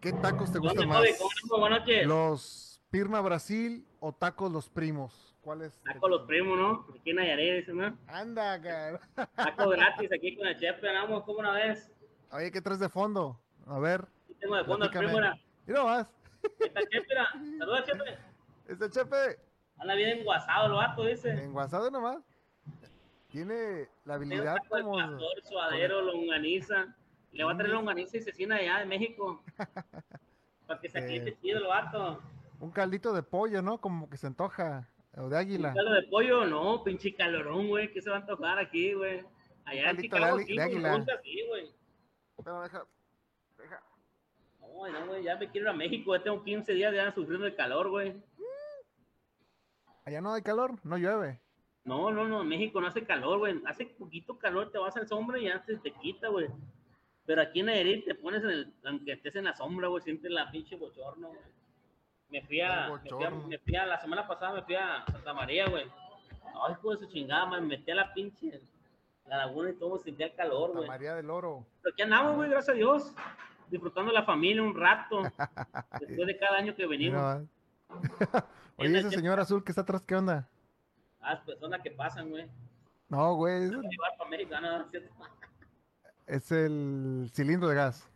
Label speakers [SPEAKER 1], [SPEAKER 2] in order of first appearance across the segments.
[SPEAKER 1] ¿Qué tacos te
[SPEAKER 2] ¿Dónde,
[SPEAKER 1] gustan
[SPEAKER 2] Toby?
[SPEAKER 1] más?
[SPEAKER 2] ¿Cómo estamos? Buenas noches.
[SPEAKER 1] ¿Los Pirma Brasil o tacos los primos? ¿Cuál es?
[SPEAKER 2] Taco los primos, ¿no? Aquí en Nayarit, dice, ¿no?
[SPEAKER 1] Anda, cara.
[SPEAKER 2] Taco gratis aquí con el chef, ganamos como una vez.
[SPEAKER 1] Oye, ¿qué traes de fondo? A ver.
[SPEAKER 2] Aquí tengo de fondo al primo,
[SPEAKER 1] platícame.
[SPEAKER 2] mira.
[SPEAKER 1] Mira más.
[SPEAKER 2] Ahí está el chef, mira. Saluda, chef.
[SPEAKER 1] Este chepe,
[SPEAKER 2] Anda bien enguasado el vato, dice.
[SPEAKER 1] enguasado nomás. Tiene la
[SPEAKER 2] Tengo
[SPEAKER 1] habilidad
[SPEAKER 2] taco de
[SPEAKER 1] como.
[SPEAKER 2] pastor, suadero, longaniza. Le voy a traer longaniza y cecina allá de México. Para que se
[SPEAKER 1] Sí.
[SPEAKER 2] quede chido el vato.
[SPEAKER 1] Un caldito de pollo, ¿no? Como que se antoja. O de águila.
[SPEAKER 2] ¿Un caldo de pollo? No, pinche calorón, güey. ¿Qué se va a antojar aquí, güey? Allá en
[SPEAKER 1] caldito de
[SPEAKER 2] Chicago
[SPEAKER 1] ali-
[SPEAKER 2] sí,
[SPEAKER 1] de
[SPEAKER 2] güey,
[SPEAKER 1] águila.
[SPEAKER 2] gusta así, güey.
[SPEAKER 1] Pero deja. deja.
[SPEAKER 2] No, no, güey, ya me quiero ir a México, ya tengo 15 días ya sufriendo el calor, güey.
[SPEAKER 1] Allá no hay calor, no llueve.
[SPEAKER 2] No, no, no, en México no hace calor, güey. Hace poquito calor, te vas al sombra y ya se te quita, güey. Pero aquí en Nayarit te pones en el, aunque estés en la sombra, güey, sientes la pinche bochorno, güey. Me fui a,
[SPEAKER 1] El
[SPEAKER 2] me fui a,
[SPEAKER 1] bochorno.
[SPEAKER 2] me fui a- la semana pasada me fui a Santa María, güey. Ay, hijo de su chingada, man, me metí a la pinche, la laguna y todo, sentía calor,
[SPEAKER 1] Santa
[SPEAKER 2] güey.
[SPEAKER 1] María del Oro.
[SPEAKER 2] Pero aquí andamos, güey, gracias a Dios, disfrutando la familia un rato, después de cada año que venimos.
[SPEAKER 1] Mira más. Oye,
[SPEAKER 2] Mira,
[SPEAKER 1] ese
[SPEAKER 2] chepe.
[SPEAKER 1] señor azul que está atrás, ¿qué onda?
[SPEAKER 2] Ah, las personas que pasan, güey.
[SPEAKER 1] Ah. No, güey, es,
[SPEAKER 2] Voy a llevar para México, ah, no, no, es cierto.
[SPEAKER 1] es el cilindro de gas.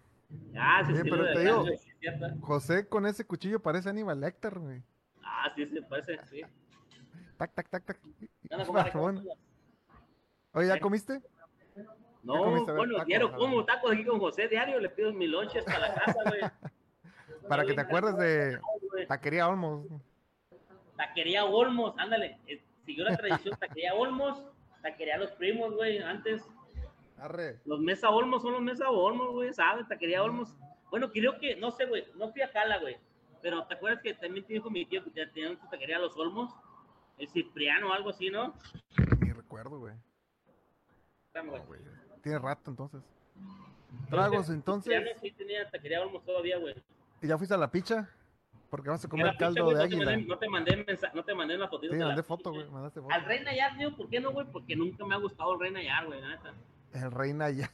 [SPEAKER 2] Ah, sí,
[SPEAKER 1] Oye,
[SPEAKER 2] sí,
[SPEAKER 1] pero
[SPEAKER 2] lo de
[SPEAKER 1] te
[SPEAKER 2] acá,
[SPEAKER 1] digo-
[SPEAKER 2] güey, sí, es cierto.
[SPEAKER 1] José con ese cuchillo parece Aníbal Lecter, güey.
[SPEAKER 2] Ah, sí, sí, parece, sí.
[SPEAKER 1] Tac, tac, tac, tac.
[SPEAKER 2] Ya no como
[SPEAKER 1] Barbón.
[SPEAKER 2] tacos.
[SPEAKER 1] Oye, ¿ya comiste?
[SPEAKER 2] No,
[SPEAKER 1] Ya comiste, a ver,
[SPEAKER 2] bueno,
[SPEAKER 1] tacos, a
[SPEAKER 2] diario
[SPEAKER 1] ver.
[SPEAKER 2] como tacos aquí con José, diario le pido mis lonches para la casa, güey.
[SPEAKER 1] Para que te
[SPEAKER 2] Una
[SPEAKER 1] acuerdes
[SPEAKER 2] loncha,
[SPEAKER 1] de
[SPEAKER 2] güey.
[SPEAKER 1] Taquería Olmos.
[SPEAKER 2] Taquería Olmos, ándale. eh, Siguió la tradición Taquería Olmos, Taquería Los Primos, güey, antes.
[SPEAKER 1] Arre.
[SPEAKER 2] Los Mesa Olmos son los Mesa Olmos, güey, ¿sabes?
[SPEAKER 1] Ah.
[SPEAKER 2] Taquería Olmos. Bueno, creo que, no sé, güey, no fui a Cala, güey. Pero ¿te acuerdas que también te dijo mi tío que te- tenían su taquería Los Olmos? El Cipriano o algo así, ¿no?
[SPEAKER 1] Ni recuerdo, güey.
[SPEAKER 2] Espérame, güey.
[SPEAKER 1] No, güey. Tiene rato, entonces. Tragos,
[SPEAKER 2] Cipriano
[SPEAKER 1] entonces.
[SPEAKER 2] sí tenía taquería Olmos todavía, güey.
[SPEAKER 1] ¿Y ya fuiste a la picha? Porque vas a
[SPEAKER 2] Mira,
[SPEAKER 1] comer caldo de
[SPEAKER 2] pinche, güey, no te
[SPEAKER 1] águila.
[SPEAKER 2] mandé- No te mandé mensaje, no te mandé una fotito.
[SPEAKER 1] Sí,
[SPEAKER 2] de la
[SPEAKER 1] mandé
[SPEAKER 2] pinche.
[SPEAKER 1] foto, güey. Mandaste foto.
[SPEAKER 2] Al Rey Nayar, digo, ¿por qué no, güey? Porque nunca me ha gustado el Rey Nayar, güey, la neta.
[SPEAKER 1] El reina ya.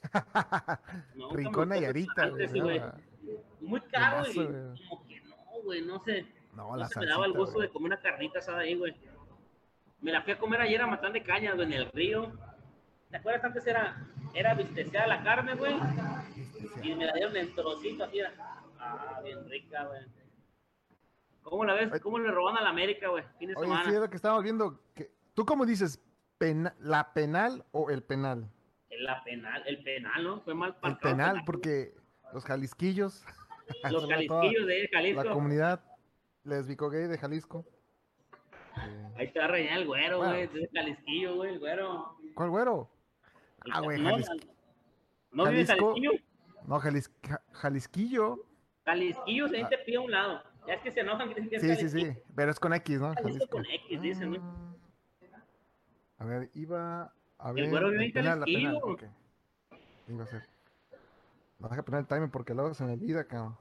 [SPEAKER 2] No, nunca me gustó
[SPEAKER 1] Rincón
[SPEAKER 2] el
[SPEAKER 1] Nayarita, güey.
[SPEAKER 2] restaurante, sí, güey. Muy caro
[SPEAKER 1] Temazo,
[SPEAKER 2] y
[SPEAKER 1] güey.
[SPEAKER 2] como que no, güey, no sé.
[SPEAKER 1] No,
[SPEAKER 2] No
[SPEAKER 1] la
[SPEAKER 2] se me daba el
[SPEAKER 1] salsita,
[SPEAKER 2] gusto
[SPEAKER 1] güey.
[SPEAKER 2] de comer una carnita asada ahí, güey. Me la fui a comer ayer a Matán de Cañas, güey, en el río. ¿Te acuerdas? Antes era, era bistecia la carne, güey. Y me la dieron en trocito, así era. Ah, bien rica, güey. ¿Cómo la ves? ¿Cómo le roban a la América, güey? Fin de
[SPEAKER 1] Oye,
[SPEAKER 2] semana.
[SPEAKER 1] sí, es lo que estaba viendo. que- ¿Tú cómo dices? pena- ¿La penal o el penal?
[SPEAKER 2] La penal, el penal, ¿no? Fue mal
[SPEAKER 1] El
[SPEAKER 2] marcado
[SPEAKER 1] penal, porque los jalisquillos.
[SPEAKER 2] Los
[SPEAKER 1] sobre todo
[SPEAKER 2] calisquillos de Jalisco.
[SPEAKER 1] La comunidad lesbico gay de Jalisco. Eh,
[SPEAKER 2] Ahí te va a reñar el güero,
[SPEAKER 1] Bueno.
[SPEAKER 2] güey. El Jalisquillo, güey, el güero.
[SPEAKER 1] ¿Cuál güero? Ah, güey,
[SPEAKER 2] No,
[SPEAKER 1] Jalisco.
[SPEAKER 2] ¿No vive
[SPEAKER 1] Jalisco.
[SPEAKER 2] Jalisquillo?
[SPEAKER 1] No, Jalis- Ja- Jalisquillo.
[SPEAKER 2] Jalisquillo se te pide a un lado. Ya es que se enojan que dicen que es
[SPEAKER 1] Ah. Sí, sí,
[SPEAKER 2] Jalisquillo.
[SPEAKER 1] sí. Pero es con X, ¿no?
[SPEAKER 2] Jalisco con X, dicen, ¿no?
[SPEAKER 1] Ah. A ver, iba a ver.
[SPEAKER 2] güero vive en
[SPEAKER 1] penal, la penal,
[SPEAKER 2] Jalisquillo.
[SPEAKER 1] ok. Iba a ser. No, deja poner el timer porque luego se me olvida, cabrón.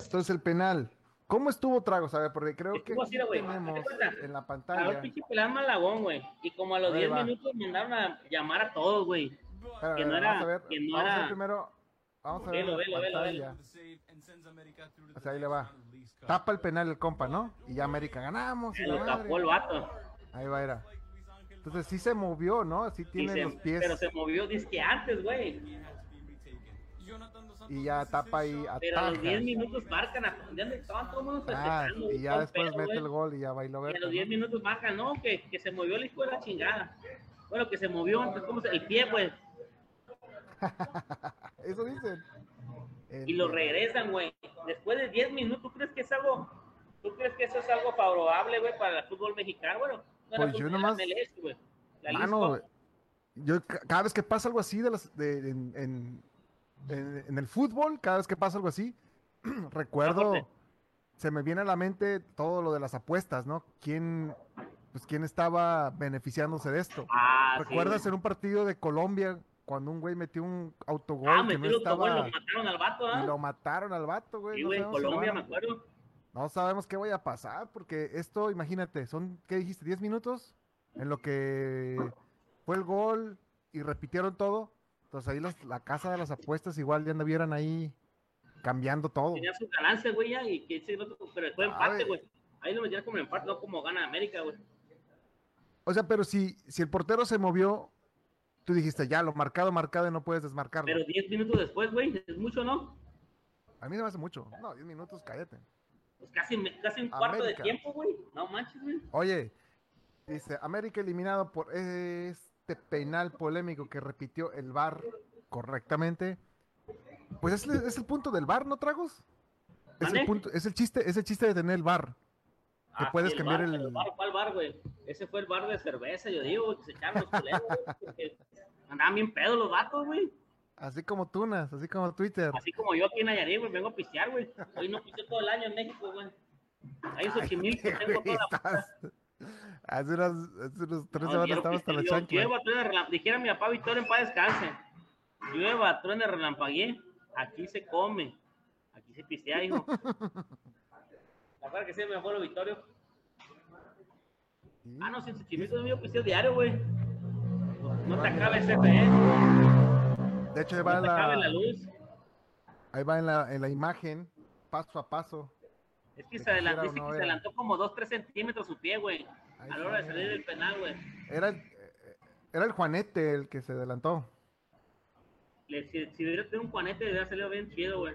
[SPEAKER 1] Entonces, el penal. ¿Cómo estuvo Tragos? A ver, porque creo que
[SPEAKER 2] Estuvo así,
[SPEAKER 1] aquí
[SPEAKER 2] güey.
[SPEAKER 1] tenemos
[SPEAKER 2] ¿Te acuerdas?
[SPEAKER 1] en la
[SPEAKER 2] A ver,
[SPEAKER 1] pantalla.
[SPEAKER 2] pinche pelán malagón, güey. Y como a los
[SPEAKER 1] Ahí
[SPEAKER 2] 10
[SPEAKER 1] va.
[SPEAKER 2] minutos mandaron a llamar a todos, güey.
[SPEAKER 1] Espera,
[SPEAKER 2] que no
[SPEAKER 1] vamos a
[SPEAKER 2] era-
[SPEAKER 1] ver,
[SPEAKER 2] que no
[SPEAKER 1] vamos a ver
[SPEAKER 2] era-
[SPEAKER 1] primero. Vamos a ver
[SPEAKER 2] Velo,
[SPEAKER 1] la
[SPEAKER 2] velo, velo,
[SPEAKER 1] pantalla.
[SPEAKER 2] velo.
[SPEAKER 1] O sea, ahí le va. Tapa el penal el compa, ¿no? Y ya América ganamos. y
[SPEAKER 2] Se
[SPEAKER 1] la
[SPEAKER 2] lo
[SPEAKER 1] madre.
[SPEAKER 2] tapó el vato.
[SPEAKER 1] Ahí va, era. Entonces sí se movió, ¿no? Sí
[SPEAKER 2] Y
[SPEAKER 1] tiene
[SPEAKER 2] se-
[SPEAKER 1] los pies
[SPEAKER 2] Pero se movió disque antes, güey.
[SPEAKER 1] y ya tapa ahí
[SPEAKER 2] Pero a
[SPEAKER 1] ataja.
[SPEAKER 2] los 10 minutos marcan a ya me estaban todo el
[SPEAKER 1] Ah,
[SPEAKER 2] mundo festejando,
[SPEAKER 1] y
[SPEAKER 2] güey,
[SPEAKER 1] ya
[SPEAKER 2] todo
[SPEAKER 1] después
[SPEAKER 2] pedo,
[SPEAKER 1] mete
[SPEAKER 2] güey.
[SPEAKER 1] el gol y ya bailó
[SPEAKER 2] ¿eh? Y a
[SPEAKER 1] Berta.
[SPEAKER 2] los 10
[SPEAKER 1] ¿no?
[SPEAKER 2] minutos marcan, no, que, que se movió el hijo de la chingada. Bueno, que se movió antes, ¿cómo se- el pie, pues,
[SPEAKER 1] Eso dicen.
[SPEAKER 2] y lo regresan, güey. Después de 10 minutos, ¿tú crees que es algo, tú crees que eso es algo favorable, güey, para el fútbol mexicano? Bueno, no era
[SPEAKER 1] Pues yo
[SPEAKER 2] culpa de la
[SPEAKER 1] nomás-
[SPEAKER 2] MLS, güey. La League's
[SPEAKER 1] Mano,
[SPEAKER 2] Cup.
[SPEAKER 1] güey, yo ca- cada vez que pasa algo así de las, de- en, en- en- en el fútbol, cada vez que pasa algo así, recuerdo,
[SPEAKER 2] Aporte.
[SPEAKER 1] se me viene a la mente todo lo de las apuestas, ¿no? ¿Quién, pues, quién estaba beneficiándose de esto?
[SPEAKER 2] Ah, sí,
[SPEAKER 1] ¿Recuerdas
[SPEAKER 2] güey.
[SPEAKER 1] en un partido de Colombia cuando un güey metió un autogol
[SPEAKER 2] Ah,
[SPEAKER 1] que
[SPEAKER 2] metió
[SPEAKER 1] no
[SPEAKER 2] el autogol,
[SPEAKER 1] estaba
[SPEAKER 2] lo mataron al vato, ¿ah?
[SPEAKER 1] y lo mataron al vato, güey?
[SPEAKER 2] Sí,
[SPEAKER 1] no,
[SPEAKER 2] güey, en
[SPEAKER 1] sabemos si lo
[SPEAKER 2] Colombia,
[SPEAKER 1] van
[SPEAKER 2] me
[SPEAKER 1] a-
[SPEAKER 2] acuerdo.
[SPEAKER 1] no sabemos qué vaya a pasar porque esto, imagínate, son, ¿qué dijiste? ¿10 minutos? En lo que fue el gol y repitieron todo. Entonces ahí las- la casa de las apuestas igual ya anduvieran ahí cambiando todo.
[SPEAKER 2] Tenía su ganancia, güey, ya, y que ese otro- pero fue empate, güey. Ahí lo metías como empate, no como gana América, güey.
[SPEAKER 1] O sea, pero si, si el portero se movió, tú dijiste, ya, lo marcado, marcado, y no puedes desmarcarlo.
[SPEAKER 2] Pero 10 minutos después, güey, es mucho, ¿no?
[SPEAKER 1] A mí se me hace mucho. No, 10 minutos, cállate.
[SPEAKER 2] Pues casi, me- casi un cuarto
[SPEAKER 1] América.
[SPEAKER 2] de tiempo, güey. No manches, güey.
[SPEAKER 1] Oye, dice, América eliminado por este penal polémico que repitió el VAR correctamente. Pues es, es el punto del VAR, ¿no, Tragos? Es el,
[SPEAKER 2] ¿Mande?
[SPEAKER 1] punto, es el chiste, es el chiste de tener el VAR. Que puedes
[SPEAKER 2] Ah, el
[SPEAKER 1] cambiar
[SPEAKER 2] bar,
[SPEAKER 1] el-
[SPEAKER 2] pero bar, ¿Cuál bar, güey? Ese fue el bar de cerveza, yo digo, güey, que se echaron los culeros, güey. porque Andaban bien pedos los vatos, güey.
[SPEAKER 1] Así como Tunas, así como Twitter.
[SPEAKER 2] Así como yo aquí en Nayarit, güey, vengo a pistear, güey. Hoy no pisteé todo el año en México, güey. Ahí en Xochimilco tengo toda la
[SPEAKER 1] Estás- Hace unas, hace unos tres
[SPEAKER 2] No,
[SPEAKER 1] semanas
[SPEAKER 2] dieron
[SPEAKER 1] estaba hasta la
[SPEAKER 2] criterio.
[SPEAKER 1] chancla.
[SPEAKER 2] Llueva, truena, relam- Dijera mi papá Victoria en paz descanse. Llueva, truena, relampagué. Aquí se come. Aquí se pistea, hijo. ¿Te acuerdas que siempre me acuerdo Victorio?
[SPEAKER 1] Sí.
[SPEAKER 2] Ah, no, sin Xochimilco no yo pisteo diario, güey. No, no te ¿eh? acaba el CFE, no
[SPEAKER 1] De hecho, ahí
[SPEAKER 2] te
[SPEAKER 1] va,
[SPEAKER 2] acaba la
[SPEAKER 1] la,
[SPEAKER 2] luz.
[SPEAKER 1] ahí va en, la, en la imagen, paso a paso.
[SPEAKER 2] Es que
[SPEAKER 1] que
[SPEAKER 2] se adelantó,
[SPEAKER 1] quiera o no
[SPEAKER 2] dice que
[SPEAKER 1] era.
[SPEAKER 2] se adelantó como 2-3 centímetros su pie, güey.
[SPEAKER 1] Ahí
[SPEAKER 2] A la hora de
[SPEAKER 1] está,
[SPEAKER 2] salir del penal, güey.
[SPEAKER 1] Era el, eh, era el Juanete el que se adelantó.
[SPEAKER 2] Le- Si, si hubiera tenido un juanete, le hubiera salido bien chido, güey.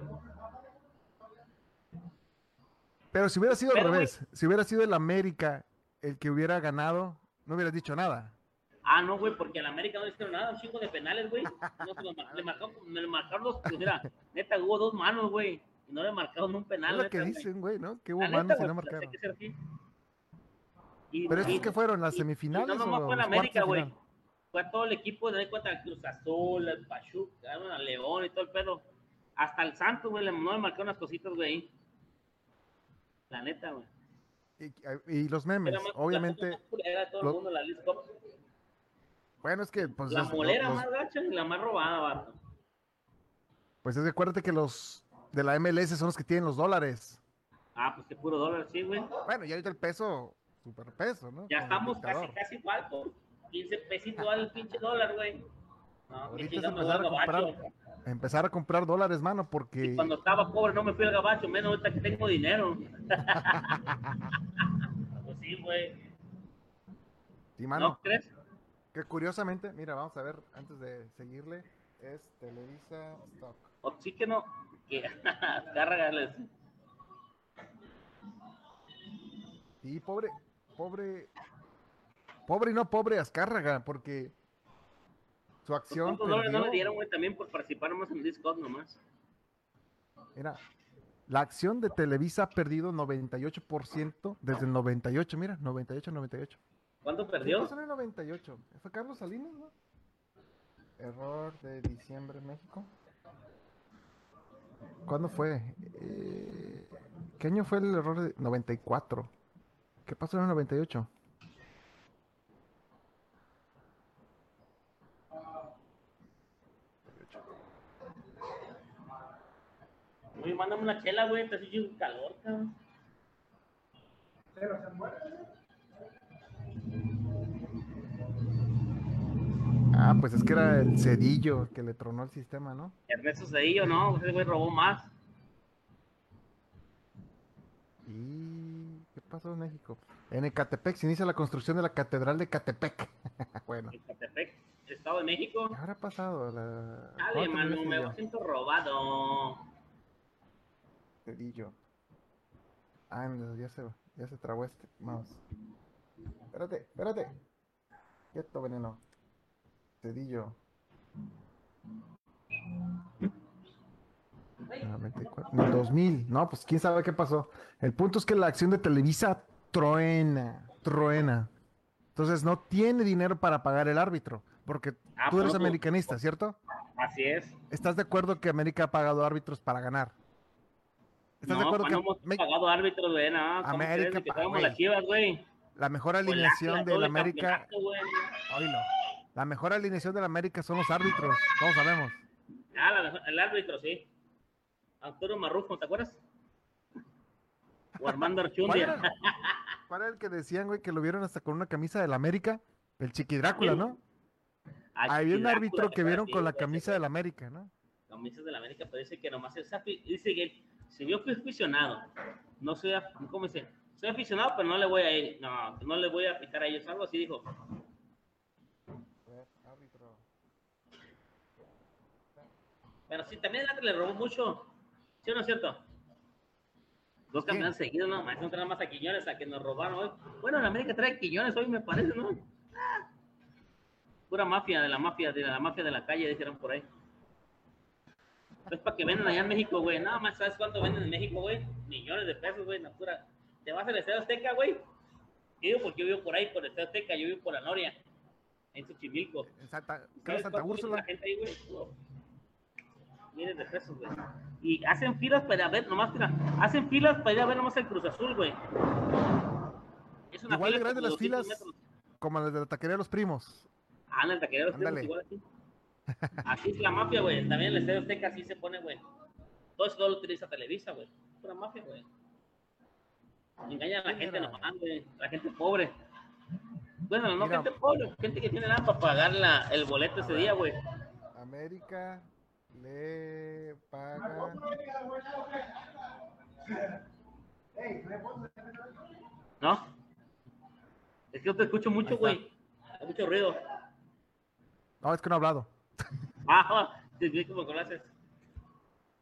[SPEAKER 1] Pero si hubiera sido
[SPEAKER 2] Pero,
[SPEAKER 1] al
[SPEAKER 2] güey.
[SPEAKER 1] revés, si hubiera sido el América el que hubiera ganado, no hubieras dicho nada.
[SPEAKER 2] Ah, no, güey, porque al América no le hicieron nada, un chingo de penales, güey. No se lo mar- le marcaron, me le marcaron dos, pues mira, neta, hubo dos manos, güey. Y no le marcaron un penal.
[SPEAKER 1] es lo que
[SPEAKER 2] neta,
[SPEAKER 1] dicen, güey, ¿no? Que hubo
[SPEAKER 2] güey. La
[SPEAKER 1] manos
[SPEAKER 2] neta,
[SPEAKER 1] y no
[SPEAKER 2] güey, pues,
[SPEAKER 1] marcaron.
[SPEAKER 2] hay que ser así. Y-
[SPEAKER 1] Pero
[SPEAKER 2] y-
[SPEAKER 1] esos que fueron, las
[SPEAKER 2] y- y
[SPEAKER 1] semifinales.
[SPEAKER 2] No, nomás
[SPEAKER 1] o
[SPEAKER 2] fue el
[SPEAKER 1] los
[SPEAKER 2] América,
[SPEAKER 1] cuartos de
[SPEAKER 2] güey.
[SPEAKER 1] final?
[SPEAKER 2] Fue todo el equipo, de ahí cuenta el Cruz Azul, el Pachuca, el León y todo el pedo. Hasta el Santos, güey, le- no le marcaron unas cositas, güey. ahí. La neta, güey.
[SPEAKER 1] Y, y los memes,
[SPEAKER 2] Era más- la
[SPEAKER 1] Pues, obviamente.
[SPEAKER 2] más culera de todo
[SPEAKER 1] lo-
[SPEAKER 2] el mundo, la Leeds Cup.
[SPEAKER 1] Bueno, es que. Pues,
[SPEAKER 2] La
[SPEAKER 1] es-
[SPEAKER 2] molera
[SPEAKER 1] los-
[SPEAKER 2] más gacha y la más robada, vato.
[SPEAKER 1] Pues es que acuérdate que los de la MLS son los que tienen los dólares.
[SPEAKER 2] Ah, pues qué puro dólar, sí, güey.
[SPEAKER 1] Bueno, y ahorita el peso, super peso, ¿no? Con
[SPEAKER 2] Ya
[SPEAKER 1] el
[SPEAKER 2] estamos casi,
[SPEAKER 1] dictador.
[SPEAKER 2] casi igual con 15 pesitos al pinche dólar, güey. No,
[SPEAKER 1] Ahorita
[SPEAKER 2] que
[SPEAKER 1] es
[SPEAKER 2] chingado me voy
[SPEAKER 1] empezar
[SPEAKER 2] al
[SPEAKER 1] a comprar.
[SPEAKER 2] gabacho.
[SPEAKER 1] Empezar a comprar dólares, mano, porque.
[SPEAKER 2] Cuando estaba pobre no me fui al gabacho, menos ahorita que tengo dinero. pues sí, güey.
[SPEAKER 1] Sí, mano.
[SPEAKER 2] ¿No crees?
[SPEAKER 1] Que curiosamente, mira, vamos a ver, antes de seguirle, es Televisa Stock.
[SPEAKER 2] Oxígeno. Que... Pues Cárgales.
[SPEAKER 1] Y pobre, pobre, pobre y no pobre Azcárraga, porque su
[SPEAKER 2] Los
[SPEAKER 1] acción
[SPEAKER 2] pocos dólares no me
[SPEAKER 1] perdió-
[SPEAKER 2] dieron, güey, también por participar más en Discord nomás.
[SPEAKER 1] mira, la acción de Televisa ha perdido 98% desde el 98, mira, 98, 98.
[SPEAKER 2] ¿Cuánto
[SPEAKER 1] ¿Qué
[SPEAKER 2] perdió?
[SPEAKER 1] pasó en el 98? ¿Fue Carlos Salinas, no? Error de diciembre, México. ¿Cuándo fue? Eh, ¿Qué año fue el error de 94? ¿Qué pasó en el 98?
[SPEAKER 2] Uy, mándame una chela, güey, te hace un calor, cabrón.
[SPEAKER 1] Ah, pues es que era el cedillo que le tronó el sistema, ¿no?
[SPEAKER 2] Ernesto Cedillo, no, ese güey robó más.
[SPEAKER 1] ¿Y qué pasó en México? En Ecatepec se inicia la construcción de la Catedral de Ecatepec. bueno,
[SPEAKER 2] En Catepec, Estado de México.
[SPEAKER 1] ¿qué habrá pasado? La... ¿Cuándo
[SPEAKER 2] Dale,
[SPEAKER 1] terminó
[SPEAKER 2] mano,
[SPEAKER 1] ese
[SPEAKER 2] me
[SPEAKER 1] video?
[SPEAKER 2] siento robado.
[SPEAKER 1] Cedillo. Ah, no, ya se, ya se trabó este mouse. Espérate, espérate. Quieto, veneno. Cedillo. Ah, 24, no, 2000. No, pues quién sabe qué pasó. El punto es que la acción de Televisa truena, truena. Entonces no tiene dinero para pagar el árbitro, porque
[SPEAKER 2] Ah,
[SPEAKER 1] tú eres
[SPEAKER 2] pues,
[SPEAKER 1] americanista, ¿cierto?
[SPEAKER 2] Así es.
[SPEAKER 1] ¿Estás de acuerdo que América ha pagado árbitros para ganar? ¿Estás
[SPEAKER 2] No,
[SPEAKER 1] de acuerdo
[SPEAKER 2] cuando hemos
[SPEAKER 1] Me-
[SPEAKER 2] pagado árbitros, güey, no. ¿cómo
[SPEAKER 1] América,
[SPEAKER 2] crees? Ni que
[SPEAKER 1] pa-
[SPEAKER 2] pagamos
[SPEAKER 1] güey.
[SPEAKER 2] las chivas, güey.
[SPEAKER 1] La mejor
[SPEAKER 2] Con la
[SPEAKER 1] alineación
[SPEAKER 2] Atlas,
[SPEAKER 1] del
[SPEAKER 2] doble
[SPEAKER 1] América.
[SPEAKER 2] campeonato, güey.
[SPEAKER 1] Oílo. La mejor alineación del América son los árbitros. Todos sabemos.
[SPEAKER 2] Ah, la- el árbitro, sí. Arturo Marrufo, ¿te acuerdas? O Armando
[SPEAKER 1] ¿Cuál era,
[SPEAKER 2] Archundia.
[SPEAKER 1] cuál era el que decían, güey, que lo vieron hasta con una camisa del América? El Chiqui Drácula, ¿no?
[SPEAKER 2] Ah,
[SPEAKER 1] Había un
[SPEAKER 2] Drácula,
[SPEAKER 1] árbitro
[SPEAKER 2] ¿te
[SPEAKER 1] que vieron
[SPEAKER 2] acuerdas?
[SPEAKER 1] con la
[SPEAKER 2] Sí, güey,
[SPEAKER 1] camisa del América, ¿no?
[SPEAKER 2] No camisas de la América, pero dice que nomás es afi- dice que él, si yo fui aficionado, no soy, af- ¿cómo dice? Soy aficionado, pero no le voy a ir, no, no le voy a pitar a ellos, algo así dijo.
[SPEAKER 1] A ver, árbitro.
[SPEAKER 2] Pero sí, también el Atlas le robó mucho, ¿sí o no es cierto?
[SPEAKER 1] Bien.
[SPEAKER 2] Dos campeonatos seguidos, no, más no traen más a Quiñones, a que nos robaron hoy. Bueno, la América trae Quiñones hoy, me parece, ¿no? Ah. Pura mafia, de la mafia, de la mafia de la calle, dijeron por ahí. Es para que vendan allá en México, güey. Nada más, ¿sabes cuánto venden en México, güey? Millones de pesos, güey, la pura. Te vas al Estadio Azteca, güey. Digo, porque yo vivo por ahí, por el Estadio Azteca, yo vivo por la Noria, en Xochimilco.
[SPEAKER 1] En Santa, creo
[SPEAKER 2] ¿Sabes
[SPEAKER 1] Santa
[SPEAKER 2] cuánto mide
[SPEAKER 1] Úrsula.
[SPEAKER 2] La gente ahí, güey. Miles de pesos, güey. Y hacen filas para ir a ver, nomás, mira, hacen filas para ir a ver nomás el Cruz Azul, güey. Es
[SPEAKER 1] Igual de
[SPEAKER 2] fila
[SPEAKER 1] grande
[SPEAKER 2] como
[SPEAKER 1] las
[SPEAKER 2] 200
[SPEAKER 1] filas.
[SPEAKER 2] metros.
[SPEAKER 1] Como las de la taquería de los primos.
[SPEAKER 2] Ah, en el taquería de los primos
[SPEAKER 1] Ándale.
[SPEAKER 2] igual así. Así es la mafia, güey. También el Estadio Azteca así se pone, güey. Todo eso lo utiliza Televisa, güey. Es una mafia, güey. Engañan a la
[SPEAKER 1] Sí,
[SPEAKER 2] gente
[SPEAKER 1] mira.
[SPEAKER 2] nomás, güey. La gente pobre. Bueno, no
[SPEAKER 1] Mira.
[SPEAKER 2] gente pobre, gente que tiene nada para pagar la- el boleto
[SPEAKER 1] A
[SPEAKER 2] ese
[SPEAKER 1] ver.
[SPEAKER 2] día, güey.
[SPEAKER 1] América le paga.
[SPEAKER 2] ¿No? Es que yo te escucho
[SPEAKER 1] Ahí
[SPEAKER 2] mucho,
[SPEAKER 1] está.
[SPEAKER 2] güey. Hay mucho ruido.
[SPEAKER 1] No, es que no he hablado.
[SPEAKER 2] Ah, te vi como conoces.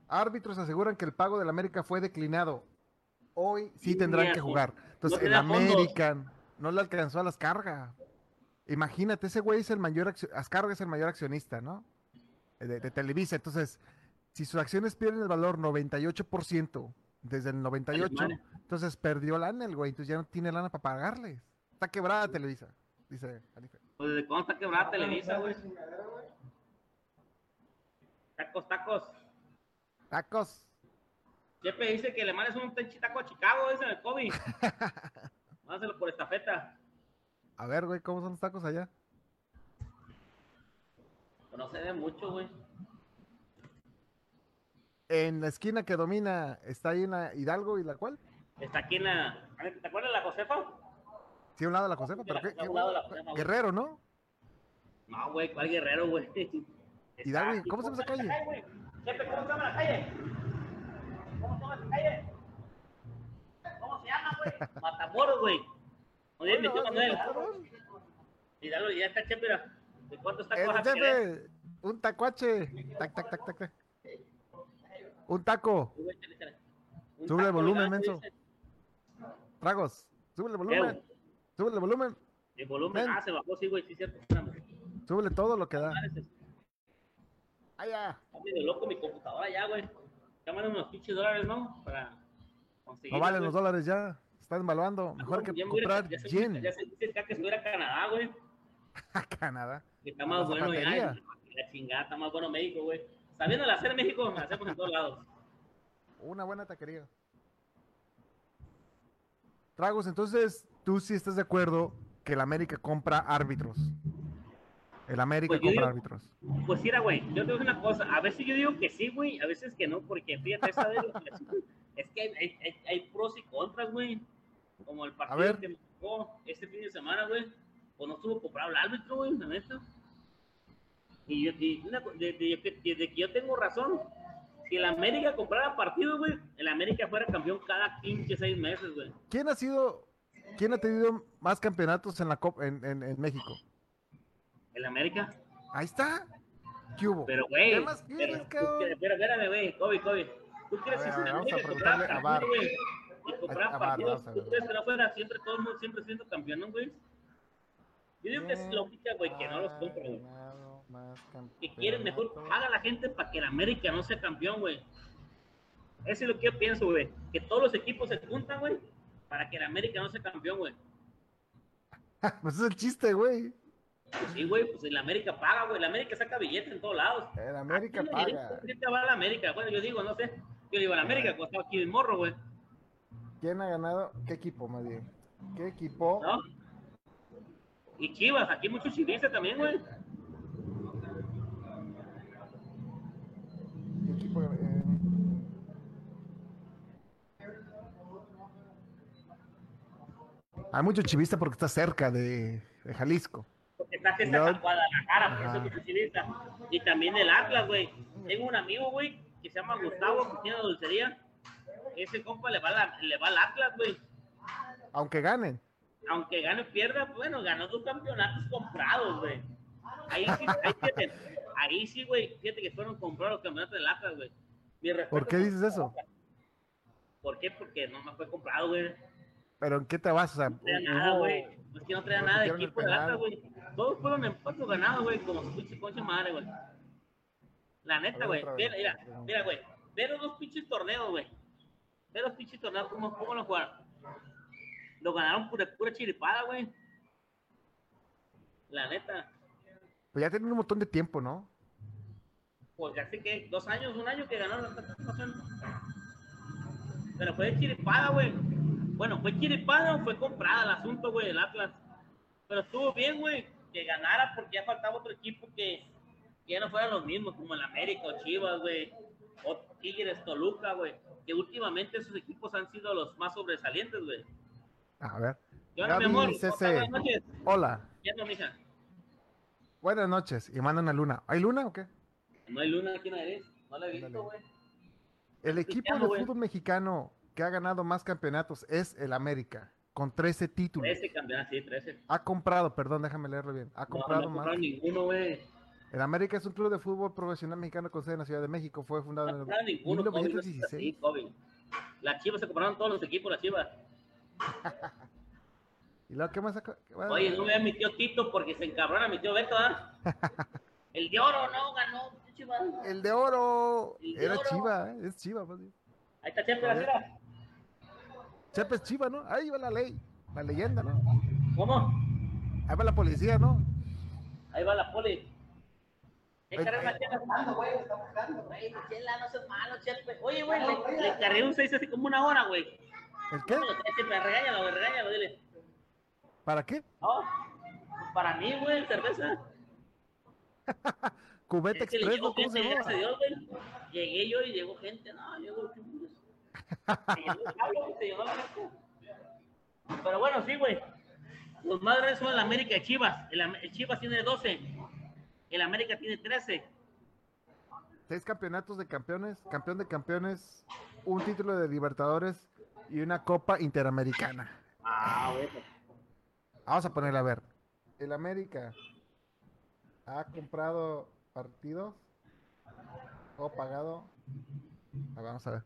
[SPEAKER 1] Árbitros aseguran que el pago del América fue declinado. Hoy sí tendrán que
[SPEAKER 2] Mierda.
[SPEAKER 1] jugar. Entonces,
[SPEAKER 2] No
[SPEAKER 1] el
[SPEAKER 2] tenía fondos.
[SPEAKER 1] América no le alcanzó a las cargas. Imagínate, ese güey es el mayor accio- Azcárraga es el mayor accionista, ¿no? Eh, De, de Televisa. Entonces, si sus acciones pierden el valor 98% desde el 98,
[SPEAKER 2] Vale,
[SPEAKER 1] entonces perdió lana el güey, entonces ya no tiene lana para pagarles. Está quebrada Televisa, dice Alife.
[SPEAKER 2] Pues desde cuándo está quebrada Televisa, güey. Tacos, tacos.
[SPEAKER 1] Tacos.
[SPEAKER 2] Chepe dice que le mandes un tenchitaco a Chicago, dice el Kobe. Mándaselo por estafeta.
[SPEAKER 1] A ver, güey, ¿cómo son los tacos allá?
[SPEAKER 2] Pero no se ve mucho, güey.
[SPEAKER 1] En la esquina que domina, está ahí en la Hidalgo y la cual.
[SPEAKER 2] Está aquí en la. ¿Te acuerdas de la Josefa?
[SPEAKER 1] Sí, a un lado de la Josefa, pero qué,
[SPEAKER 2] A un
[SPEAKER 1] qué-
[SPEAKER 2] lado de la Josefa, güey.
[SPEAKER 1] Guerrero, ¿no?
[SPEAKER 2] No, güey, ¿cuál guerrero, güey? Está
[SPEAKER 1] Hidalgo,
[SPEAKER 2] aquí,
[SPEAKER 1] ¿cómo se llama esa calle?
[SPEAKER 2] güey? Chepe, ¿cómo se llama la calle? ¿Cómo se llama esa calle? ¿Cómo se llama, güey? Matamoros, güey. Muy bien, mi tío
[SPEAKER 1] Hola,
[SPEAKER 2] Manuel.
[SPEAKER 1] cabrón.
[SPEAKER 2] Hidalgo, ya está Chepe, mira. ¿De cuántos
[SPEAKER 1] El
[SPEAKER 2] tacos a querer?
[SPEAKER 1] jefe, un tacuache. Tac, tac, tac, tac, tac. Un taco.
[SPEAKER 2] Sí, güey, échale, échale. Un
[SPEAKER 1] Sube el
[SPEAKER 2] taco,
[SPEAKER 1] volumen,
[SPEAKER 2] Hidalgo,
[SPEAKER 1] menso.
[SPEAKER 2] dice.
[SPEAKER 1] Tragos. Súbele el volumen. Súbele el volumen.
[SPEAKER 2] El volumen,
[SPEAKER 1] Ven.
[SPEAKER 2] ah, se bajó, sí, güey, sí, cierto. Espérame.
[SPEAKER 1] Súbele todo lo que da. Ah,
[SPEAKER 2] Madre, se- Está
[SPEAKER 1] Allá.
[SPEAKER 2] medio loco mi computadora ya, güey. Cámara unos pinches dólares, ¿no? Para conseguir.
[SPEAKER 1] No valen
[SPEAKER 2] güey.
[SPEAKER 1] los dólares ya. Están valuando. Mejor que
[SPEAKER 2] Ya me hubiera-
[SPEAKER 1] comprar
[SPEAKER 2] ya se-
[SPEAKER 1] yen
[SPEAKER 2] Ya se dice acá que estuviera a Canadá, güey.
[SPEAKER 1] a Canadá.
[SPEAKER 2] Que está
[SPEAKER 1] A
[SPEAKER 2] más
[SPEAKER 1] la
[SPEAKER 2] bueno, ya.
[SPEAKER 1] zapatería.
[SPEAKER 2] ay, La chingada, está más bueno México, güey. Sabiendo la hacer en México, la hacemos en todos lados.
[SPEAKER 1] Una buena taquería. Tragos, entonces, tú sí estás de acuerdo que el América compra árbitros. El América
[SPEAKER 2] Pues yo
[SPEAKER 1] compra
[SPEAKER 2] digo-
[SPEAKER 1] árbitros.
[SPEAKER 2] Pues mira, güey, yo te voy a decir una cosa. A veces yo digo que sí, güey, a veces que no, porque fíjate, esta vez lo que les- es que hay, hay- hay- hay pros y contras, güey. Como el partido
[SPEAKER 1] ver.
[SPEAKER 2] que me tocó este fin de semana, güey, pues no estuvo comprado el árbitro, güey, la neta. Y, yo- y una co- desde, que- desde que yo tengo razón, si el América comprara partidos, güey, el América fuera campeón cada 15, 6 meses, güey.
[SPEAKER 1] ¿Quién ha sido, quién ha tenido más campeonatos en la Copa en, en- en México?
[SPEAKER 2] El América.
[SPEAKER 1] Ahí está. ¿Qué hubo?
[SPEAKER 2] Pero, güey.
[SPEAKER 1] ¿Qué más
[SPEAKER 2] pero-
[SPEAKER 1] quieres, cabrón?
[SPEAKER 2] Pero, pero espérame, güey. Kobe, Kobe. ¿Tú crees
[SPEAKER 1] A
[SPEAKER 2] que
[SPEAKER 1] ver, a ver,
[SPEAKER 2] si la
[SPEAKER 1] vamos a
[SPEAKER 2] América
[SPEAKER 1] preguntarle
[SPEAKER 2] comprara
[SPEAKER 1] a Bar.
[SPEAKER 2] partidos, güey, Y comprara
[SPEAKER 1] A Bar,
[SPEAKER 2] partidos,
[SPEAKER 1] vamos a
[SPEAKER 2] ¿tú
[SPEAKER 1] ver.
[SPEAKER 2] crees que no fuera siempre todo el mundo siempre siendo campeón, no, güey? Yo digo que es lógica, güey, que no los compra, güey.
[SPEAKER 1] Ganado más
[SPEAKER 2] Que quieren mejor,
[SPEAKER 1] campeonatos.
[SPEAKER 2] haga la gente para que el América no sea campeón, güey. Eso es lo que yo pienso, güey. Que todos los equipos se juntan, güey, para que el América no sea campeón, güey.
[SPEAKER 1] Pues es el chiste, güey.
[SPEAKER 2] Pues sí, güey, pues el América paga, güey. El América saca billetes en todos lados.
[SPEAKER 1] El América
[SPEAKER 2] Aquí, güey,
[SPEAKER 1] paga.
[SPEAKER 2] Ah,
[SPEAKER 1] Ah.
[SPEAKER 2] ¿Quién te va a la América? Bueno, yo digo, no sé. Yo digo, la América, cuando estaba aquí el morro, güey.
[SPEAKER 1] ¿Quién ha ganado? ¿Qué equipo, más bien? ¿Qué equipo?
[SPEAKER 2] ¿No? Y Chivas, aquí muchos chivistas también, güey.
[SPEAKER 1] ¿Qué equipo? eh? Hay mucho chivista porque está cerca de, de Jalisco.
[SPEAKER 2] Porque está que
[SPEAKER 1] No. Ah.
[SPEAKER 2] está Guadalajara, pues, por eso
[SPEAKER 1] Ajá.
[SPEAKER 2] que es chivista. Y también el Atlas, güey. Tengo un amigo, güey, que se llama Gustavo, que tiene dulcería. Ese compa le va, la, le va al Atlas, güey.
[SPEAKER 1] Aunque ganen.
[SPEAKER 2] Aunque gane o pierda, pues bueno, ganó dos campeonatos comprados, güey. Ahí, sí- ahí, fíjate, ahí sí, güey, fíjate que fueron comprados los campeonatos del Atlas, güey. Mi respeto
[SPEAKER 1] ¿Por qué dices eso?
[SPEAKER 2] ¿Por qué? Porque no me fue comprado, güey. No
[SPEAKER 1] ¿Pero en qué te vas? O sea,
[SPEAKER 2] traía nada,
[SPEAKER 1] hubo-
[SPEAKER 2] güey. Pues que no traía
[SPEAKER 1] no
[SPEAKER 2] nada de
[SPEAKER 1] quitaron el
[SPEAKER 2] equipo de lata,
[SPEAKER 1] penal.
[SPEAKER 2] güey. Todos fueron empatos ganados, güey, como su pinche concha madre, güey. La neta,
[SPEAKER 1] A ver,
[SPEAKER 2] güey.
[SPEAKER 1] otra vez.
[SPEAKER 2] Mira, mira, mira, güey. Ve los dos pinches torneos, güey. Ve los pinches torneos, cómo, cómo los jugaron. Lo ganaron pura, pura chiripada, güey. La neta.
[SPEAKER 1] Pues ya tienen un montón de tiempo, ¿no?
[SPEAKER 2] Pues ya sé que dos años, un año que ganaron la participación. Pero fue chiripada, güey. Bueno, fue chiripada o fue comprada el asunto, güey, del Atlas. Pero estuvo bien, güey, que ganara porque ya faltaba otro equipo que, que ya no fuera los mismos, como el América o Chivas, güey. O Tigres, Toluca, güey. Que últimamente esos equipos han sido los más sobresalientes, güey.
[SPEAKER 1] A ver.
[SPEAKER 2] Y ahora,
[SPEAKER 1] Gaby
[SPEAKER 2] mi amor,
[SPEAKER 1] CC.
[SPEAKER 2] buenas noches.
[SPEAKER 1] Hola,
[SPEAKER 2] Ya no, mija.
[SPEAKER 1] buenas noches. Y mandan a Luna. ¿Hay Luna o qué?
[SPEAKER 2] No hay luna aquí, no eres. No la he
[SPEAKER 1] Ándale.
[SPEAKER 2] visto, güey.
[SPEAKER 1] El equipo
[SPEAKER 2] Cristiano,
[SPEAKER 1] de
[SPEAKER 2] Pues güey.
[SPEAKER 1] fútbol mexicano que ha ganado más campeonatos es el América, con 13 títulos.
[SPEAKER 2] 13 campeonato, sí, 13.
[SPEAKER 1] Ha comprado, perdón, déjame leerlo bien. Ha
[SPEAKER 2] No,
[SPEAKER 1] comprado
[SPEAKER 2] no
[SPEAKER 1] más.
[SPEAKER 2] compraron ninguno, güey.
[SPEAKER 1] El América es un club de fútbol profesional mexicano con sede en la Ciudad de México. Fue fundado
[SPEAKER 2] No
[SPEAKER 1] en
[SPEAKER 2] compraron
[SPEAKER 1] el
[SPEAKER 2] ninguno, COVID, no seas así,
[SPEAKER 1] 1916.
[SPEAKER 2] COVID. Las chivas se compraron todos los equipos, las chivas.
[SPEAKER 1] ¿Y luego qué más? saca- qué más?
[SPEAKER 2] Oye, no vea a mi tío Tito porque se encabrona mi tío Beto, ¿ah? El de oro, no, ganó, chivas.
[SPEAKER 1] El de oro.
[SPEAKER 2] El de
[SPEAKER 1] Era
[SPEAKER 2] oro.
[SPEAKER 1] Chiva, ¿eh? es Chiva. más bien.
[SPEAKER 2] Ahí está Chepe, la tira.
[SPEAKER 1] Chepe es Chiva, ¿no? Ahí va la ley, la leyenda, ¿no?
[SPEAKER 2] ¿Cómo?
[SPEAKER 1] Ahí va la policía, ¿no?
[SPEAKER 2] Ahí va la poli. Le
[SPEAKER 1] Oye,
[SPEAKER 2] cargué una chela. Güey, chela, no seas malo, Chepe. Oye, güey, le, le cargué un 6 hace como una hora, güey.
[SPEAKER 1] ¿El qué?
[SPEAKER 2] Dámelo, Chepe, regáñalo, güey, regáñalo, dile.
[SPEAKER 1] ¿Para qué?
[SPEAKER 2] No, para mí, güey, cerveza.
[SPEAKER 1] Cubeta
[SPEAKER 2] Es que le
[SPEAKER 1] Express,
[SPEAKER 2] llegó
[SPEAKER 1] ¿no? ¿Cómo se
[SPEAKER 2] gente, gracias a
[SPEAKER 1] llama?
[SPEAKER 2] Dios, güey. Llegué yo y llegó gente, no, llegó chingos. Se llenó el Pablo, se llenó el Pablo. Pero bueno, sí, güey. Los más grandes son el América y Chivas. El, Am- el Chivas tiene 12. El América tiene 13.
[SPEAKER 1] Seis campeonatos de campeones, campeón de campeones, un título de Libertadores y una Copa Interamericana.
[SPEAKER 2] Ah, güey.
[SPEAKER 1] Vamos a ponerle a ver. El América ha comprado partidos o pagado. A ver, vamos a ver.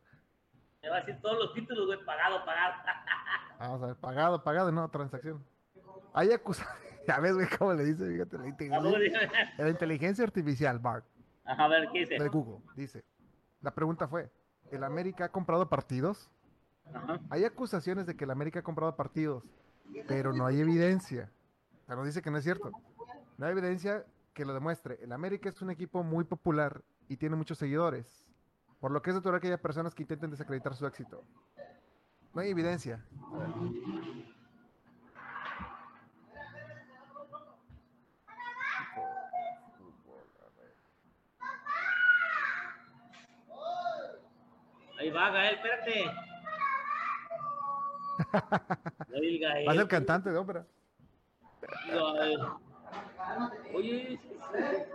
[SPEAKER 2] Me va a decir todos los títulos, güey, pagado, pagado.
[SPEAKER 1] Vamos a ver. Pagado, pagado, no, transacción. Hay acusado. Ya ves, güey, cómo le dice, fíjate, la inteligencia, la inteligencia artificial, Mark,
[SPEAKER 2] a ver, ¿qué dice?
[SPEAKER 1] de Google, dice. La pregunta fue: ¿El América ha comprado partidos?
[SPEAKER 2] Ajá.
[SPEAKER 1] Hay acusaciones de que el América ha comprado partidos, pero no hay evidencia. Pero dice que no es cierto. No hay evidencia que lo demuestre. El América es un equipo muy popular y tiene muchos seguidores, por lo que es natural que haya personas que intenten desacreditar su éxito. No hay evidencia.
[SPEAKER 2] Ahí va, Gael, espérate. Ahí el Gael.
[SPEAKER 1] Va a ser cantante de ópera.
[SPEAKER 2] Digo, eh, Oye, es-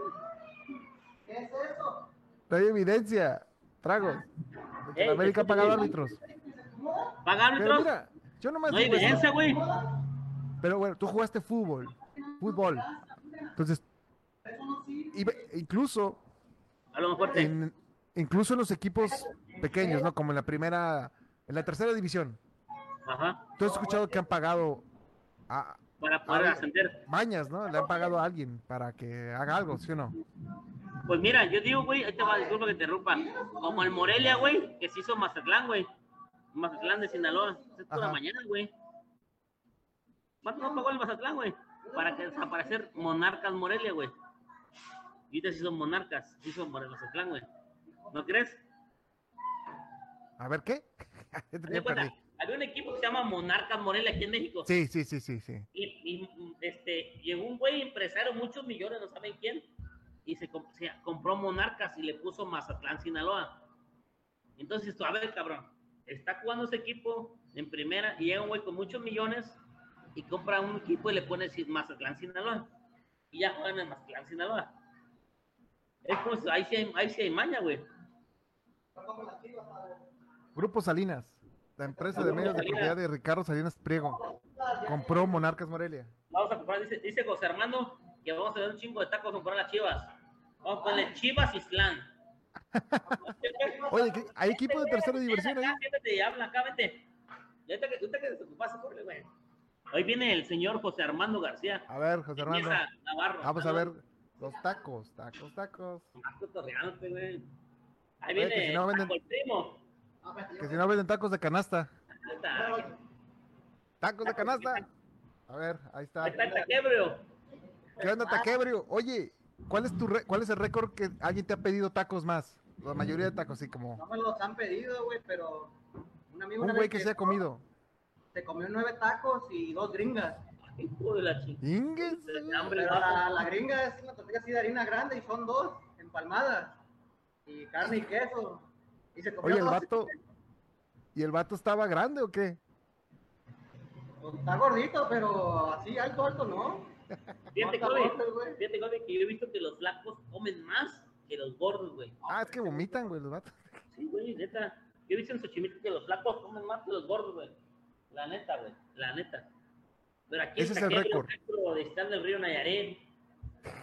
[SPEAKER 1] No hay evidencia. Tragos. De que el
[SPEAKER 2] Ey,
[SPEAKER 1] América ha
[SPEAKER 2] escúchame.
[SPEAKER 1] pagado árbitros.
[SPEAKER 2] paga
[SPEAKER 1] Pero
[SPEAKER 2] árbitros.
[SPEAKER 1] mira, pues, yo nomás
[SPEAKER 2] No hay
[SPEAKER 1] digo eso.
[SPEAKER 2] evidencia, güey.
[SPEAKER 1] Pero bueno, tú jugaste fútbol. Fútbol. Entonces, y ve- incluso
[SPEAKER 2] A lo mejor te.
[SPEAKER 1] en- incluso en los equipos pequeños, ¿no? Como en la primera, en la tercera división.
[SPEAKER 2] Ajá.
[SPEAKER 1] Tú has escuchado que han pagado a
[SPEAKER 2] Para poder
[SPEAKER 1] A ver.
[SPEAKER 2] ascender.
[SPEAKER 1] mañas, ¿no? Le han pagado a alguien para que haga algo, ¿sí o no?
[SPEAKER 2] Pues mira, yo digo, güey, ahí te va, disculpa que te interrumpa. Como el Morelia, güey, que se hizo Mazatlán, güey. Mazatlán de Sinaloa. Es por la
[SPEAKER 1] Ajá.
[SPEAKER 2] mañana, güey. ¿Cuánto no pagó el Mazatlán, güey? Para que desaparecer Monarcas Morelia, güey. Y te se hizo Monarcas, se hizo More- Mazatlán, güey. ¿No crees?
[SPEAKER 1] A ver, ¿qué? Ya
[SPEAKER 2] Haz de cuenta,
[SPEAKER 1] perdí.
[SPEAKER 2] Había un equipo que se llama Monarcas Morelia aquí en México.
[SPEAKER 1] Sí, sí, sí, sí, sí.
[SPEAKER 2] y, y, este, llegó un güey empresario, muchos millones, no saben quién, y se, comp- se compró Monarcas y le puso Mazatlán, Sinaloa. Entonces, tú, a ver, cabrón, está jugando ese equipo en primera y llega un güey con muchos millones y compra un equipo y le pone si- Mazatlán, Sinaloa. Y ya juegan en Mazatlán, Sinaloa. Ese Es como si- ahí sí hay, ahí sí hay maña, güey.
[SPEAKER 1] Grupo Salinas, la empresa de medios de propiedad de Ricardo Salinas Priego, compró Monarcas Morelia.
[SPEAKER 2] Vamos a comprar, dice, dice José Armando, que vamos a ver un chingo de tacos a comprar las chivas. Vamos a ponerle chivas Islán.
[SPEAKER 1] Ah. Oye, ¿qué- ¿hay equipo de tercera diversión ahí?
[SPEAKER 2] Acá, siéntate, habla acá, vente. Y Ahorita que, ahorita que desocupas, corre, güey. Hoy viene el señor José Armando García.
[SPEAKER 1] A ver, José Armando,
[SPEAKER 2] Empieza Navarro.
[SPEAKER 1] vamos a ver los tacos, tacos, tacos.
[SPEAKER 2] Más cotorreándote, güey. Ahí
[SPEAKER 1] Oye,
[SPEAKER 2] viene
[SPEAKER 1] que si no venden-
[SPEAKER 2] Paco el primo.
[SPEAKER 1] Que si no venden tacos de canasta,
[SPEAKER 2] Ahí está, ahí
[SPEAKER 1] tacos de canasta. A ver, ahí está.
[SPEAKER 2] está el taquebrio.
[SPEAKER 1] ¿Qué onda, Taquebrio? Oye, ¿cuál es tu re- cuál es el récord que alguien te ha pedido tacos más? La mayoría de tacos, sí, como
[SPEAKER 3] No me los han pedido, güey, pero un amigo
[SPEAKER 1] un
[SPEAKER 3] una
[SPEAKER 1] güey
[SPEAKER 3] vez
[SPEAKER 1] que se ha comido.
[SPEAKER 3] se comió nueve tacos y dos gringas.
[SPEAKER 2] Hijo de la chingada.
[SPEAKER 1] Ingues.
[SPEAKER 2] Hambre,
[SPEAKER 3] Pero
[SPEAKER 2] vato.
[SPEAKER 3] la, la gringa es una tortilla así de harina grande y son dos empalmadas y carne y queso. Y se comió
[SPEAKER 1] Oye, el
[SPEAKER 3] dos.
[SPEAKER 1] vato. ¿Y el vato estaba grande o qué?
[SPEAKER 3] Pues, Está gordito, pero así alto, alto, ¿no?
[SPEAKER 2] Fíjate,
[SPEAKER 3] No está
[SPEAKER 2] güey.
[SPEAKER 3] gordo, güey.
[SPEAKER 2] Fíjate, güey, que yo he visto que los flacos comen más que los gordos, güey.
[SPEAKER 1] Ah, es que vomitan, güey, los vatos.
[SPEAKER 2] Sí, güey, neta. Yo he visto en Xochimilco que los flacos comen más que los gordos, güey. La neta, güey. La neta. Pero aquí
[SPEAKER 1] Ese es el
[SPEAKER 2] taquero,
[SPEAKER 1] récord.
[SPEAKER 2] taco de Están del Río Nayarit.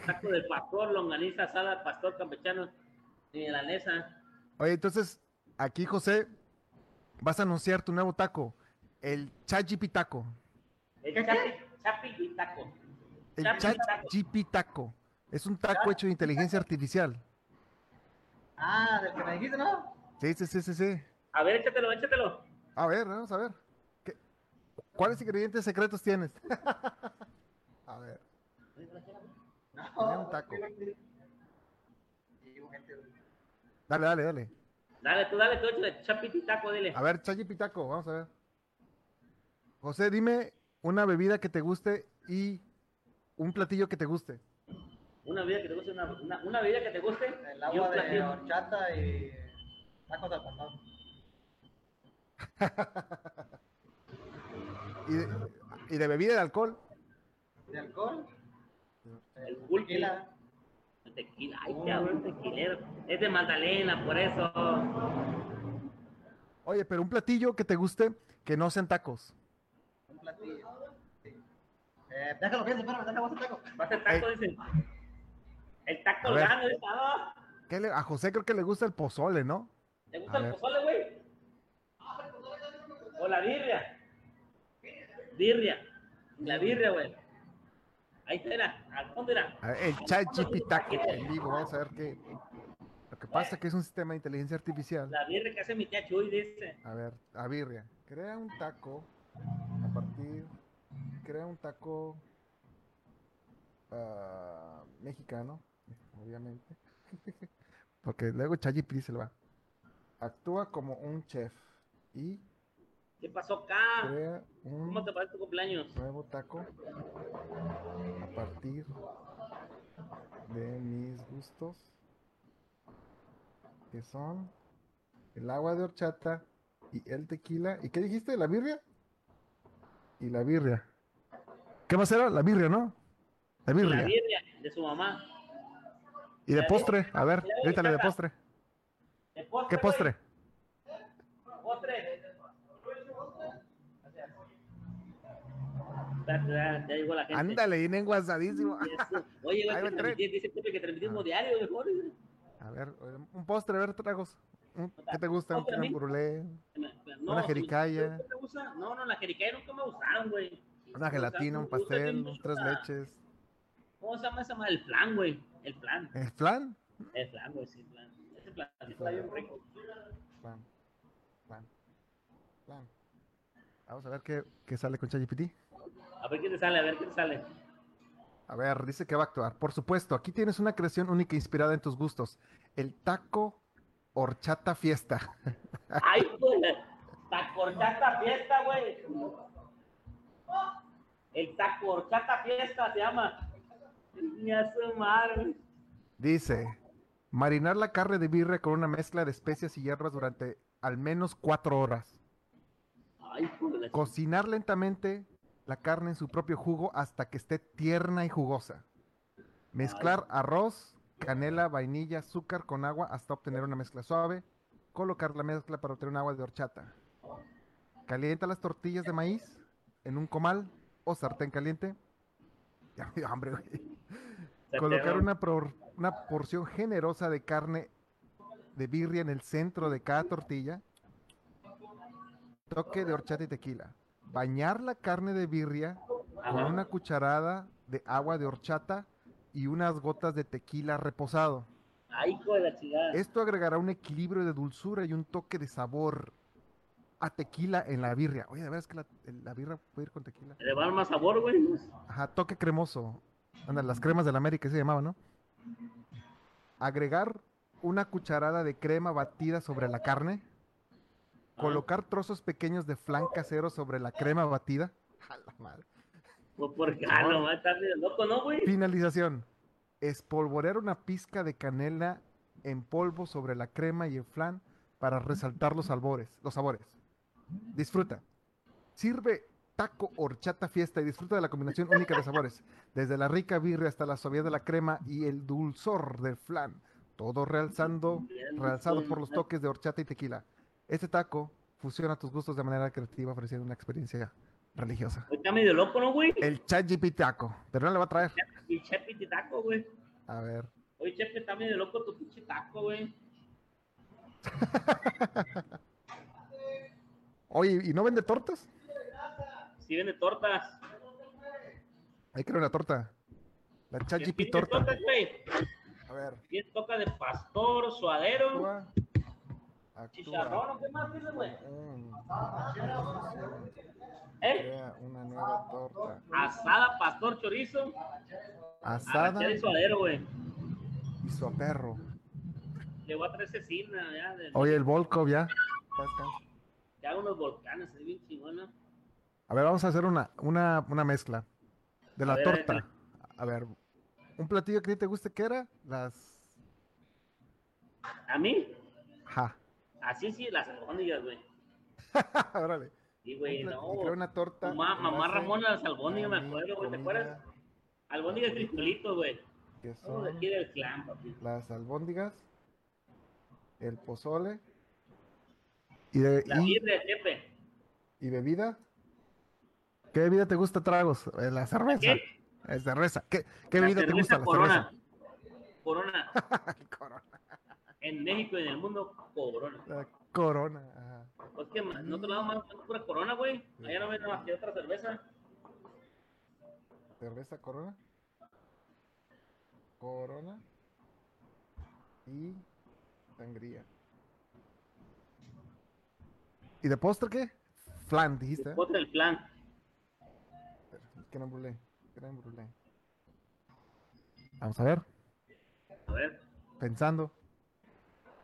[SPEAKER 2] Taco de pastor, longaniza, asada, pastor campechano. Y milanesa.
[SPEAKER 1] Oye, entonces, aquí, José, vas a anunciar tu nuevo taco. El Chachipi Taco.
[SPEAKER 2] El
[SPEAKER 3] ¿Qué,
[SPEAKER 2] chapi, chapi y taco.
[SPEAKER 1] El
[SPEAKER 2] Chachi
[SPEAKER 1] Chachipi Taco. Es un taco hecho de inteligencia artificial.
[SPEAKER 3] Ah, del que me dijiste, ¿no?
[SPEAKER 1] Sí, sí, sí, sí, sí.
[SPEAKER 2] A ver, échatelo, échatelo.
[SPEAKER 1] A ver, vamos a ver. ¿Qué- ¿Cuáles ingredientes secretos tienes? a ver. Tenía un taco.
[SPEAKER 3] Sí, gente, güey.
[SPEAKER 1] Dale, dale, dale.
[SPEAKER 2] Dale, tú dale, tú échale chapi y taco, dile.
[SPEAKER 1] A ver, Chachi Pitaco, vamos a ver. José, dime una bebida que te guste y un platillo que te guste.
[SPEAKER 2] Una bebida que te guste, una, una, una bebida que te guste.
[SPEAKER 3] El
[SPEAKER 2] y un
[SPEAKER 3] agua de
[SPEAKER 2] platillo.
[SPEAKER 3] horchata y tacos al pastor.
[SPEAKER 1] Y de, y de bebida de alcohol.
[SPEAKER 3] De alcohol, Eh,
[SPEAKER 2] El pulque.
[SPEAKER 3] tequila.
[SPEAKER 2] El Tequila, ay,
[SPEAKER 1] Oh.
[SPEAKER 2] cabrón, tequilero. Es de Magdalena, por eso.
[SPEAKER 1] Oye, pero un platillo que te guste que no sean tacos.
[SPEAKER 3] Un platillo. Sí. Eh, déjalo pienso, espérame, déjalo hacer taco.
[SPEAKER 2] Va a ser Este taco, dicen. El taco
[SPEAKER 1] A ver.
[SPEAKER 2] grande, dice, ah,
[SPEAKER 1] ¿Qué le- a José creo que le gusta el pozole, ¿no?
[SPEAKER 2] ¿Te
[SPEAKER 1] A
[SPEAKER 2] gusta el
[SPEAKER 1] ver.
[SPEAKER 2] pozole, güey? O la birria. Birria. La birria, güey. Ahí está, mira, al fondo era.
[SPEAKER 1] A ver, el Chachi Taco en vivo. Vamos a ver qué. Lo que pasa es que es un sistema de inteligencia artificial.
[SPEAKER 2] La birria que hace mi tía Chuy, dice.
[SPEAKER 1] A ver, a birria. Crea un taco a partir. Crea un taco ah, mexicano, obviamente. Porque luego Chayipi se le va. Actúa como un chef y
[SPEAKER 2] ¿Qué pasó acá?
[SPEAKER 1] crea un
[SPEAKER 2] ¿Cómo te parece tu cumpleaños?
[SPEAKER 1] nuevo taco a partir de mis gustos que son el agua de horchata y el tequila y qué dijiste la birria y la birria qué más era la birria no la birria,
[SPEAKER 2] La birria de su mamá.
[SPEAKER 1] y de
[SPEAKER 2] la
[SPEAKER 1] postre a ver
[SPEAKER 2] birria de
[SPEAKER 1] grítale de
[SPEAKER 2] horchata.
[SPEAKER 1] postre
[SPEAKER 2] De postre,
[SPEAKER 1] qué
[SPEAKER 2] güey.
[SPEAKER 1] postre
[SPEAKER 2] Postre. Ya, ya, ya llegó la gente.
[SPEAKER 1] ándale y enguasadísimo
[SPEAKER 2] Eso.
[SPEAKER 1] Ahí
[SPEAKER 2] Oye, güey,
[SPEAKER 1] va
[SPEAKER 2] que
[SPEAKER 1] el tren.
[SPEAKER 2] transmití- dice Pepe que transmitimos
[SPEAKER 1] Ah.
[SPEAKER 2] diario, mejor.
[SPEAKER 1] a ver un postre a ver tragos Un- qué te gusta un
[SPEAKER 2] Postre a mí.
[SPEAKER 1] crème brûlée
[SPEAKER 2] No, pues,
[SPEAKER 1] Una
[SPEAKER 2] su-
[SPEAKER 1] jericaya.
[SPEAKER 2] ¿qué te gusta? No, no, la jericaya nunca me gustaron, güey.
[SPEAKER 1] una
[SPEAKER 2] Me gusta-
[SPEAKER 1] gelatina un
[SPEAKER 2] me gusta bien
[SPEAKER 1] pastel
[SPEAKER 2] mucho
[SPEAKER 1] un tres
[SPEAKER 2] la-
[SPEAKER 1] leches
[SPEAKER 2] ¿Cómo se llama esa madre? El plan, güey. El plan.
[SPEAKER 1] el flan
[SPEAKER 2] El plan, güey, sí, el plan. Ese plan está bien rico.
[SPEAKER 1] Plan. Plan. Plan. Vamos a ver qué, qué sale con ChatGPT.
[SPEAKER 2] A ver qué te sale, a ver qué te sale.
[SPEAKER 1] A ver, dice que va a actuar. Por supuesto, aquí tienes una creación única inspirada en tus gustos. El taco horchata fiesta.
[SPEAKER 2] Ay, güey. Taco horchata fiesta, güey. El taco horchata fiesta se llama. Ya su madre, güey.
[SPEAKER 1] Dice, marinar la carne de birria con una mezcla de especias y hierbas durante al menos cuatro horas.
[SPEAKER 2] Ay, hijo de la
[SPEAKER 1] Cocinar lentamente la carne en su propio jugo hasta que esté tierna y jugosa. Mezclar arroz, canela, vainilla, azúcar con agua hasta obtener una mezcla suave. Colocar la mezcla para obtener un agua de horchata. Calienta las tortillas de maíz en un comal o sartén caliente. Ya me dio hambre, güey. Colocar una, por- una porción generosa de carne de birria en el centro de cada tortilla. Toque de horchata y tequila. Bañar la carne de birria con
[SPEAKER 2] Ajá.
[SPEAKER 1] una cucharada de agua de horchata y unas gotas de tequila reposado.
[SPEAKER 2] Ay, hijo de la chingada.
[SPEAKER 1] Esto agregará un equilibrio de dulzura y un toque de sabor a tequila en la birria. Oye, de veras que la, la birria puede ir con tequila.
[SPEAKER 2] Le va a dar más sabor, güey.
[SPEAKER 1] Ajá, toque cremoso. Anda, las cremas de la América se llamaba, ¿no? Agregar una cucharada de crema batida sobre la carne. Colocar trozos pequeños de flan casero sobre la crema batida. A la madre.
[SPEAKER 2] Pues porque, ah, no, va a estar medio loco, ¿no, güey?
[SPEAKER 1] Finalización. Espolvorear una pizca de canela en polvo sobre la crema y el flan para resaltar los sabores. Los sabores. Disfruta. Sirve taco, horchata, fiesta y disfruta de la combinación única de sabores. Desde la rica birria hasta la suavidad de la crema y el dulzor del flan. Todo realzando, realzado por los toques de horchata y tequila. Este taco fusiona tus gustos de manera creativa ofreciendo una experiencia religiosa.
[SPEAKER 2] Hoy Está medio loco, ¿no, güey?
[SPEAKER 1] El ChatGPT taco. Pero no le va a traer.
[SPEAKER 2] Y el Chepe te taco, güey.
[SPEAKER 1] A ver.
[SPEAKER 2] Oye, Chepe, está medio loco tu pinche taco, güey.
[SPEAKER 1] Oye, ¿y no vende tortas?
[SPEAKER 2] Si vende tortas.
[SPEAKER 1] Ahí creo una torta. La
[SPEAKER 2] Tiene
[SPEAKER 1] ChatGPT torta.
[SPEAKER 2] tortas, güey.
[SPEAKER 1] A ver.
[SPEAKER 2] Tiene toca de pastor, suadero,
[SPEAKER 1] Actúa. Actúa.
[SPEAKER 2] chicharrón, ¿qué más dices, güey?
[SPEAKER 1] Mm,
[SPEAKER 2] ¿Eh?
[SPEAKER 1] crea una nueva torta.
[SPEAKER 2] Asada, pastor, chorizo, Ah,
[SPEAKER 1] Asada
[SPEAKER 2] arrachera y suadero, güey.
[SPEAKER 1] y su perro.
[SPEAKER 2] Le voy a traer cecina, ya, de-
[SPEAKER 1] Oye, el Volkov ya.
[SPEAKER 2] ya unos volcanes, es bien chingona.
[SPEAKER 1] A ver, vamos a hacer una, una, una mezcla. De la
[SPEAKER 2] ver,
[SPEAKER 1] torta. A ver. Un platillo que a ti te guste que era. Las.
[SPEAKER 2] A mí,
[SPEAKER 1] Ja.
[SPEAKER 2] así sí, las albóndigas, güey.
[SPEAKER 1] Órale.
[SPEAKER 2] Sí,
[SPEAKER 1] Un
[SPEAKER 2] güey,
[SPEAKER 1] plat-
[SPEAKER 2] no.
[SPEAKER 1] y crea una torta.
[SPEAKER 2] Mamá,
[SPEAKER 1] en
[SPEAKER 2] mamá
[SPEAKER 1] base
[SPEAKER 2] Ramona, las
[SPEAKER 1] a
[SPEAKER 2] albóndigas, me
[SPEAKER 1] mi
[SPEAKER 2] acuerdo, güey, ¿te
[SPEAKER 1] comida,
[SPEAKER 2] acuerdas? Albóndigas frijolitos, güey.
[SPEAKER 1] que
[SPEAKER 2] Somos de
[SPEAKER 1] son-
[SPEAKER 2] aquí del clan, papi.
[SPEAKER 1] las albóndigas, el pozole y, de-
[SPEAKER 2] La
[SPEAKER 1] y,
[SPEAKER 2] birria, Chepe.
[SPEAKER 1] y bebida. ¿Qué bebida te gusta, tragos? Eh, La cerveza.
[SPEAKER 2] ¿Qué?
[SPEAKER 1] Eh, cerveza. ¿Qué, qué
[SPEAKER 2] La
[SPEAKER 1] bebida te gusta? La
[SPEAKER 2] Corona. Corona.
[SPEAKER 1] cerveza. El corona.
[SPEAKER 2] En México y en el mundo, Corona.
[SPEAKER 1] La corona. ajá.
[SPEAKER 2] Pues que más- en otro lado más más pura Corona, güey. Allá no ven más que otra cerveza.
[SPEAKER 1] Cerveza corona. Corona. Y sangría. ¿Y de postre qué? Flan, dijiste. ¿eh?
[SPEAKER 2] Otra del plan.
[SPEAKER 1] Creme brûlée, creme brûlée. Vamos a ver,
[SPEAKER 2] A ver.
[SPEAKER 1] pensando.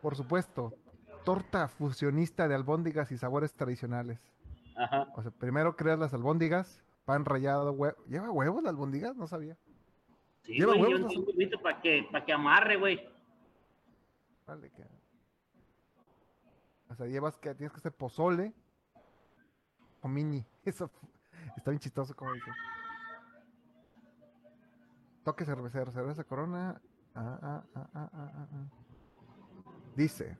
[SPEAKER 1] Por supuesto, torta fusionista de albóndigas y sabores tradicionales.
[SPEAKER 2] Ajá.
[SPEAKER 1] O sea, primero creas las albóndigas, pan rallado, huevo. ¿Lleva huevos las albóndigas? No sabía.
[SPEAKER 2] Sí,
[SPEAKER 1] Lleva
[SPEAKER 2] güey,
[SPEAKER 1] huevos,
[SPEAKER 2] yo
[SPEAKER 1] ¿no?
[SPEAKER 2] un huevito para que, para que amarre, güey.
[SPEAKER 1] Vale, que- O sea, llevas que tienes que hacer pozole o mini. Eso fu- está bien chistoso, como dice. Toque cervecero, cerveza corona. Ah, ah, ah, ah, ah, ah, ah. Dice: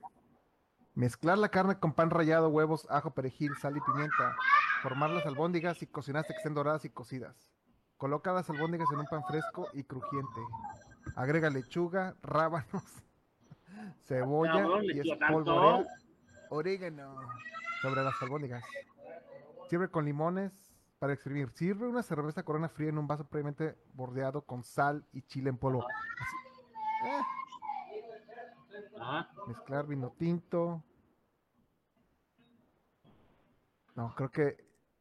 [SPEAKER 1] mezclar la carne con pan rallado, huevos, ajo, perejil, sal y pimienta. Formar las albóndigas y cocinar hasta que estén doradas y cocidas. Coloca las albóndigas en un pan fresco y crujiente. Agrega lechuga, rábanos, cebolla
[SPEAKER 2] Cabrón,
[SPEAKER 1] y
[SPEAKER 2] lechuga,
[SPEAKER 1] espolvorea
[SPEAKER 2] tanto.
[SPEAKER 1] orégano sobre las albóndigas. Sirve con limones para exprimir. Sirve una cerveza corona fría en un vaso previamente bordeado con sal y chile en polvo. Así. Eh.
[SPEAKER 2] Ajá.
[SPEAKER 1] Mezclar vino tinto. No, creo que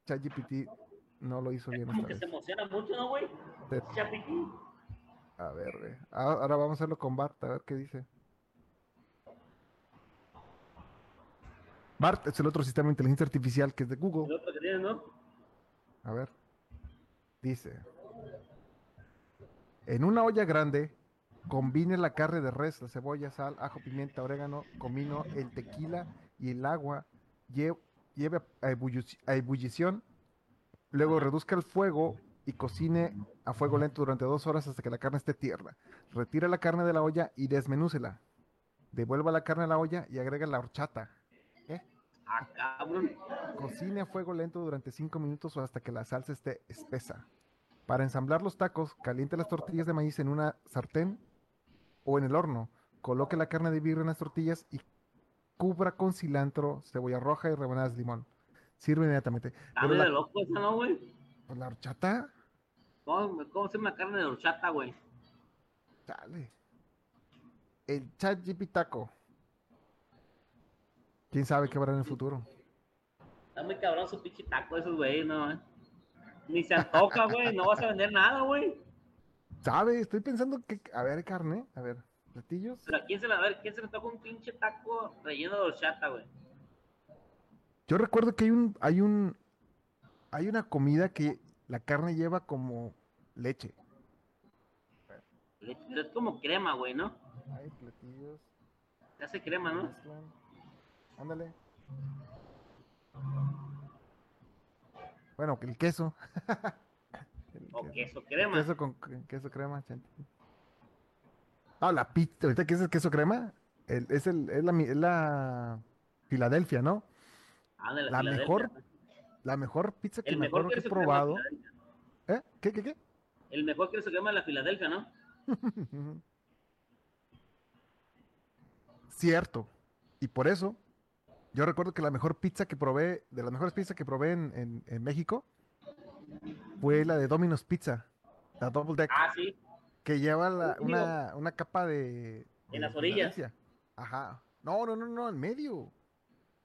[SPEAKER 1] ChatGPT no lo hizo bien.
[SPEAKER 2] Como
[SPEAKER 1] Esta
[SPEAKER 2] que
[SPEAKER 1] vez.
[SPEAKER 2] se emociona mucho, ¿no, güey?
[SPEAKER 1] Te-
[SPEAKER 2] Chapitín.
[SPEAKER 1] A ver, güey. Ah, Ahora vamos a hacerlo con Bart, a ver qué dice. Bart es el otro sistema de inteligencia artificial que es de
[SPEAKER 2] El
[SPEAKER 1] Google.
[SPEAKER 2] otro que tienes, ¿no?
[SPEAKER 1] A ver. Dice. En una olla grande, combine la carne de res, la cebolla, sal, ajo, pimienta, orégano, comino, el tequila y el agua. lle- Lleve a, ebullici- a ebullición. Luego reduzca el fuego y cocine a fuego lento durante dos horas hasta que la carne esté tierna. Retira la carne de la olla y desmenúcela. Devuelva la carne a la olla y agrega la horchata. ¿Eh?
[SPEAKER 2] Ah, cabrón.
[SPEAKER 1] Cocine a fuego lento durante 5 minutos o hasta que la salsa esté espesa. Para ensamblar los tacos, caliente las tortillas de maíz en una sartén o en el horno. Coloque la carne de birria en las tortillas y cubra con cilantro, cebolla roja y rebanadas de limón. Sirve inmediatamente.
[SPEAKER 2] Dame
[SPEAKER 1] la-
[SPEAKER 2] de loco esa, ¿no, güey?
[SPEAKER 1] ¿La horchata?
[SPEAKER 2] ¿Cómo, cómo se llama carne de horchata, güey?
[SPEAKER 1] Dale. El chat Taco. ¿Quién sabe qué habrá en el futuro?
[SPEAKER 2] Está muy cabrón su pinche taco esos, güey, no, eh. Ni se antoja, güey, no vas a vender nada, güey.
[SPEAKER 1] ¿Sabe? Estoy pensando que... A ver, carne. A ver, platillos.
[SPEAKER 2] Pero a quién se le, a ver, ¿quién se le toca un pinche taco relleno de horchata, güey?
[SPEAKER 1] Yo recuerdo que hay un... Hay un... Hay una comida que la carne lleva como leche.
[SPEAKER 2] Le- pero Es como crema, güey, ¿no?
[SPEAKER 1] Hay platillos.
[SPEAKER 2] Se hace crema, ¿no?
[SPEAKER 1] mezclan. Ándale. Bueno, que el queso. El
[SPEAKER 2] O
[SPEAKER 1] queso.
[SPEAKER 2] queso crema.
[SPEAKER 1] Queso con cre- queso crema, chantilly. Ah, la pizza. Ahorita que es el queso crema, el- es, el, es, la, mi- es la Filadelfia, ¿no?
[SPEAKER 2] Ándale,
[SPEAKER 1] La
[SPEAKER 2] Ah, Filadelfia.
[SPEAKER 1] mejor La mejor pizza que
[SPEAKER 2] El mejor
[SPEAKER 1] mejor que he
[SPEAKER 2] queso crema de
[SPEAKER 1] probado.
[SPEAKER 2] Filadelfia.
[SPEAKER 1] ¿Eh? ¿Qué, qué, qué?
[SPEAKER 2] El mejor queso crema de la Filadelfia, ¿no?
[SPEAKER 1] Cierto. Y por eso, yo recuerdo que la mejor pizza que probé, de las mejores pizzas que probé en, en- en México, fue la de Domino's Pizza, la Double Deck,
[SPEAKER 2] Ah, sí.
[SPEAKER 1] que lleva la-
[SPEAKER 2] Dios.
[SPEAKER 1] una, una capa de... de
[SPEAKER 2] las orillas.
[SPEAKER 1] Filadelfia. Ajá. No, no, no, no, en medio.
[SPEAKER 2] Ahí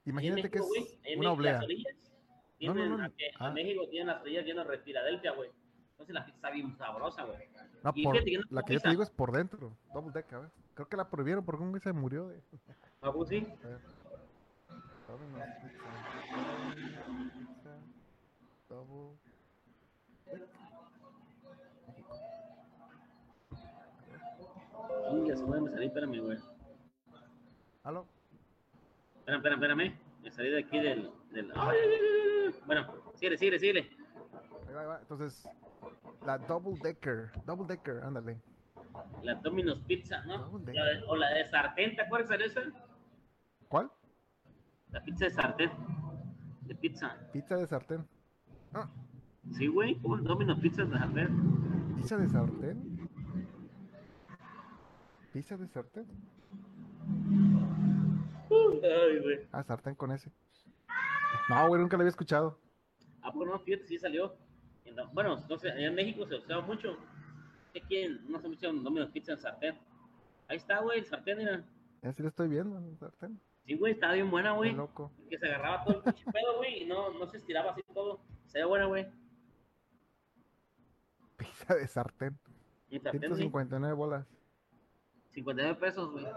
[SPEAKER 2] en
[SPEAKER 1] Imagínate que
[SPEAKER 2] México, güey,
[SPEAKER 1] es
[SPEAKER 2] ahí en
[SPEAKER 1] una
[SPEAKER 2] México,
[SPEAKER 1] oblea.
[SPEAKER 2] las orillas
[SPEAKER 1] No, no,
[SPEAKER 2] tienen-
[SPEAKER 1] no,
[SPEAKER 2] a que-
[SPEAKER 1] ah.
[SPEAKER 2] A México tienen las orillas llenas de Filadelfia, güey. Entonces la pizza está bien sabrosa, güey.
[SPEAKER 1] No,
[SPEAKER 2] Y
[SPEAKER 1] por-
[SPEAKER 2] fíjate que no
[SPEAKER 1] la
[SPEAKER 2] es
[SPEAKER 1] que yo te
[SPEAKER 2] pizza.
[SPEAKER 1] digo es por dentro, Double Deck, a ver. Creo que la prohibieron porque un güey se murió de...
[SPEAKER 2] ¿A vos sí?
[SPEAKER 1] A ver. Domino's Pizza. Domino's Pizza. Double.
[SPEAKER 2] Chinga, su madre, me salí, espérame, güey.
[SPEAKER 1] ¿Aló?
[SPEAKER 2] Espérame, espérame, espérame. Me salí de aquí del... del... ¡Ay, ay, ay, ay! Bueno, sigue, sigue, sigue.
[SPEAKER 1] Ahí va, ahí va. Entonces, la Double Decker. Double Decker, ándale.
[SPEAKER 2] La Domino's Pizza, ¿no?
[SPEAKER 1] ¿Dónde?
[SPEAKER 2] La de- o la de sartén, ¿te acuerdas de esa?
[SPEAKER 1] ¿Cuál?
[SPEAKER 2] La pizza de sartén. De pizza.
[SPEAKER 1] Pizza de sartén.
[SPEAKER 2] Sí, güey, como Domino's Pizza de sartén.
[SPEAKER 1] ¿Pizza de sartén? ¿Pizza de sartén?
[SPEAKER 2] Ay, güey.
[SPEAKER 1] Ah, sartén con ese. No, güey, nunca lo había escuchado.
[SPEAKER 2] ¿A poco no? Fíjate, sí salió. Ento- Bueno, entonces, allá en México se usaba mucho. ¿Qué quieren? No se me hicieron Domino's Pizza en sartén. Ahí está, güey, el sartén, mira.
[SPEAKER 1] Ya sí lo estoy viendo, el sartén.
[SPEAKER 2] Sí, güey, estaba bien buena,
[SPEAKER 1] Qué
[SPEAKER 2] güey.
[SPEAKER 1] loco.
[SPEAKER 2] Que se agarraba todo el pinche pedo, güey, y no, no se estiraba así todo. Se ve buena, güey.
[SPEAKER 1] Pizza de sartén.
[SPEAKER 2] En sartén, güey.
[SPEAKER 1] 159 bolas.
[SPEAKER 2] 59 pesos, güey.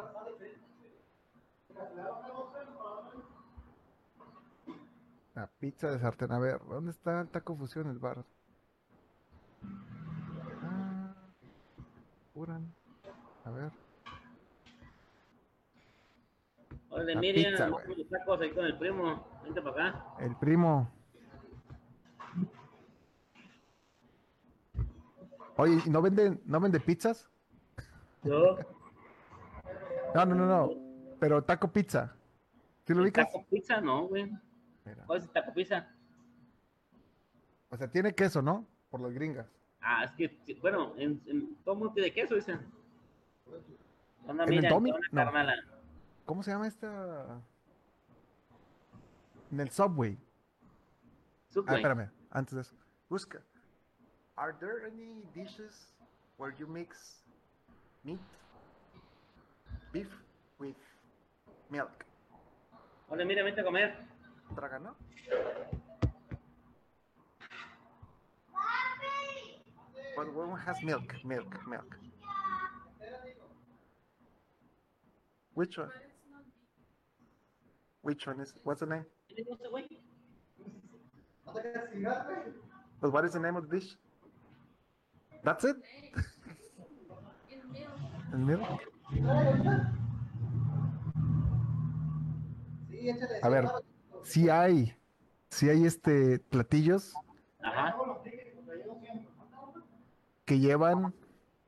[SPEAKER 1] La pizza de sartén. A ver, ¿dónde está el taco fusión el bar? Ah, Uran. A ver.
[SPEAKER 2] Órale,
[SPEAKER 1] La
[SPEAKER 2] Miriam,
[SPEAKER 1] pizza,
[SPEAKER 2] vamos
[SPEAKER 1] güey.
[SPEAKER 2] los tacos ahí con el primo. Vente para acá.
[SPEAKER 1] El primo. Oye, ¿y no venden, no vende pizzas?
[SPEAKER 2] Yo.
[SPEAKER 1] No, no, no, no. Pero taco pizza. ¿Sí lo
[SPEAKER 2] ¿El
[SPEAKER 1] ubicas?
[SPEAKER 2] taco pizza? No, güey.
[SPEAKER 1] Espera.
[SPEAKER 2] ¿Cuál es el taco pizza?
[SPEAKER 1] O sea, tiene queso, ¿no? Por las gringas.
[SPEAKER 2] Ah, es que, sí, bueno, en, en todo mundo tiene queso, dicen. Anda,
[SPEAKER 1] ¿En el
[SPEAKER 2] mira,
[SPEAKER 1] Domi?
[SPEAKER 2] una
[SPEAKER 1] No.
[SPEAKER 2] carnala.
[SPEAKER 1] ¿Cómo se llama esta? En el subway. Ah,
[SPEAKER 2] Subway.
[SPEAKER 1] espérame, antes de eso. Busca. Are there any dishes where you mix meat, beef with milk?
[SPEAKER 2] Órale, mira, vente a comer.
[SPEAKER 1] Traga, ¿no? But one has milk, milk, milk. Which one? Which one is? What's the name?
[SPEAKER 2] ¿Qué dijo ese güey?
[SPEAKER 1] But what is the name of the dish? That's it? And milk.
[SPEAKER 3] Sí, échale.
[SPEAKER 1] A ver, si hay, si hay este platillos
[SPEAKER 2] Ajá.
[SPEAKER 1] que llevan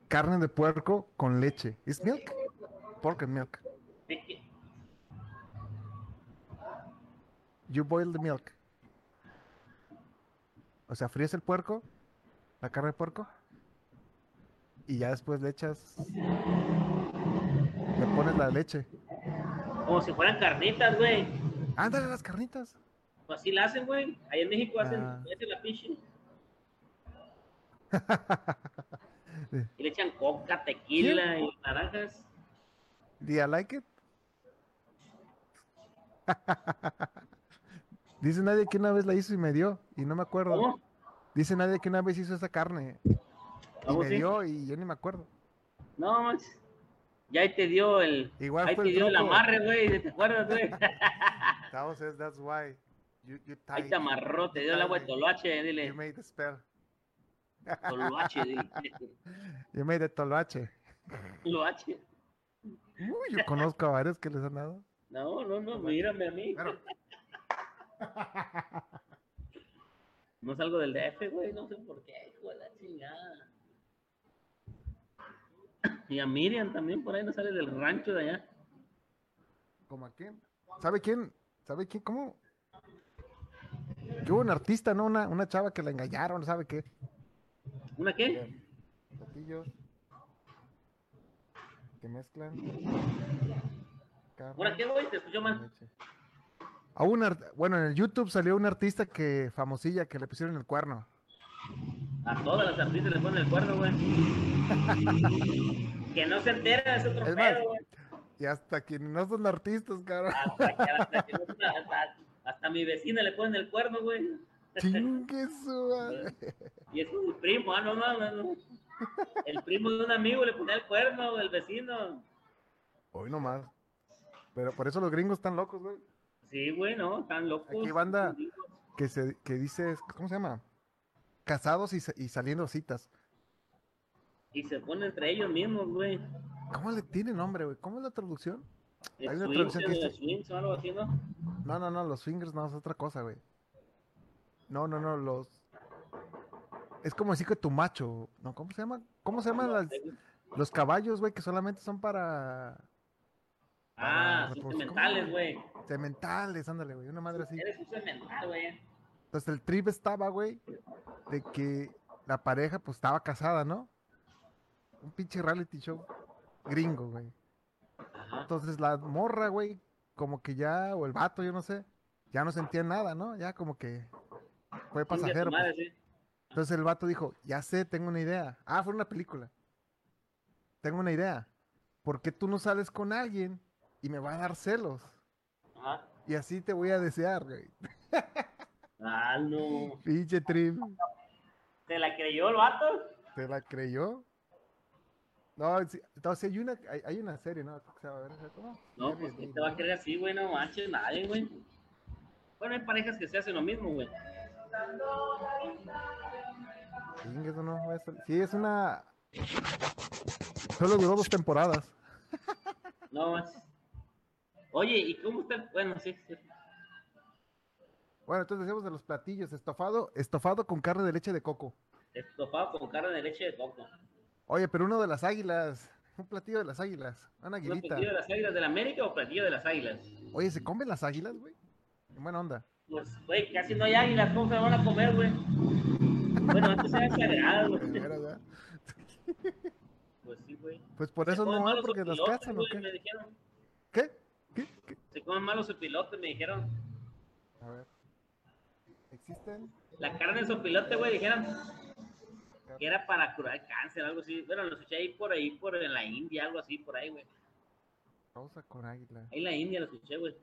[SPEAKER 1] carne de puerco con leche. ¿Es milk? Pork and milk.
[SPEAKER 2] ¿De qué?
[SPEAKER 1] You boil the milk. O sea, fríes el puerco, la carne de puerco, y ya después le echas. Le pones la leche.
[SPEAKER 2] Como si fueran carnitas, güey.
[SPEAKER 1] Ándale las carnitas.
[SPEAKER 2] Pues así la hacen, güey. Ahí en México hacen,
[SPEAKER 1] Ah.
[SPEAKER 2] hacen la pinche. Y le echan coca, tequila y naranjas.
[SPEAKER 1] Do you like it? Dice nadie que una vez la hizo y me dio, y no me acuerdo.
[SPEAKER 2] ¿Cómo?
[SPEAKER 1] Dice nadie que una vez hizo esa carne y
[SPEAKER 2] ¿Cómo
[SPEAKER 1] me
[SPEAKER 2] sí?
[SPEAKER 1] dio y yo ni me acuerdo.
[SPEAKER 2] No, manches. ya ahí te dio el.
[SPEAKER 1] Igual
[SPEAKER 2] ahí
[SPEAKER 1] fue
[SPEAKER 2] te
[SPEAKER 1] el
[SPEAKER 2] dio el
[SPEAKER 1] truco.
[SPEAKER 2] amarre, güey. ¿Te acuerdas, güey?
[SPEAKER 1] That was it, that's why you, you
[SPEAKER 2] Ahí
[SPEAKER 1] tied,
[SPEAKER 2] te amarró, te dio el agua de Toloache,
[SPEAKER 1] you
[SPEAKER 2] dile.
[SPEAKER 1] made the spell,
[SPEAKER 2] Toloache, dile.
[SPEAKER 1] you made the toloache.
[SPEAKER 2] Toloache.
[SPEAKER 1] Uy, yo conozco a varios que les han dado.
[SPEAKER 2] No, no, no, mírame a mí.
[SPEAKER 1] Bueno,
[SPEAKER 2] No salgo del DF, güey, no sé por qué, hijo de la chingada. Y a Miriam también por ahí no sale del rancho de allá.
[SPEAKER 1] ¿Como a quién? ¿Sabe quién? ¿Sabe quién? ¿Cómo? Que hubo un artista, ¿no? Una, una chava que la engañaron, ¿sabe qué?
[SPEAKER 2] ¿Una qué?
[SPEAKER 1] Bien, platillos que mezclan
[SPEAKER 2] ¿Una qué,
[SPEAKER 1] carne
[SPEAKER 2] güey? Te escucho
[SPEAKER 1] con
[SPEAKER 2] mal.
[SPEAKER 1] leche. A un art- bueno, en el YouTube salió un artista que famosilla que le pusieron el cuerno.
[SPEAKER 2] A todas las artistas les ponen el cuerno, güey. que no se entera es otro
[SPEAKER 1] Es más,
[SPEAKER 2] pedo, güey.
[SPEAKER 1] Y hasta quienes no son artistas, cabrón.
[SPEAKER 2] Hasta, que- hasta que no- hasta- hasta a mi vecina le ponen el cuerno, güey.
[SPEAKER 1] Chingue su madre.
[SPEAKER 2] Y es un primo, ah, no, no, no, no. El primo de un amigo le ponía el cuerno, el vecino.
[SPEAKER 1] Hoy nomás. Pero por eso los gringos están locos, güey.
[SPEAKER 2] Sí, güey, no, están locos.
[SPEAKER 1] Aquí, banda.
[SPEAKER 2] Sí,
[SPEAKER 1] Que, se, que dices, ¿cómo se llama? Casados y, sa- y saliendo a citas.
[SPEAKER 2] Y se pone entre ellos mismos, güey.
[SPEAKER 1] ¿Cómo le tiene nombre, güey? ¿Cómo es la traducción? Hay una
[SPEAKER 2] Swings,
[SPEAKER 1] traducción que
[SPEAKER 2] eh,
[SPEAKER 1] dice-
[SPEAKER 2] swings o algo así, ¿no?
[SPEAKER 1] No, no, no, los fingers no es otra cosa, güey. No, no, no, los. Es como decir que tu macho. No, ¿cómo se llama? ¿Cómo se llaman las- los caballos, güey, que solamente son para
[SPEAKER 2] Ah,
[SPEAKER 1] Ah,
[SPEAKER 2] son
[SPEAKER 1] pues,
[SPEAKER 2] mentales,
[SPEAKER 1] ¿cómo?
[SPEAKER 2] güey.
[SPEAKER 1] cementales? Ándale, güey, una madre así.
[SPEAKER 2] Eres un cemental, güey.
[SPEAKER 1] Entonces el trip estaba, güey, de que la pareja, pues estaba casada, ¿no? Un pinche reality show gringo, güey.
[SPEAKER 2] Ajá.
[SPEAKER 1] Entonces la morra, güey, como que ya, o el vato, yo no sé, ya no sentía nada, ¿no? Ya como que fue
[SPEAKER 2] Chinga tu
[SPEAKER 1] pasajero. pues.
[SPEAKER 2] madre, sí.
[SPEAKER 1] Entonces el vato dijo, ya sé, tengo una idea. Ah, fue una película. Tengo una idea. ¿Por qué tú no sales con alguien y me va a dar celos?
[SPEAKER 2] Ajá.
[SPEAKER 1] Y así te voy a desear, güey.
[SPEAKER 2] Ah, no.
[SPEAKER 1] Pinche trip.
[SPEAKER 2] ¿Te la creyó el vato?
[SPEAKER 1] ¿Te la creyó? No, sí, entonces hay una, hay, hay una serie, ¿no? Se llama, a ver, ¿cómo?
[SPEAKER 2] No,
[SPEAKER 1] Mary
[SPEAKER 2] pues
[SPEAKER 1] Jane,
[SPEAKER 2] ¿quién te va a creer así, güey? No manches, nadie, güey. Bueno, hay parejas que se hacen lo mismo, güey.
[SPEAKER 1] Chingues, no, no, es- Sí, es una... Solo duró dos temporadas.
[SPEAKER 2] No manches. Oye, ¿y cómo está? el- Bueno, sí, sí.
[SPEAKER 1] Bueno, entonces decíamos de los platillos. Estofado, estofado con carne de leche de coco.
[SPEAKER 2] Estofado con carne de leche de coco.
[SPEAKER 1] Oye, pero uno de las águilas. Un platillo de las águilas. Una
[SPEAKER 2] ¿Un
[SPEAKER 1] aguilita.
[SPEAKER 2] platillo de las águilas del América o platillo de las águilas?
[SPEAKER 1] Oye, ¿se comen las águilas, güey? En buena onda.
[SPEAKER 2] Pues, güey, casi no hay águilas, ¿cómo se van a comer, güey? Bueno, antes era
[SPEAKER 1] De
[SPEAKER 2] sagrado, güey.
[SPEAKER 1] veras, ¿verdad?
[SPEAKER 2] Pues sí, güey.
[SPEAKER 1] Pues por eso
[SPEAKER 2] Se comen
[SPEAKER 1] no
[SPEAKER 2] mal
[SPEAKER 1] hay,
[SPEAKER 2] los
[SPEAKER 1] porque las
[SPEAKER 2] opilotes,
[SPEAKER 1] cazan, ¿o
[SPEAKER 2] güey,
[SPEAKER 1] qué?
[SPEAKER 2] Me dijeron,
[SPEAKER 1] ¿Qué? ¿Qué? ¿Qué?
[SPEAKER 2] se comen mal los sopilotes, me dijeron.
[SPEAKER 1] A ver. ¿Existen?
[SPEAKER 2] La carne de sopilote, güey, dijeron que era para curar cáncer, algo así. Bueno, lo escuché ahí por ahí, por en la India, algo así, por ahí, güey.
[SPEAKER 1] Rosa con águila.
[SPEAKER 2] Ahí en la India lo escuché, güey.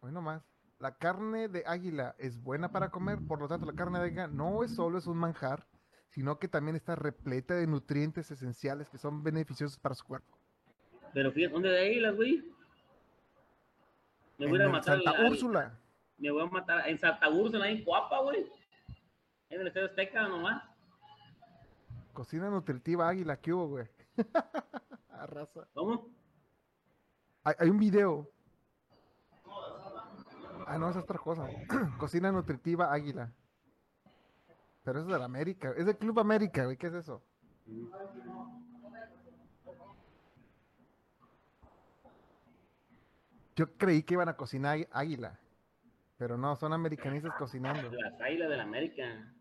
[SPEAKER 1] Hoy nomás. La carne de águila es buena para comer, por lo tanto la carne de águila no es solo es un manjar, sino que también está repleta de nutrientes esenciales que son beneficiosos para su cuerpo.
[SPEAKER 2] Pero fíjate, ¿dónde de águilas, güey? Me voy a ir a
[SPEAKER 1] En el
[SPEAKER 2] matar
[SPEAKER 1] Santa
[SPEAKER 2] al- al-
[SPEAKER 1] Úrsula.
[SPEAKER 2] Me voy a matar en Santa Úrsula, ahí en Cuapa, güey. En el Estadio Azteca nomás.
[SPEAKER 1] Cocina nutritiva águila, ¿qué hubo, güey? Arrasa.
[SPEAKER 2] ¿Cómo?
[SPEAKER 1] Hay, hay un video. Ah, no, esa es otra cosa. Cocina nutritiva Águila. Pero eso es de la América. Es del Club América, güey. ¿Qué es eso? Yo creí que iban a cocinar águila, pero no, son americanistas cocinando.
[SPEAKER 2] Las águilas del América.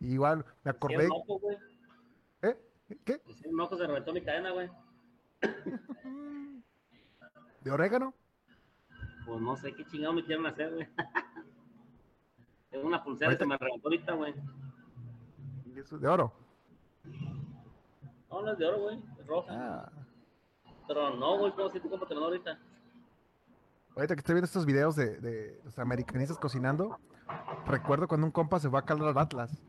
[SPEAKER 1] Igual, me acordé.
[SPEAKER 2] Hicieron ojo, güey.
[SPEAKER 1] ¿Eh? ¿Qué?
[SPEAKER 2] Hicieron ojo, se reventó mi cadena, güey.
[SPEAKER 1] ¿De orégano?
[SPEAKER 2] Pues no sé qué chingado me quieren hacer, güey. Tengo una pulsera
[SPEAKER 1] Ahorita-
[SPEAKER 2] que me reventó ahorita, güey.
[SPEAKER 1] ¿Y eso ¿De oro?
[SPEAKER 2] No, no es de oro, güey. Es roja.
[SPEAKER 1] Ah.
[SPEAKER 2] Pero no, güey, pero si tú como tenedor ahorita.
[SPEAKER 1] Ahorita que estoy viendo estos videos de, de los americanistas cocinando, recuerdo cuando un compa se va a calar al Atlas.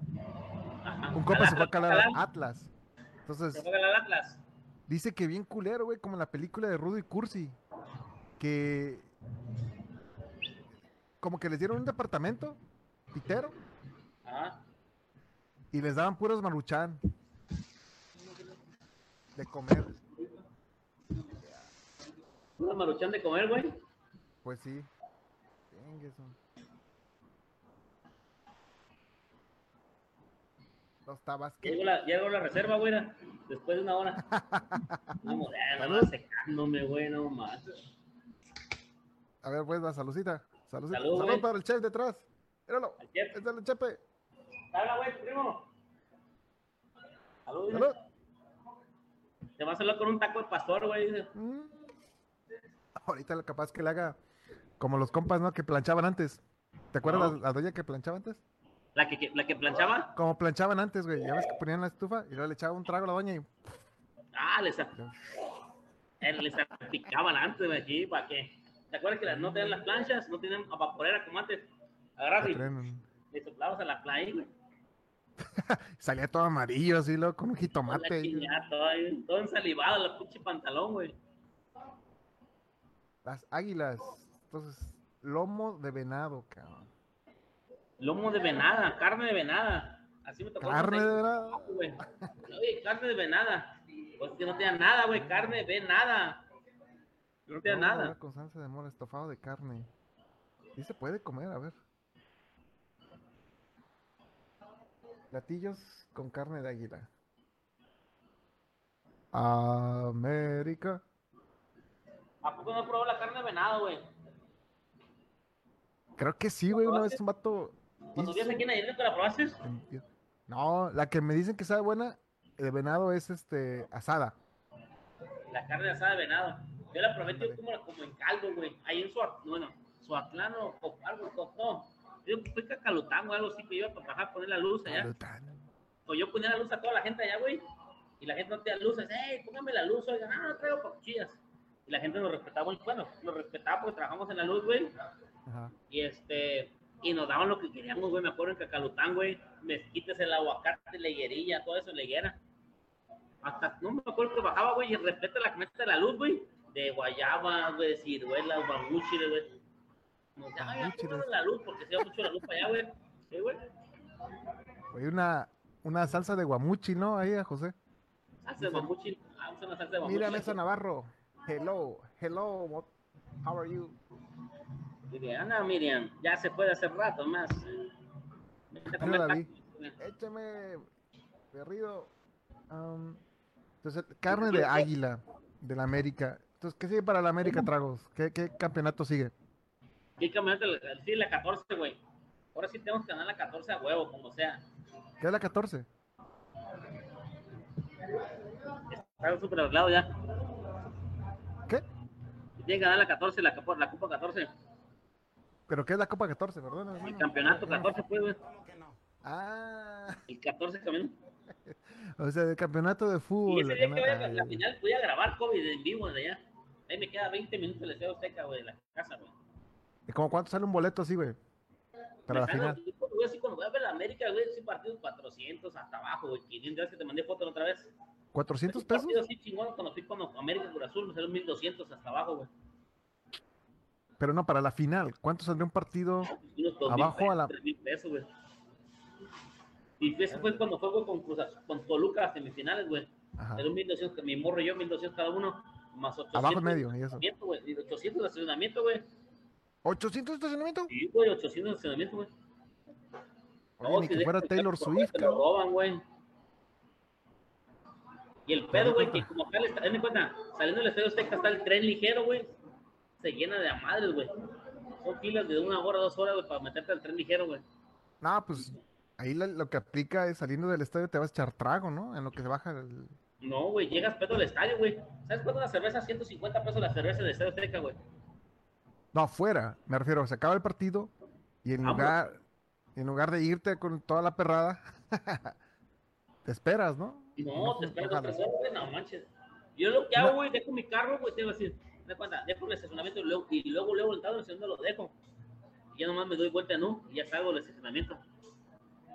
[SPEAKER 2] Ajá.
[SPEAKER 1] Un compa se va a calar al
[SPEAKER 2] Atlas.
[SPEAKER 1] Atlas. Entonces,
[SPEAKER 2] Se va a calar al Atlas.
[SPEAKER 1] dice que bien culero, güey, como en la película de Rudy Cursi. Que. Como que les dieron un departamento, pitero,
[SPEAKER 2] Ajá.
[SPEAKER 1] y les daban puros maruchan. De comer,
[SPEAKER 2] Una maruchan de comer, güey.
[SPEAKER 1] pues sí. Chingue su- Los tabasqueños.
[SPEAKER 2] Llego la, llego a la reserva, güey. era, Después de una hora. Vamos, ya, no,
[SPEAKER 1] Salud.
[SPEAKER 2] secándome, güey, no más.
[SPEAKER 1] A ver, pues, la salucita. Salucita.
[SPEAKER 2] Salud,
[SPEAKER 1] Salud,
[SPEAKER 2] güey.
[SPEAKER 1] para el chef detrás. Míralo.
[SPEAKER 2] Al chef.
[SPEAKER 1] Es el chepe.
[SPEAKER 2] Habla, güey, tu primo. Salud, dice.
[SPEAKER 1] Salud.
[SPEAKER 2] Te vas a hablar con un taco de pastor, güey. dice.
[SPEAKER 1] Mm. Ahorita lo capaz que le haga como los compas, ¿no? Que planchaban antes. ¿Te acuerdas
[SPEAKER 2] No.
[SPEAKER 1] la, la doña que planchaba antes?
[SPEAKER 2] La que, que- la que planchaba.
[SPEAKER 1] Como planchaban antes, güey. Ya ves que ponían la estufa y luego le echaba un trago a la doña y
[SPEAKER 2] Ah, les, les salpicaban antes, güey, aquí, ¿para qué? ¿Te acuerdas que las, no tenían las planchas? No tenían a vaporera como antes. Agarras
[SPEAKER 1] le
[SPEAKER 2] y
[SPEAKER 1] traen-
[SPEAKER 2] le soplabas a la playa, güey.
[SPEAKER 1] salía todo amarillo así, luego con un
[SPEAKER 2] Con la
[SPEAKER 1] jitomate. y-
[SPEAKER 2] chingada, todo, ahí, todo ensalivado, el pinche pantalón, güey.
[SPEAKER 1] Las águilas. Entonces, lomo de venado, cabrón.
[SPEAKER 2] Lomo de venada, carne de venada. Así me tocó.
[SPEAKER 1] Carne de
[SPEAKER 2] conseguir.
[SPEAKER 1] venado.
[SPEAKER 2] güey. Oye, carne de venada. Pues que no tenía nada, güey. Carne de venada. No
[SPEAKER 1] Lomo
[SPEAKER 2] tenía
[SPEAKER 1] de
[SPEAKER 2] nada.
[SPEAKER 1] venado Con salsa de mora, estofado de carne. Y se puede comer, a ver. Platillos con carne de águila. América.
[SPEAKER 2] ¿A poco no probó la carne de venado, güey?
[SPEAKER 1] Creo que sí, güey. Una vez
[SPEAKER 2] probaste?
[SPEAKER 1] un vato.
[SPEAKER 2] Cuando
[SPEAKER 1] hizo-
[SPEAKER 2] vienes aquí en Nayarit, ¿te la probaste?
[SPEAKER 1] en- No, la que me dicen que sabe buena de venado es este asada.
[SPEAKER 2] La carne asada de venado. Yo la probé, tío,
[SPEAKER 1] Ándale.
[SPEAKER 2] como, como en caldo, güey. Ahí en su, bueno, su atlano o algo, cocó. Yo fui cacalután, güey, algo así que iba para bajar, poner la luz allá.
[SPEAKER 1] Calután.
[SPEAKER 2] pues yo ponía la luz a toda la gente allá, güey, y la gente no tenía luces, hey, póngame la luz, oigan, "Ah, no, no traigo papuchillas. Y la gente nos respetaba, muy- bueno, nos respetaba porque trabajamos en la luz, güey,
[SPEAKER 1] Ajá.
[SPEAKER 2] y este, y nos daban lo que queríamos, güey, me acuerdo en Cacalután, güey, mezquites, el aguacate, la higuerilla, todo eso, la higuera. Hasta, no me acuerdo que bajaba, güey, y respeta la que de la luz, güey, de guayaba, güey, de ciruelas, bambúchiles, güey. Nos decía, ay, ya
[SPEAKER 1] Bambúchiles.
[SPEAKER 2] pongan la luz, porque se iba mucho la luz para allá, güey. Sí, güey.
[SPEAKER 1] Hay una, una salsa de guamuchi, ¿no? Ahí a José.
[SPEAKER 2] Salsa de bambúchil, ah, usa una salsa de bambúchil.
[SPEAKER 1] Mira, Mesa Navarro. Hello, hello, what- how are you?
[SPEAKER 2] Diría, no, Miriam, ya se puede hace rato más. Vete a comer
[SPEAKER 1] la vi.
[SPEAKER 2] tacos, güey.
[SPEAKER 1] Échame, berrido. Am, entonces, carne de águila de la América. Entonces, ¿qué sigue para la América, Tragos? ¿Qué, qué campeonato sigue?
[SPEAKER 2] Y caminante, la- sí, la 14, güey. Ahora sí tenemos que ganar la 14 a huevo, como sea.
[SPEAKER 1] ¿Qué es la 14?
[SPEAKER 2] Está súper arreglado ya.
[SPEAKER 1] ¿Qué?
[SPEAKER 2] Tiene que ganar la 14, la, capo- la Copa 14.
[SPEAKER 1] ¿Pero qué es la Copa 14? Perdón.
[SPEAKER 2] El campeonato 14, pues, güey.
[SPEAKER 1] Ah,
[SPEAKER 2] El 14 camino.
[SPEAKER 1] o sea, el campeonato de
[SPEAKER 2] Y
[SPEAKER 1] fútbol. la
[SPEAKER 2] ese día que
[SPEAKER 1] cana-
[SPEAKER 2] vaya a la
[SPEAKER 1] ay,
[SPEAKER 2] final, voy a grabar COVID en vivo desde allá. Ahí me queda 20 minutos de deseo seca, güey, de la casa, güey.
[SPEAKER 1] ¿Y ¿Cómo cuánto sale un boleto así, güey? Para
[SPEAKER 2] Me
[SPEAKER 1] la
[SPEAKER 2] sale,
[SPEAKER 1] final.
[SPEAKER 2] güey, Yo sí, cuando voy a ver la América, güey, sí partidos 400 hasta abajo, güey. 500 que te mandé foto la otra vez.
[SPEAKER 1] ¿400
[SPEAKER 2] Esos
[SPEAKER 1] pesos?
[SPEAKER 2] partidos así chingones cuando fui con América Cruz Azul, me salieron 1200 hasta abajo, güey.
[SPEAKER 1] Pero no, para la final. ¿Cuánto saldría un partido?
[SPEAKER 2] Unos 2000
[SPEAKER 1] Abajo
[SPEAKER 2] pesos,
[SPEAKER 1] a la-
[SPEAKER 2] 3000 pesos, güey. Y eso fue cuando fue güey, con, Cruz Azul- con Toluca a semifinales, güey.
[SPEAKER 1] Ajá.
[SPEAKER 2] Era un 1200, que mi morro y yo, 1200 cada uno, más 800.
[SPEAKER 1] Abajo en
[SPEAKER 2] de
[SPEAKER 1] medio, y eso.
[SPEAKER 2] estacionamiento, güey, y 800 de estacionamiento, güey.
[SPEAKER 1] ¿800 de estacionamiento?
[SPEAKER 2] Sí, güey, 800 de estacionamiento, güey.
[SPEAKER 1] Oye,
[SPEAKER 2] No,
[SPEAKER 1] ni
[SPEAKER 2] si
[SPEAKER 1] que
[SPEAKER 2] dejas
[SPEAKER 1] fuera
[SPEAKER 2] el
[SPEAKER 1] Taylor
[SPEAKER 2] carro por fuera,
[SPEAKER 1] Swift,
[SPEAKER 2] Te lo
[SPEAKER 1] cabrón.
[SPEAKER 2] roban, güey. Y el pedo, güey, que como acá, le está- ten en cuenta, saliendo del estadio Azteca está el tren ligero, güey. Se llena de a madres, güey. Son filas de una hora, dos horas, güey, para meterte al tren ligero, güey.
[SPEAKER 1] No, pues ahí la- lo que aplica es saliendo del estadio te vas a echar trago, ¿no? En lo que se baja el...
[SPEAKER 2] No, güey, llegas pedo al estadio, güey. ¿Sabes cuánto una cerveza? 150 pesos la cerveza del estadio Azteca, güey.
[SPEAKER 1] No, afuera, me refiero, se acaba el partido y en
[SPEAKER 2] Ah, bueno.
[SPEAKER 1] lugar, en lugar de irte con toda la perrada, te esperas, ¿no?
[SPEAKER 2] No, te
[SPEAKER 1] esperas
[SPEAKER 2] esperas otras horas, güey, no manches. Yo lo que hago, güey, dejo mi carro, güey, te iba a decir, me cuenta, dejo el estacionamiento y luego, y luego, luego el carro, no lo dejo. Y ya nomás me doy vuelta, ¿no? Y ya salgo del estacionamiento.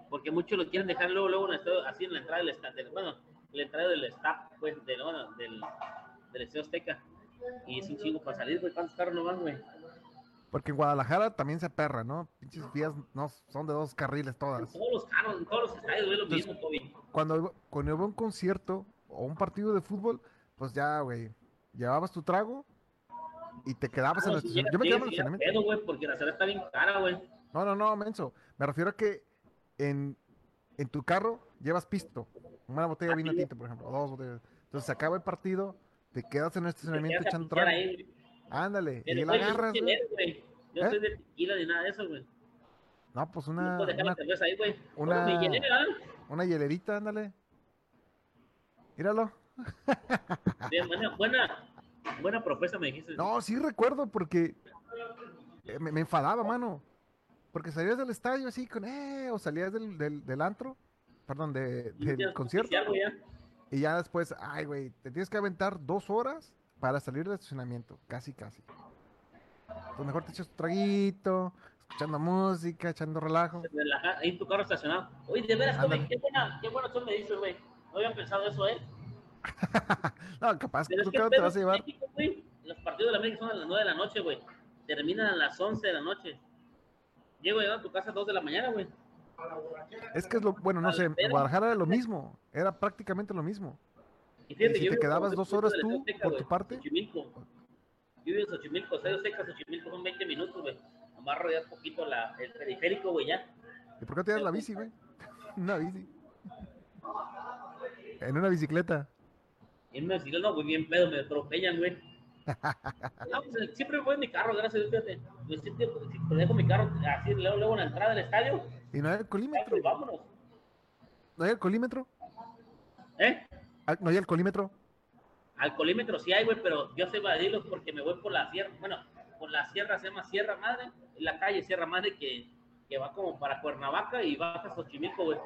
[SPEAKER 2] Porque muchos lo quieren dejar luego, luego, en el estadio, así en la entrada del estadio, bueno, en la entrada del staff, pues, del, bueno, del, del Estadio Azteca. Y es un chingo para salir, güey, ¿cuántos carros no van, güey?
[SPEAKER 1] Porque en Guadalajara también se perra, ¿no? Pinches vías no, son de dos carriles
[SPEAKER 2] En
[SPEAKER 1] todas.
[SPEAKER 2] todos los carros, en todos los estadios, güey, lo
[SPEAKER 1] Entonces-
[SPEAKER 2] mismo, Toby.
[SPEAKER 1] Cuando, cuando iba a un concierto o un partido de fútbol, pues ya, güey, llevabas tu trago y te quedabas Ah, pues, en el
[SPEAKER 2] Ah, Sí,
[SPEAKER 1] estacionamiento. Yo me
[SPEAKER 2] sí,
[SPEAKER 1] quedaba en el
[SPEAKER 2] sí, era
[SPEAKER 1] estacionamiento.
[SPEAKER 2] pedo, güey, porque la ciudad está bien cara, güey.
[SPEAKER 1] No, no, no, menso. Me refiero a que en, en tu carro llevas pisto. Una botella de vino
[SPEAKER 2] Así es.
[SPEAKER 1] tinto, por ejemplo, o dos botellas. Entonces se acaba el partido, te quedas en el
[SPEAKER 2] Te
[SPEAKER 1] estacionamiento
[SPEAKER 2] quedas a
[SPEAKER 1] echando
[SPEAKER 2] pistear
[SPEAKER 1] trago.
[SPEAKER 2] ahí, güey.
[SPEAKER 1] Ándale,
[SPEAKER 2] Pero,
[SPEAKER 1] y la
[SPEAKER 2] güey, yo
[SPEAKER 1] agarras,
[SPEAKER 2] soy
[SPEAKER 1] güey.
[SPEAKER 2] chileno, güey. Yo
[SPEAKER 1] ¿Eh?
[SPEAKER 2] soy de tequila ni nada de eso, güey.
[SPEAKER 1] No, pues
[SPEAKER 2] No
[SPEAKER 1] una,
[SPEAKER 2] puedo dejar la
[SPEAKER 1] una,
[SPEAKER 2] cerveza ahí, güey.
[SPEAKER 1] una-
[SPEAKER 2] Bueno, me llené, ¿verdad?
[SPEAKER 1] una hielerita, ándale. Míralo.
[SPEAKER 2] Bien, buena, buena, buena propuesta me dijiste.
[SPEAKER 1] No, sí recuerdo porque eh, me, me enfadaba, mano. Porque salías del estadio así con, eh, o salías del, del, del antro, perdón, de-
[SPEAKER 2] Y ya,
[SPEAKER 1] del concierto.
[SPEAKER 2] ya, güey, ya.
[SPEAKER 1] Y ya después, ay, güey, te tienes que aventar dos horas para salir del estacionamiento. Casi, casi. Pues mejor te echas tu traguito, escuchando música, echando relajo.
[SPEAKER 2] Te relajas, Ahí en tu carro estacionado. Oye, de veras,
[SPEAKER 1] Mm, Ándale.
[SPEAKER 2] güey, qué buena, qué buena opción me dices, güey. No habían pensado eso, ¿eh?
[SPEAKER 1] No, capaz que
[SPEAKER 2] Pero
[SPEAKER 1] tú
[SPEAKER 2] es que
[SPEAKER 1] claro,
[SPEAKER 2] pedo
[SPEAKER 1] te vas a
[SPEAKER 2] en
[SPEAKER 1] llevar.
[SPEAKER 2] México, güey, los partidos de la América son a las 9 de la noche, güey. Terminan a las 11 de la noche. Llego llegando a tu casa a 2 de la mañana, güey.
[SPEAKER 1] Es que es lo, bueno, no
[SPEAKER 2] a la
[SPEAKER 1] sé, en
[SPEAKER 2] verga.
[SPEAKER 1] Guadalajara era lo mismo. Era prácticamente lo mismo.
[SPEAKER 2] Y
[SPEAKER 1] Y si
[SPEAKER 2] yo
[SPEAKER 1] te
[SPEAKER 2] vivo
[SPEAKER 1] quedabas
[SPEAKER 2] como
[SPEAKER 1] dos
[SPEAKER 2] cinco
[SPEAKER 1] horas tú,
[SPEAKER 2] minutos de la Azteca,
[SPEAKER 1] por
[SPEAKER 2] güey,
[SPEAKER 1] tu parte.
[SPEAKER 2] Xochimilco. Yo vivo en Xochimilco, Estadio Azteca, Xochimilco son 20 minutos, güey. Nomás rodeas poquito la, el periférico, güey, ya.
[SPEAKER 1] ¿Y por qué no te das la bici, güey? Una bici. En una bicicleta.
[SPEAKER 2] Y me decían, no, güey, bien pedo, me atropellan, güey. No, pues, siempre voy en mi carro, gracias a Dios, fíjate. Me siento, si dejo mi carro así, luego, luego en la entrada del estadio,
[SPEAKER 1] Y no hay alcoholímetro.
[SPEAKER 2] salgo y vámonos.
[SPEAKER 1] No hay alcoholímetro.
[SPEAKER 2] ¿Eh?
[SPEAKER 1] Ah, No hay alcoholímetro.
[SPEAKER 2] Alcoholímetro sí hay, güey, pero yo sé evadirlos porque me voy por la sierra, bueno, por la sierra se llama Sierra Madre, y la calle Sierra Madre que, que va como para Cuernavaca y baja a Xochimilco, güey.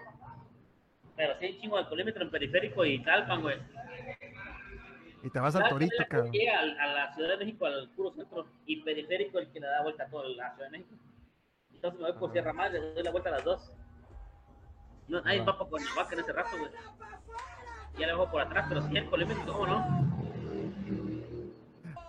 [SPEAKER 2] Pero sí hay chingo de alcoholímetro en periférico y Talpan, güey.
[SPEAKER 1] Y te vas al
[SPEAKER 2] Talpan
[SPEAKER 1] torito,
[SPEAKER 2] es la que
[SPEAKER 1] cabrón.
[SPEAKER 2] Llega al- a la Ciudad de México, al puro centro, y periférico el que le da vuelta a toda la Ciudad de México. Entonces me voy por
[SPEAKER 1] Ah.
[SPEAKER 2] Sierra Madre, le doy la vuelta a las dos. No, nadie
[SPEAKER 1] Ah.
[SPEAKER 2] va para Cuernavaca en ese este rato, güey. Ya le bajo por atrás, pero sí hay alcoholímetro, ¿cómo no?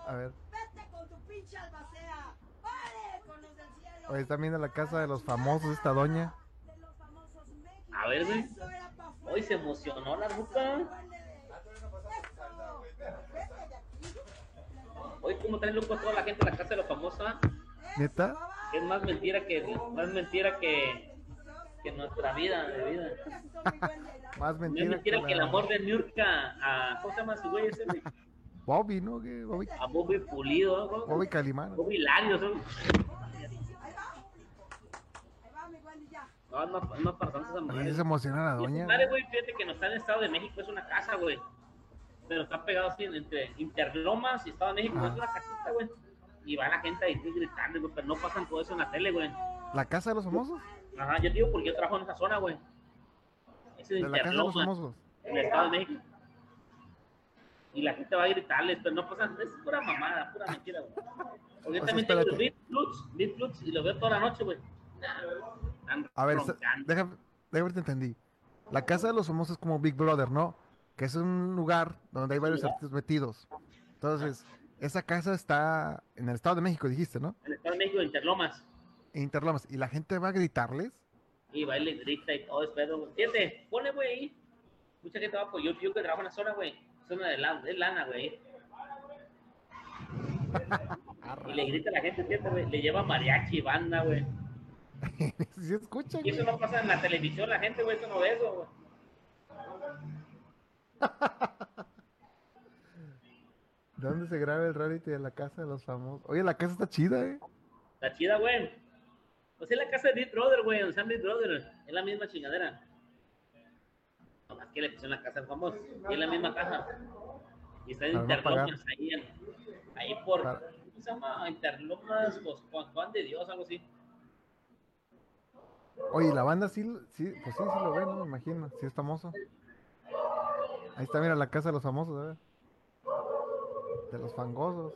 [SPEAKER 1] A ver.
[SPEAKER 4] Vete con tu pinche albacea. Pare con los del cielo.
[SPEAKER 1] Oye, están viendo la casa de los famosos, esta doña.
[SPEAKER 4] De los famosos México.
[SPEAKER 2] A ver, güey.
[SPEAKER 4] Eso era pa' afuera.
[SPEAKER 2] Hoy se emocionó la ruca.
[SPEAKER 4] Eso. Vete de aquí.
[SPEAKER 2] Hoy como traen loco a toda la gente a la casa de los famosos. ah?
[SPEAKER 1] ¿Neta?
[SPEAKER 2] Es más mentira que más mentira que, que nuestra vida, de vida.
[SPEAKER 4] Eso, mi buen de la-
[SPEAKER 1] Más
[SPEAKER 2] No
[SPEAKER 1] mentira,
[SPEAKER 2] es mentira que el
[SPEAKER 1] la-
[SPEAKER 2] amor de Nurka a ¿cómo se llama su güey ese? güey?
[SPEAKER 1] Bobby, ¿no? ¿Qué? Bobby,
[SPEAKER 2] A Bobby Pulido, ¿no?
[SPEAKER 1] Bobby Calimán.
[SPEAKER 2] Bobby Larios, ¿no?
[SPEAKER 4] Ahí va. Ahí va, mi buen, y ya.
[SPEAKER 2] No, no, no para tanto esa
[SPEAKER 1] Oye,
[SPEAKER 2] madre.
[SPEAKER 1] se emociona la
[SPEAKER 2] Y esa
[SPEAKER 1] doña.
[SPEAKER 2] madre, güey, fíjate que no está en el Estado de México, es una casa, güey. Pero está pegado así entre Interlomas y Estado de México,
[SPEAKER 1] Ah.
[SPEAKER 2] es una casita, güey. Y va la gente ahí gritando, güey, pero no pasan todo eso en la tele, güey.
[SPEAKER 1] ¿La casa de los famosos?
[SPEAKER 2] Ajá, yo te digo porque yo trabajo en esa zona, güey. Ese
[SPEAKER 1] De
[SPEAKER 2] es
[SPEAKER 1] la casa pues, de los
[SPEAKER 2] Interlomas,
[SPEAKER 1] famosos.
[SPEAKER 2] en el Estado de México. Y la gente va a gritarles, pero no pasa, es pura mamada, pura mentira, güey. Porque
[SPEAKER 1] O sea,
[SPEAKER 2] también tengo
[SPEAKER 1] Pues espérate.
[SPEAKER 2] Big Flux, Big Flux, y lo veo toda la noche, güey. Están
[SPEAKER 1] A ver, sa-
[SPEAKER 2] roncando.
[SPEAKER 1] déjame, déjame ver si te entendí. La casa de los famosos es como Big Brother, ¿no? Que es un lugar donde hay varios artistas metidos. Entonces, esa casa está en el Estado de México, dijiste, ¿no?
[SPEAKER 2] en el Estado de México, en Interlomas.
[SPEAKER 1] En Interlomas. Y la gente va a gritarles.
[SPEAKER 2] Y baila y grita y todo es pedo, güey. Fíjate, ponle, güey, ahí. Mucha gente va por yo, yo que trabajo en la zona, güey. Zona de lana, de lana, güey. Y le grita a la gente, fíjate, güey. Le lleva mariachi, banda, güey.
[SPEAKER 1] si escuchan.
[SPEAKER 2] Y eso
[SPEAKER 1] güey.
[SPEAKER 2] no pasa en la televisión, la gente, güey, eso no ve eso, güey.
[SPEAKER 1] ¿De dónde se graba el reality de la casa de los famosos? Oye, la casa está chida, ¿eh?
[SPEAKER 2] Está chida, güey. Pues es la casa de Deep Brother, güey, donde están Deep Brother. Es la misma chingadera. Nomás que le pusieron la casa al famoso. Y es la misma casa. Y está en
[SPEAKER 1] Para no
[SPEAKER 2] Interlomas, ahí, en- ahí por.
[SPEAKER 1] Para-
[SPEAKER 2] ¿Cómo se llama? Interlomas, Jos- Juan, Juan de Dios, algo así.
[SPEAKER 1] Oye, la banda sí, sí, pues sí, sí lo ve, ¿no? Me imagino. Sí es famoso. Ahí está, mira, la casa de los famosos, a ver. De los fangosos.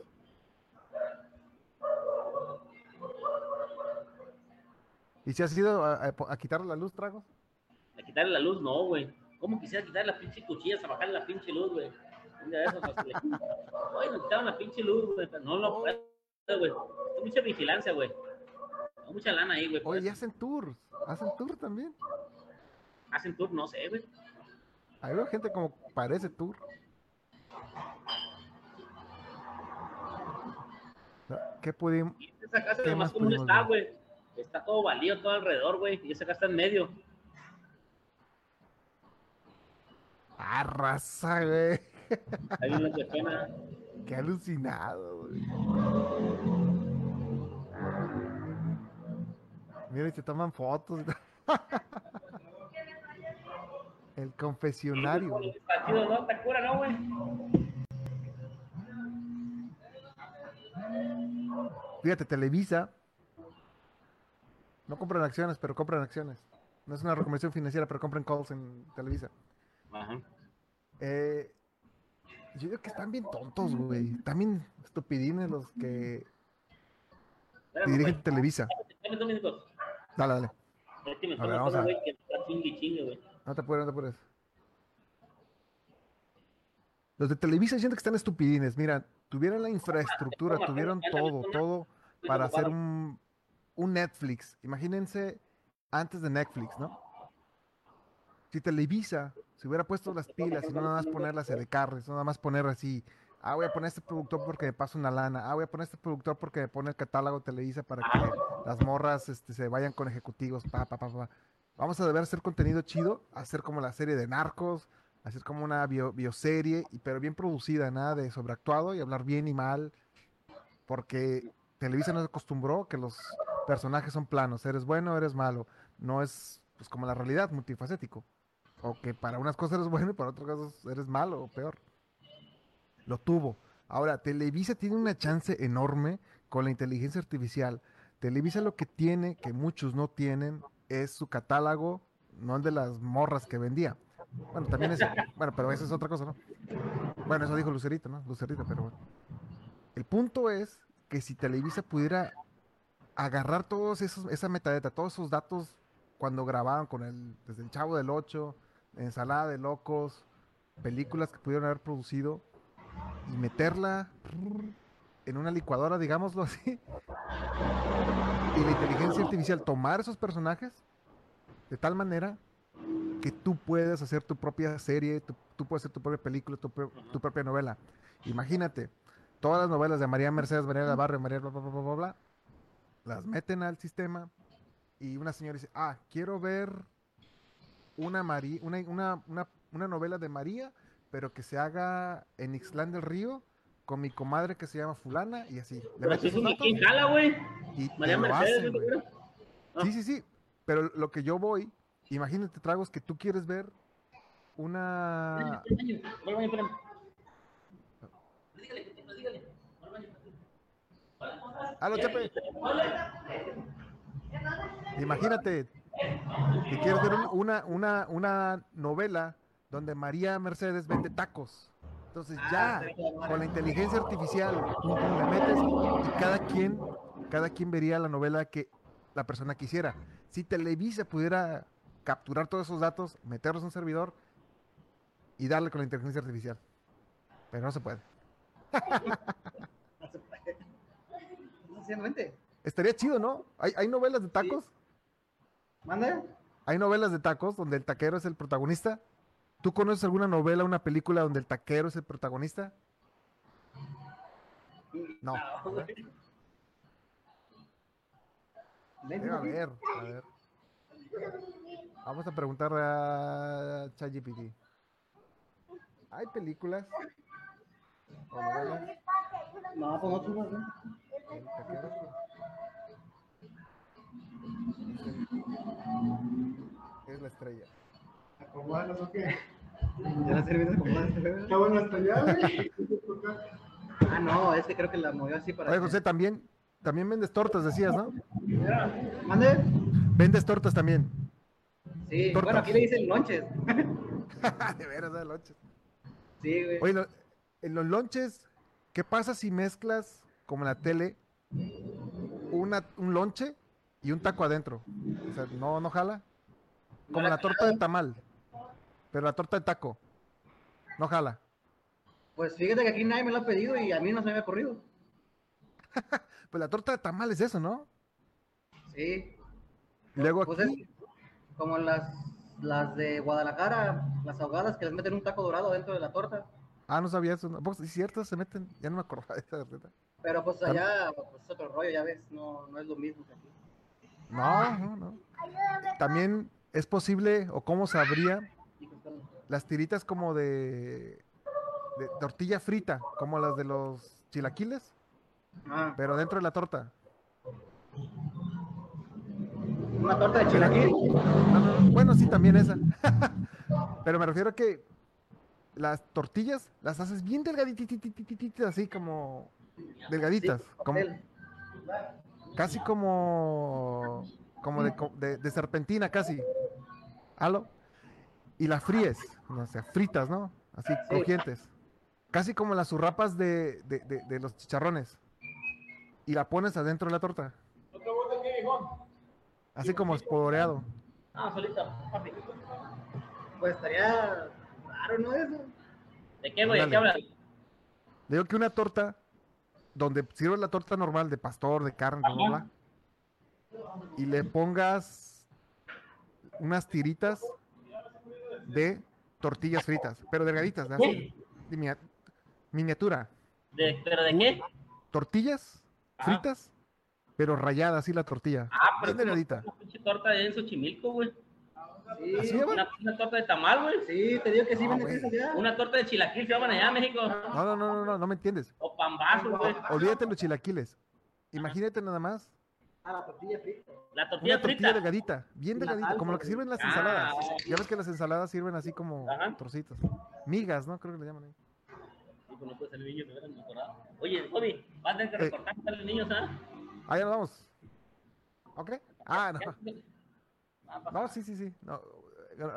[SPEAKER 1] ¿Y si has ido a, a po- a quitar la luz, tragos?
[SPEAKER 2] A quitarle la luz, no, güey. ¿Cómo quisiera quitar las pinches cuchillas a bajarle la pinche luz, güey? Un día de esos, así le- Oye, nos quitaron la pinche luz, güey. pero No lo puedo, güey. Hay mucha vigilancia, güey. Hay mucha lana ahí, güey. Pues, por
[SPEAKER 1] Oye, y
[SPEAKER 2] eso.
[SPEAKER 1] hacen tours. Hacen tour también.
[SPEAKER 2] Hacen tour, no sé, güey.
[SPEAKER 1] Ahí veo gente como parece tour. ¿Qué pudimos?
[SPEAKER 2] Y esa casa
[SPEAKER 1] ¿Qué
[SPEAKER 2] nomás
[SPEAKER 1] más
[SPEAKER 2] como
[SPEAKER 1] pudimos
[SPEAKER 2] está,
[SPEAKER 1] ver?
[SPEAKER 2] güey. Está todo baldío, todo alrededor, güey. Y esa casa está en medio.
[SPEAKER 1] Ah, raza, güey.
[SPEAKER 2] Hay una cuestiona.
[SPEAKER 1] Qué alucinado, güey. Ah. Mira, y te toman fotos. El confesionario. güey.
[SPEAKER 2] Está chido, ¿no? Está cura, ¿no, güey?
[SPEAKER 1] Fíjate, Televisa. No compran acciones, pero compran acciones. No es una recomendación financiera, pero compran calls en Televisa.
[SPEAKER 2] Ajá.
[SPEAKER 1] Eh, yo digo que están bien tontos, güey. Están bien estupidines los que
[SPEAKER 2] Espérame, güey.
[SPEAKER 1] dirigen Televisa.
[SPEAKER 2] Dame dos minutos.
[SPEAKER 1] Dale, dale.
[SPEAKER 2] Es que me
[SPEAKER 1] A
[SPEAKER 2] está
[SPEAKER 1] ver, vamos a-
[SPEAKER 2] matando, güey, que está chingue y chingue, güey.
[SPEAKER 1] No te apures, no te apures. Los de Televisa siento que están estupidines. Mira, tuvieron la infraestructura,
[SPEAKER 2] Marcelo,
[SPEAKER 1] tuvieron
[SPEAKER 2] ya
[SPEAKER 1] todo,
[SPEAKER 2] analizó una-
[SPEAKER 1] todo
[SPEAKER 2] Estoy
[SPEAKER 1] para hacer
[SPEAKER 2] ocupado.
[SPEAKER 1] un, un Netflix. Imagínense antes de Netflix, ¿no? Si Televisa se hubiera puesto las pilas y no nada más poner las edecarres, no nada más poner así, ah, voy a poner este productor porque me pasa una lana, ah, voy a poner este productor porque me pone el catálogo Televisa para que las morras este, se vayan con ejecutivos, pa, pa, pa, pa. Vamos a deber hacer contenido chido, hacer como la serie de narcos, hacer como una bio- bioserie, y- pero bien producida, nada de sobreactuado y hablar bien y mal, porque Televisa nos acostumbró que los personajes son planos, eres bueno, eres malo, no es pues como la realidad, multifacético. O que para unas cosas eres bueno y para otras cosas eres malo o peor. Lo tuvo. Ahora, Televisa tiene una chance enorme con la inteligencia artificial. Televisa lo que tiene, que muchos no tienen, es su catálogo, no el de las morras que vendía. Bueno, también es. Bueno, pero esa es otra cosa, ¿no? Bueno, eso dijo Lucerito, ¿no? Lucerito, pero bueno. El punto es que si Televisa pudiera agarrar todos esos, esa metadata, todos esos datos cuando grababan con el, desde el Chavo del 8, Ensalada de Locos, películas que pudieron haber producido, y meterla prrr, en una licuadora, digámoslo así, y la inteligencia artificial tomar esos personajes de tal manera que tú puedas hacer tu propia serie, tú, tú puedes hacer tu propia película, tu, pro- tu propia novela. Imagínate, todas las novelas de María Mercedes, María del Barrio, María bla, bla, bla, bla, bla, bla, las meten al sistema y una señora dice, ah, quiero ver una, Mari- una, una, una, una novela de María, pero que se haga en Ixtlán del Río con mi comadre que se llama fulana y así. Le
[SPEAKER 2] Pero
[SPEAKER 1] metes
[SPEAKER 2] eso es
[SPEAKER 1] esos
[SPEAKER 2] una
[SPEAKER 1] datos
[SPEAKER 2] quinjala, güey.
[SPEAKER 1] y te
[SPEAKER 2] María
[SPEAKER 1] lo
[SPEAKER 2] Mercedes,
[SPEAKER 1] hacen,
[SPEAKER 2] ¿no te
[SPEAKER 1] güey.
[SPEAKER 2] acuerdas? Ah.
[SPEAKER 1] Sí, sí, sí. Pero lo que yo voy, imagínate, tragos, que tú quieres ver una.
[SPEAKER 2] Espérame, espérame, espérame. Dígale, dígale.
[SPEAKER 1] ¡Halo, Ah, Chepe! Imagínate que quieres ver un- una, una, una novela donde María Mercedes vende tacos. Entonces ya, con la inteligencia artificial, tú le metes y cada quien, cada quien vería la novela que la persona quisiera. Si Televisa pudiera capturar todos esos datos, meterlos en un servidor y darle con la inteligencia artificial. Pero no se puede.
[SPEAKER 3] Sencillamente.
[SPEAKER 1] Estaría chido, ¿no? Hay, hay novelas de tacos.
[SPEAKER 3] ¿Manda?
[SPEAKER 1] Hay novelas de tacos donde el taquero es el protagonista. ¿Tú conoces alguna novela, una película donde el taquero es el protagonista? No.
[SPEAKER 2] No,
[SPEAKER 1] ¿verdad?
[SPEAKER 2] güey.
[SPEAKER 1] Debe haber, a ver. Vamos a preguntar a ChatGPT. ¿Hay películas ¿O novela?
[SPEAKER 3] No, pues no tuvo, ¿no?
[SPEAKER 1] El taquero. Es la estrella.
[SPEAKER 5] Acomodarlos, ¿o qué?
[SPEAKER 3] ¿Ya la cerveza acomodaste?
[SPEAKER 5] Está bueno hasta allá, güey.
[SPEAKER 3] Ah, no, es que creo que la movió así para.
[SPEAKER 1] Oye, José, también, también vendes tortas, decías, ¿no?
[SPEAKER 3] ¿Mande?
[SPEAKER 1] Vendes tortas también.
[SPEAKER 3] Sí,
[SPEAKER 1] Tortas.
[SPEAKER 3] bueno, aquí le dicen lonches.
[SPEAKER 1] Ah, de veras, da lonches.
[SPEAKER 3] Sí, güey.
[SPEAKER 1] Oye, lo- en los lonches, ¿qué pasa si mezclas, como en la tele, una, un lonche y un taco adentro? O sea, no, no jala. Como la torta de tamal, pero la torta de taco. No jala.
[SPEAKER 3] Pues fíjate que aquí nadie me lo ha pedido y a mí no se me había ocurrido.
[SPEAKER 1] Pues la torta de tamal es eso, ¿no?
[SPEAKER 3] Sí.
[SPEAKER 1] Luego
[SPEAKER 3] Pues
[SPEAKER 1] aquí,
[SPEAKER 3] es como las, las de Guadalajara, las ahogadas que les meten un taco dorado dentro de la torta.
[SPEAKER 1] ah, no sabía eso. ¿no? Pues, es cierto, se meten, ya no me acordaba de esa receta.
[SPEAKER 3] Pero pues allá pues, es otro rollo, ya ves, no, no es lo mismo que aquí.
[SPEAKER 1] No, no, no. También es posible, o cómo sabría,
[SPEAKER 3] Y pues, bueno,
[SPEAKER 1] las tiritas como de, de tortilla frita, como las de los chilaquiles,
[SPEAKER 3] Ah,
[SPEAKER 1] pero dentro de la torta.
[SPEAKER 3] una torta de chilaquil.
[SPEAKER 1] No, no, no, Bueno, sí, también esa. pero me refiero a que las tortillas las haces bien delgaditas, así como delgaditas,
[SPEAKER 3] pues,
[SPEAKER 1] como,
[SPEAKER 3] Él.
[SPEAKER 1] casi como como de, co- de- de serpentina casi halo y las fríes no sé fritas no así crujientes casi como las zurrapas de, de- de- de los chicharrones y la pones adentro de la torta
[SPEAKER 6] Otra vuelta aquí, viejón.
[SPEAKER 1] así como espolvoreado
[SPEAKER 2] Ah, solito, papi.
[SPEAKER 3] Pues estaría raro, ¿no? Eso.
[SPEAKER 2] ¿De qué, güey? ¿De qué
[SPEAKER 1] Ándale.
[SPEAKER 2] hablas?
[SPEAKER 1] Le digo que una torta donde sirves la torta normal de pastor de carne bla, bla, bla, y le pongas unas tiritas de tortillas fritas, pero delgaditas, de así, de minia- miniatura.
[SPEAKER 2] ¿De, ¿Pero de qué?
[SPEAKER 1] Tortillas
[SPEAKER 2] Ajá.
[SPEAKER 1] fritas, pero rayada así la tortilla.
[SPEAKER 2] Ah, pero
[SPEAKER 1] bien delgadita.
[SPEAKER 2] Una pinche torta de en Xochimilco, güey.
[SPEAKER 1] Así Ah,
[SPEAKER 3] Sí,
[SPEAKER 1] llevan.
[SPEAKER 2] Una, una torta de tamal, güey.
[SPEAKER 3] sí, te digo que sí,
[SPEAKER 1] No,
[SPEAKER 3] venden
[SPEAKER 1] güey.
[SPEAKER 3] esas ya.
[SPEAKER 2] Una torta de chilaquil se llaman allá en México.
[SPEAKER 1] No, no, no, no, no, no me entiendes.
[SPEAKER 2] O pambazo, pues. güey.
[SPEAKER 1] Olvídate los chilaquiles. Imagínate nada más
[SPEAKER 3] Ah, la tortilla frita.
[SPEAKER 2] La tortilla
[SPEAKER 1] Una tortilla
[SPEAKER 2] frita.
[SPEAKER 1] delgadita, bien
[SPEAKER 3] Una
[SPEAKER 1] delgadita, como lo que
[SPEAKER 3] salsa,
[SPEAKER 1] sirven las
[SPEAKER 2] Ah,
[SPEAKER 1] ensaladas.
[SPEAKER 2] ok.
[SPEAKER 1] Ya ves que las ensaladas sirven así como
[SPEAKER 2] Ajá.
[SPEAKER 1] trocitos. Migas, ¿no? Creo que le llaman ahí.
[SPEAKER 2] Hijo, no puede salir niño, de veras, me acordaba. Oye, Jody, vas a tener que
[SPEAKER 1] Eh.
[SPEAKER 2] recortar a los niños, ¿ah?
[SPEAKER 1] Ah, ya nos vamos. ¿Ok? Ah, no.
[SPEAKER 2] pues, Ah, pa-
[SPEAKER 1] No, sí, sí, sí. No,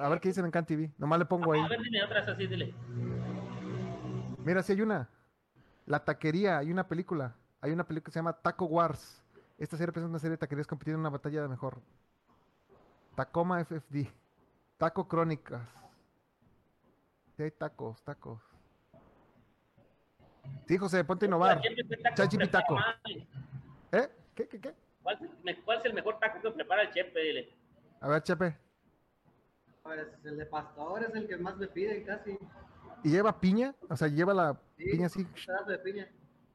[SPEAKER 1] A ver qué dicen en Can TV. Nomás le pongo ahí.
[SPEAKER 2] A ver, dime otra vez así, dile.
[SPEAKER 1] Mira, sí hay una. La taquería, hay una película. Hay una película que se llama Taco Wars. Esta serie presenta una serie de taquerías compitiendo en una batalla de mejor. Tacoma FFD. Taco Crónicas. Sí, hay tacos, tacos. Sí, José, ponte a innovar.
[SPEAKER 2] ¿Quién me cuenta cómo
[SPEAKER 1] Chachi
[SPEAKER 2] prepara,
[SPEAKER 1] Pitaco.
[SPEAKER 2] madre?
[SPEAKER 1] ¿Eh? ¿Qué, qué, qué?
[SPEAKER 2] ¿Cuál, es- me- cuál es el mejor taco que prepara el chef? Dile.
[SPEAKER 1] A ver, Chepe.
[SPEAKER 3] Pues el de pastor es el que más me piden casi.
[SPEAKER 1] ¿Y lleva piña? O sea, lleva la
[SPEAKER 3] Sí.
[SPEAKER 1] piña así.
[SPEAKER 3] Pedazo de piña.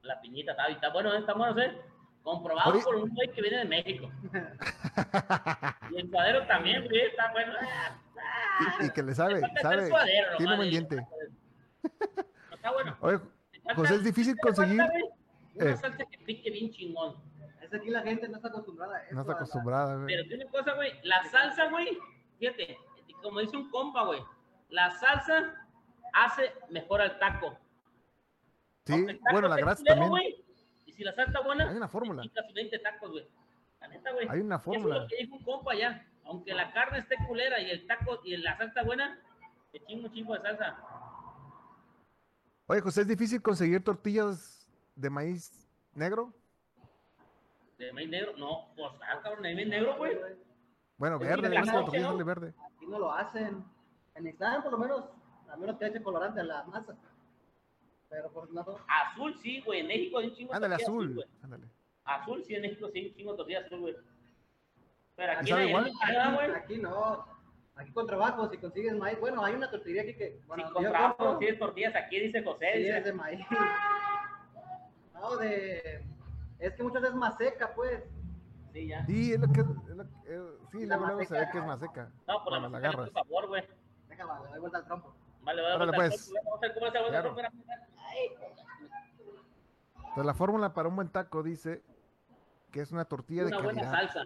[SPEAKER 2] La piñita, está, está bueno, ¿eh? está bueno, ¿eh? Comprobado
[SPEAKER 1] Oye.
[SPEAKER 2] por un güey que viene de México. y el suadero también, güey, está bueno. Ah,
[SPEAKER 1] Y, y que le sabe,
[SPEAKER 2] falta
[SPEAKER 1] sabe.
[SPEAKER 2] hacer suadero,
[SPEAKER 1] Tiene
[SPEAKER 2] nomás,
[SPEAKER 1] buen
[SPEAKER 2] eh.
[SPEAKER 1] diente.
[SPEAKER 2] no está bueno.
[SPEAKER 1] Oye,
[SPEAKER 2] Me falta-
[SPEAKER 1] José, es difícil
[SPEAKER 2] me falta,
[SPEAKER 1] conseguir.
[SPEAKER 2] güey, Una
[SPEAKER 1] Eh.
[SPEAKER 2] salsa que pique bien chingón.
[SPEAKER 3] Es que aquí la gente no está acostumbrada a eso.
[SPEAKER 1] No está
[SPEAKER 3] a la-
[SPEAKER 1] acostumbrada, güey.
[SPEAKER 2] Pero tiene una cosa, güey, la salsa, güey, fíjate, como dice un compa, güey, la salsa hace mejor al taco.
[SPEAKER 1] Sí,
[SPEAKER 2] Aunque el taco
[SPEAKER 1] bueno, la
[SPEAKER 2] esté
[SPEAKER 1] grasa
[SPEAKER 2] culero,
[SPEAKER 1] también.
[SPEAKER 2] güey, Y si la salsa está buena,
[SPEAKER 1] Hay una fórmula.
[SPEAKER 2] te picas 20 tacos, güey. La neta, güey.
[SPEAKER 1] Hay una
[SPEAKER 2] Eso es
[SPEAKER 1] fórmula.
[SPEAKER 2] lo que dijo un compa allá. Aunque la carne esté culera y el taco y la salsa buena, te chingo un chingo de salsa.
[SPEAKER 1] Oye, José, ¿es difícil conseguir tortillas de maíz negro?
[SPEAKER 2] De maíz negro, no, pues ah, cabrón, de maíz negro, güey.
[SPEAKER 1] Bueno,
[SPEAKER 2] Es que
[SPEAKER 1] verde,
[SPEAKER 2] la
[SPEAKER 1] es que la
[SPEAKER 2] noche,
[SPEAKER 1] tortilla
[SPEAKER 2] ¿no?
[SPEAKER 1] sale verde.
[SPEAKER 3] Aquí no lo hacen. En Ixtlán, por lo menos, a menos que eche colorante a la masa. Pero pues no.
[SPEAKER 2] Azul sí, güey. En México hay un chingo de
[SPEAKER 1] Ándale,
[SPEAKER 2] tortilla
[SPEAKER 1] azul.
[SPEAKER 2] güey.
[SPEAKER 1] Ándale.
[SPEAKER 2] Azul sí, en México sí hay un chingo de tortilla azul, güey. Pero aquí
[SPEAKER 1] sabe
[SPEAKER 2] en
[SPEAKER 1] igual?
[SPEAKER 2] Guadalajara, güey.
[SPEAKER 3] Aquí no. Aquí con trabajo, si consigues maíz. Bueno, hay una tortillería aquí que. Bueno,
[SPEAKER 2] si
[SPEAKER 3] yo
[SPEAKER 2] compramos
[SPEAKER 3] compro,
[SPEAKER 2] 100 tortillas aquí, dice José.
[SPEAKER 3] sí,
[SPEAKER 2] dice,
[SPEAKER 3] es de maíz. No, de. Es que muchas veces es más seca, pues.
[SPEAKER 2] sí, ya.
[SPEAKER 1] Sí, es lo que. es lo que- eh, sí,
[SPEAKER 3] La
[SPEAKER 1] luego, luego se ve
[SPEAKER 3] maseca.
[SPEAKER 1] que es más seca.
[SPEAKER 2] No, por
[SPEAKER 1] Cuando
[SPEAKER 2] la
[SPEAKER 1] la
[SPEAKER 2] mazorca, por
[SPEAKER 1] agarras.
[SPEAKER 2] favor, güey.
[SPEAKER 3] Déjala, le doy vuelta al trompo.
[SPEAKER 2] Vale, vale,
[SPEAKER 1] Órale,
[SPEAKER 2] vale.
[SPEAKER 1] pues.
[SPEAKER 2] Vamos a ver cómo se va a
[SPEAKER 1] Claro.
[SPEAKER 2] romper. Ay, me
[SPEAKER 1] Entonces, la fórmula para un buen taco dice que es una tortilla
[SPEAKER 2] Una
[SPEAKER 1] de
[SPEAKER 2] buena
[SPEAKER 1] calidad,
[SPEAKER 2] salsa.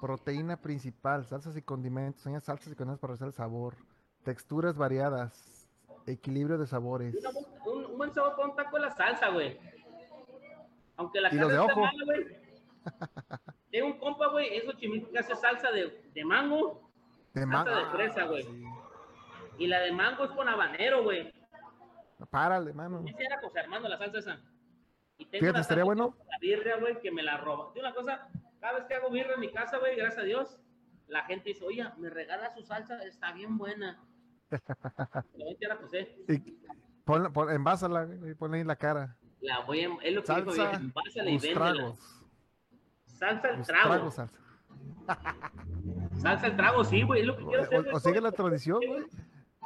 [SPEAKER 1] proteína principal, salsas y condimentos, añade salsas y condimentos para realizar el sabor, texturas variadas, equilibrio de sabores.
[SPEAKER 2] Una bu- un, un buen sabor para un taco es la salsa, güey. Aunque la
[SPEAKER 1] Y los
[SPEAKER 2] carne
[SPEAKER 1] de
[SPEAKER 2] está
[SPEAKER 1] ojo.
[SPEAKER 2] mala, güey. Tengo un compa, güey, es chimico que hace salsa de, de mango
[SPEAKER 1] De
[SPEAKER 2] salsa
[SPEAKER 1] ma- Ah,
[SPEAKER 2] de fresa, güey.
[SPEAKER 1] sí.
[SPEAKER 2] y la de mango es con habanero, güey.
[SPEAKER 1] Párale, mano.
[SPEAKER 2] Esa era cosa, hermano, la salsa esa. Y tengo
[SPEAKER 1] Fíjate,
[SPEAKER 2] una
[SPEAKER 1] estaría
[SPEAKER 2] salsa
[SPEAKER 1] bueno.
[SPEAKER 2] la birria, güey, que me la roba. De una cosa, cada vez que hago birria en mi casa, güey, gracias a Dios, la gente dice, oye, me regala su salsa, está bien buena. la pues, gente era José,
[SPEAKER 1] Y ponla, pon- envásala, güey, y ponle ahí la cara.
[SPEAKER 2] la voy a, es lo que dijo,
[SPEAKER 1] Salsa,
[SPEAKER 2] bien, envásala y
[SPEAKER 1] los
[SPEAKER 2] véndela.
[SPEAKER 1] tragos.
[SPEAKER 2] Salsa al
[SPEAKER 1] Los
[SPEAKER 2] trago.
[SPEAKER 1] tragos, salsa.
[SPEAKER 2] Salsa al trago, sí, güey, es lo que quiero hacer.
[SPEAKER 1] O, o
[SPEAKER 2] güey,
[SPEAKER 1] sigue la
[SPEAKER 2] con-
[SPEAKER 1] tradición, güey.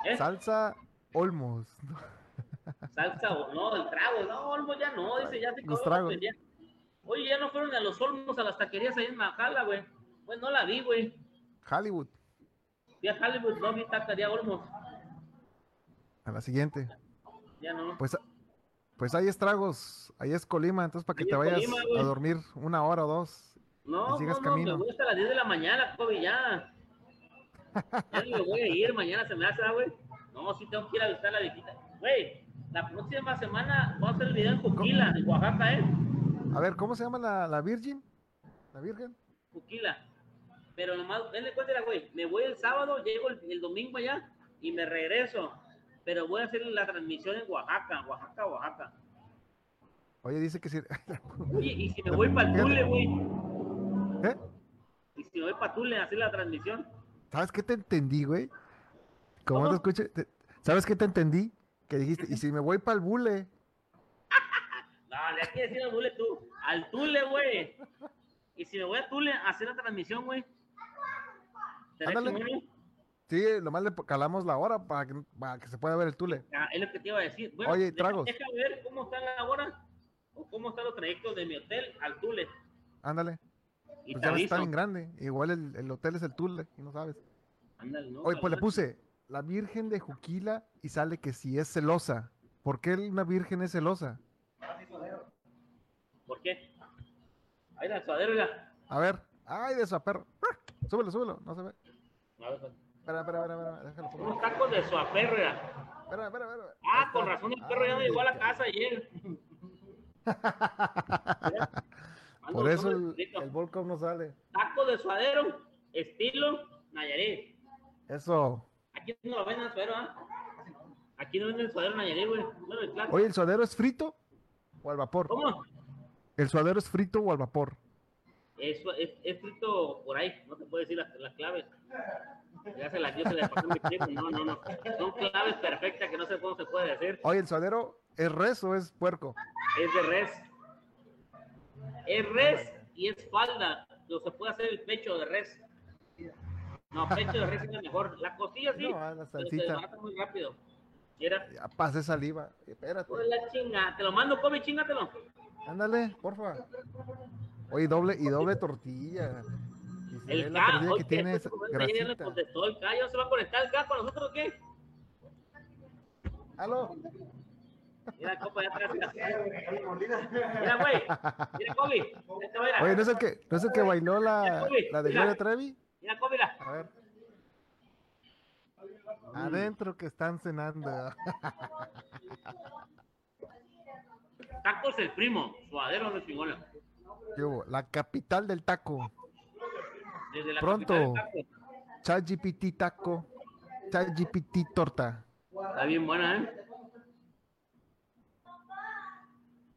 [SPEAKER 2] ¿Eh?
[SPEAKER 1] Salsa Olmos.
[SPEAKER 2] Salsa, o- no, del trago, no, Olmos ya no, dice, ya se
[SPEAKER 1] Los
[SPEAKER 2] acabó
[SPEAKER 1] tragos.
[SPEAKER 2] la taquería. Oye, ya no fueron a los Olmos, a las taquerías ahí en Majala, güey. Pues no la vi, güey.
[SPEAKER 1] Hollywood.
[SPEAKER 2] Fui a Hollywood, no vi taquería Olmos.
[SPEAKER 1] A la siguiente.
[SPEAKER 2] Ya no.
[SPEAKER 1] Pues, pues ahí estragos. Ahí es Colima. Entonces, para que
[SPEAKER 2] Ahí
[SPEAKER 1] te
[SPEAKER 2] es
[SPEAKER 1] vayas
[SPEAKER 2] Colima, güey.
[SPEAKER 1] a dormir una hora o dos.
[SPEAKER 2] No,
[SPEAKER 1] sigas
[SPEAKER 2] no, no,
[SPEAKER 1] camino.
[SPEAKER 2] me voy hasta las 10 de la mañana, Kobe, ya. Ya ni me voy a ir, mañana se me hace, ah, güey. No, sí tengo que ir a visitar la viejita. Güey, la próxima semana voy a hacer el video en Juquila, en Oaxaca, ¿eh?
[SPEAKER 1] A ver, ¿cómo se llama la, la Virgin? ¿La Virgen?
[SPEAKER 2] Juquila. Pero nomás, denle cuenta, güey, me voy el sábado, llego el, el domingo allá y me regreso. Pero voy a hacer la transmisión en Oaxaca, Oaxaca, Oaxaca.
[SPEAKER 1] Oye, dice que sí.
[SPEAKER 2] Oye, y si me voy para Tule, güey,
[SPEAKER 1] ¿Eh?
[SPEAKER 2] y si me voy para Tule a hacer la transmisión.
[SPEAKER 1] ¿Sabes qué te entendí, güey? Como
[SPEAKER 2] ¿Cómo?
[SPEAKER 1] te escuché, te- ¿sabes qué te entendí? Que dijiste, y si me voy para el bule,
[SPEAKER 2] No, le hay que decir al Tule tú. Al Tule, güey. Y si me voy a Tule a hacer la transmisión, güey. ¿Será
[SPEAKER 1] Ándale.
[SPEAKER 2] chingón?
[SPEAKER 1] sí, lo más le po- calamos la hora para que, para que se pueda ver el tule.
[SPEAKER 2] Ah, es lo que te iba a decir. Bueno,
[SPEAKER 1] Oye,
[SPEAKER 2] deja-
[SPEAKER 1] tragos.
[SPEAKER 2] Deja, ver cómo están ahora o cómo están los trayectos de mi hotel al Tule.
[SPEAKER 1] Ándale,
[SPEAKER 2] Y
[SPEAKER 1] pues ya
[SPEAKER 2] te
[SPEAKER 1] ves,
[SPEAKER 2] aviso.
[SPEAKER 1] está bien grande. Igual el, el hotel es el tule, y no sabes.
[SPEAKER 2] Ándale, no,
[SPEAKER 1] Oye, pues le
[SPEAKER 2] cabrón.
[SPEAKER 1] puse la Virgen de Juquila y sale que si es celosa. ¿Por qué una virgen es celosa?
[SPEAKER 2] ¿Por qué? Ahí la suadero, mira.
[SPEAKER 1] A ver, ay, de esa perro. Súbelo, súbelo, no se ve.
[SPEAKER 2] A ver, pues.
[SPEAKER 1] Espera, espera, espera, espera, déjalo. pongo.
[SPEAKER 2] Unos tacos de suaperro, mira.
[SPEAKER 1] Espera, espera, espera. Ah,
[SPEAKER 2] Ah, con razón el perro ya no
[SPEAKER 1] Ay,
[SPEAKER 2] llegó a la
[SPEAKER 1] ca-
[SPEAKER 2] casa ayer. Ando
[SPEAKER 1] Por eso
[SPEAKER 2] buscando
[SPEAKER 1] el,
[SPEAKER 2] el
[SPEAKER 1] el volcán no sale.
[SPEAKER 2] Taco de suadero, estilo Nayarit.
[SPEAKER 1] Eso.
[SPEAKER 2] Aquí no lo venden el suadero, ¿ah? Aquí no venden el suadero Nayarit, güey. Bueno, el clásico.
[SPEAKER 1] Oye, ¿el suadero es frito o al vapor?
[SPEAKER 2] ¿Cómo?
[SPEAKER 1] ¿El suadero es frito o al vapor?
[SPEAKER 2] Eso es, es escrito por ahí, no te puedo decir las, las claves. Ya se las dio, se las pasó mi tiempo. No, no, no. Son claves perfectas que no sé cómo se puede decir.
[SPEAKER 1] Oye, ¿el suadero es res o es puerco?
[SPEAKER 2] Es de res. Es res y es falda. No se puede hacer el pecho de res. No, pecho de res es lo mejor. La costilla sí.
[SPEAKER 1] No, ah, la
[SPEAKER 2] pero se
[SPEAKER 1] salsita.
[SPEAKER 2] desbarata muy rápido. Mira.
[SPEAKER 1] Ya pasé saliva. Espérate.
[SPEAKER 2] Pues la chinga, te lo mando, come, chingatelo.
[SPEAKER 1] Ándale, porfa. Oye, doble y doble tortilla. Y se ve
[SPEAKER 2] El
[SPEAKER 1] la
[SPEAKER 2] K,
[SPEAKER 1] tortilla
[SPEAKER 2] oye,
[SPEAKER 1] que tiene
[SPEAKER 2] pues,
[SPEAKER 1] esa
[SPEAKER 2] como ayer ya nos
[SPEAKER 1] grasita.
[SPEAKER 2] contestó el K, ¿ya no se va a conectar el K con nosotros o qué?
[SPEAKER 1] ¿Aló?
[SPEAKER 2] Mira, compa, ya atrás. Mira, güey. Mira, Kobe. Mira, mira.
[SPEAKER 1] Oye, ¿no es el que, no es el que bailó la,
[SPEAKER 2] Oye,
[SPEAKER 1] la de
[SPEAKER 2] mira.
[SPEAKER 1] Gloria Trevi?
[SPEAKER 2] Mira, Kobe, mira.
[SPEAKER 1] A ver. Adentro que están cenando.
[SPEAKER 2] Tacos el primo. Suadero los chingones.
[SPEAKER 1] ¿Qué hubo? La capital del taco.
[SPEAKER 2] Desde la
[SPEAKER 1] Pronto.
[SPEAKER 2] capital del taco.
[SPEAKER 1] ChatGPT taco. ChatGPT torta.
[SPEAKER 2] Está bien buena, ¿eh?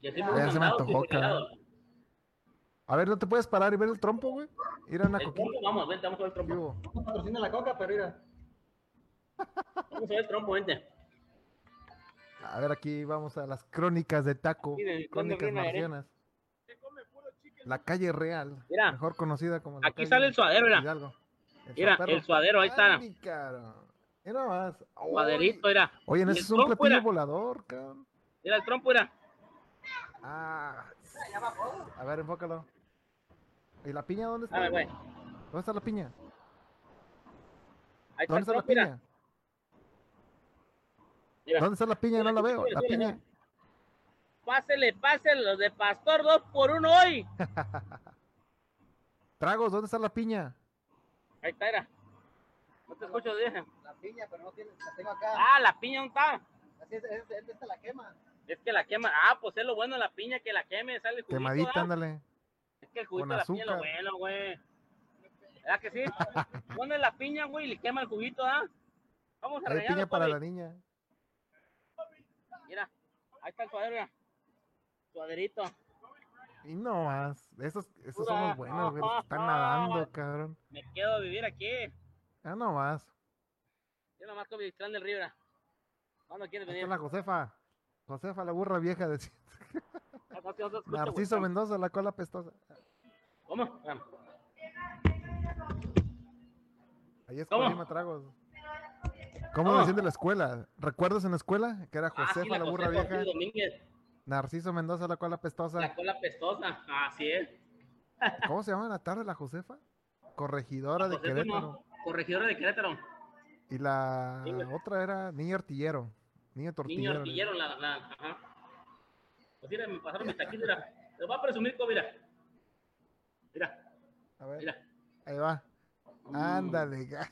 [SPEAKER 2] Y así
[SPEAKER 1] Ya se me
[SPEAKER 2] andados
[SPEAKER 1] antojó,
[SPEAKER 2] y congelados.
[SPEAKER 1] A ver, ¿no te puedes parar y ver el trompo, güey? Ir a una
[SPEAKER 2] El
[SPEAKER 1] coquita.
[SPEAKER 2] trompo, vamos, vente, vamos a ver el
[SPEAKER 1] ¿Qué
[SPEAKER 2] trompo.
[SPEAKER 1] hubo?
[SPEAKER 3] No patrocina la coca, pero mira.
[SPEAKER 2] Vamos a ver el trompo, vente.
[SPEAKER 1] A ver, aquí vamos a las crónicas de taco.
[SPEAKER 2] Miren,
[SPEAKER 1] Crónicas
[SPEAKER 2] ¿dónde viene, eh?
[SPEAKER 1] marcianas. La calle real.
[SPEAKER 2] Mira.
[SPEAKER 1] Mejor conocida como la
[SPEAKER 2] Aquí
[SPEAKER 1] calle
[SPEAKER 2] sale el suadero, mira.
[SPEAKER 1] Hidalgo. El
[SPEAKER 2] Mira,
[SPEAKER 1] zaperro.
[SPEAKER 2] el suadero, ahí está.
[SPEAKER 1] Ay, mi cara. Mira más. Ay.
[SPEAKER 2] Suaderito, mira.
[SPEAKER 1] Oye,
[SPEAKER 2] Y
[SPEAKER 1] ¿no
[SPEAKER 2] el
[SPEAKER 1] ese es un
[SPEAKER 2] trompo,
[SPEAKER 1] platillo
[SPEAKER 2] mira.
[SPEAKER 1] volador, cabrón.
[SPEAKER 2] Mira el trompo, mira.
[SPEAKER 1] Ah. A ver, enfócalo. ¿Y la piña dónde está?
[SPEAKER 2] A ver, güey.
[SPEAKER 1] ¿Dónde está la piña?
[SPEAKER 2] Ahí está
[SPEAKER 1] ¿Dónde está
[SPEAKER 2] el
[SPEAKER 1] la
[SPEAKER 2] trompo, mira.
[SPEAKER 1] piña?
[SPEAKER 2] Mira.
[SPEAKER 1] ¿Dónde está la piña? No la veo. La piña.
[SPEAKER 2] Pásele, pásele, los de Pastor, dos por uno hoy.
[SPEAKER 1] Tragos, ¿dónde está la piña?
[SPEAKER 2] Ahí está, era. No te escucho, dije.
[SPEAKER 3] La piña, pero no tiene, la tengo acá.
[SPEAKER 2] Ah, la piña, ¿dónde está?
[SPEAKER 3] Así es, es, es- esta la quema.
[SPEAKER 2] Es que la quema. Ah, pues es lo bueno de la piña, que la queme, sale el juguito.
[SPEAKER 1] Quemadita,
[SPEAKER 2] ¿ah?
[SPEAKER 1] ándale.
[SPEAKER 2] Es que el juguito
[SPEAKER 1] con
[SPEAKER 2] de la piña es lo
[SPEAKER 1] azúcar.
[SPEAKER 2] bueno, güey. ¿Verdad que sí? Pone la piña, güey, y le quema el juguito, ¿ah? Vamos a
[SPEAKER 1] Hay
[SPEAKER 2] regalarlo,
[SPEAKER 1] piña para
[SPEAKER 2] Fabi.
[SPEAKER 1] la niña.
[SPEAKER 2] Mira, ahí está el suadero, mira. Suaderito.
[SPEAKER 1] Y no más. Estos, estos son
[SPEAKER 2] Pura-
[SPEAKER 1] los buenos, güey. los que están nadando, cabrón.
[SPEAKER 2] Me quedo a vivir aquí.
[SPEAKER 1] Ya no más.
[SPEAKER 2] Yo nomás con mi Trán del Río, mira. ¿Cuándo quieres
[SPEAKER 1] Ahí está
[SPEAKER 2] venir?
[SPEAKER 1] la Josefa. Josefa, la burra vieja. De...
[SPEAKER 2] Ah, no, sí, no te escucho, güey.
[SPEAKER 1] Narciso Mendoza, la cola pestosa.
[SPEAKER 2] ¿Cómo? Ah,
[SPEAKER 1] Ahí es
[SPEAKER 2] ¿Cómo?
[SPEAKER 1] Colima Tragos. ¿Cómo
[SPEAKER 2] ¿Cómo?
[SPEAKER 1] me decían de la escuela? ¿Recuerdas en la escuela? Que era
[SPEAKER 2] ah, sí,
[SPEAKER 1] Josefa, la burra
[SPEAKER 2] Josefa
[SPEAKER 1] vieja.
[SPEAKER 2] Ortiz Domínguez,
[SPEAKER 1] Narciso Mendoza, la cola pestosa.
[SPEAKER 2] la cola pestosa. Así es.
[SPEAKER 1] ¿Cómo se llama en la tarde la Josefa? Corregidora de
[SPEAKER 2] Josefa, no,
[SPEAKER 1] Querétaro.
[SPEAKER 2] Corregidora de Querétaro.
[SPEAKER 1] Y la
[SPEAKER 2] Sí, güey.
[SPEAKER 1] otra era Niño Artillero. Niño
[SPEAKER 2] Niño
[SPEAKER 1] Tortillero.
[SPEAKER 2] artillero, la, la, ajá. Pues mira, me pasaron mis taquitos, mira. Te lo voy a presumir, co, mira. Mira,
[SPEAKER 1] A ver,
[SPEAKER 2] mira. Mm.
[SPEAKER 1] ahí va. Ándale. ga-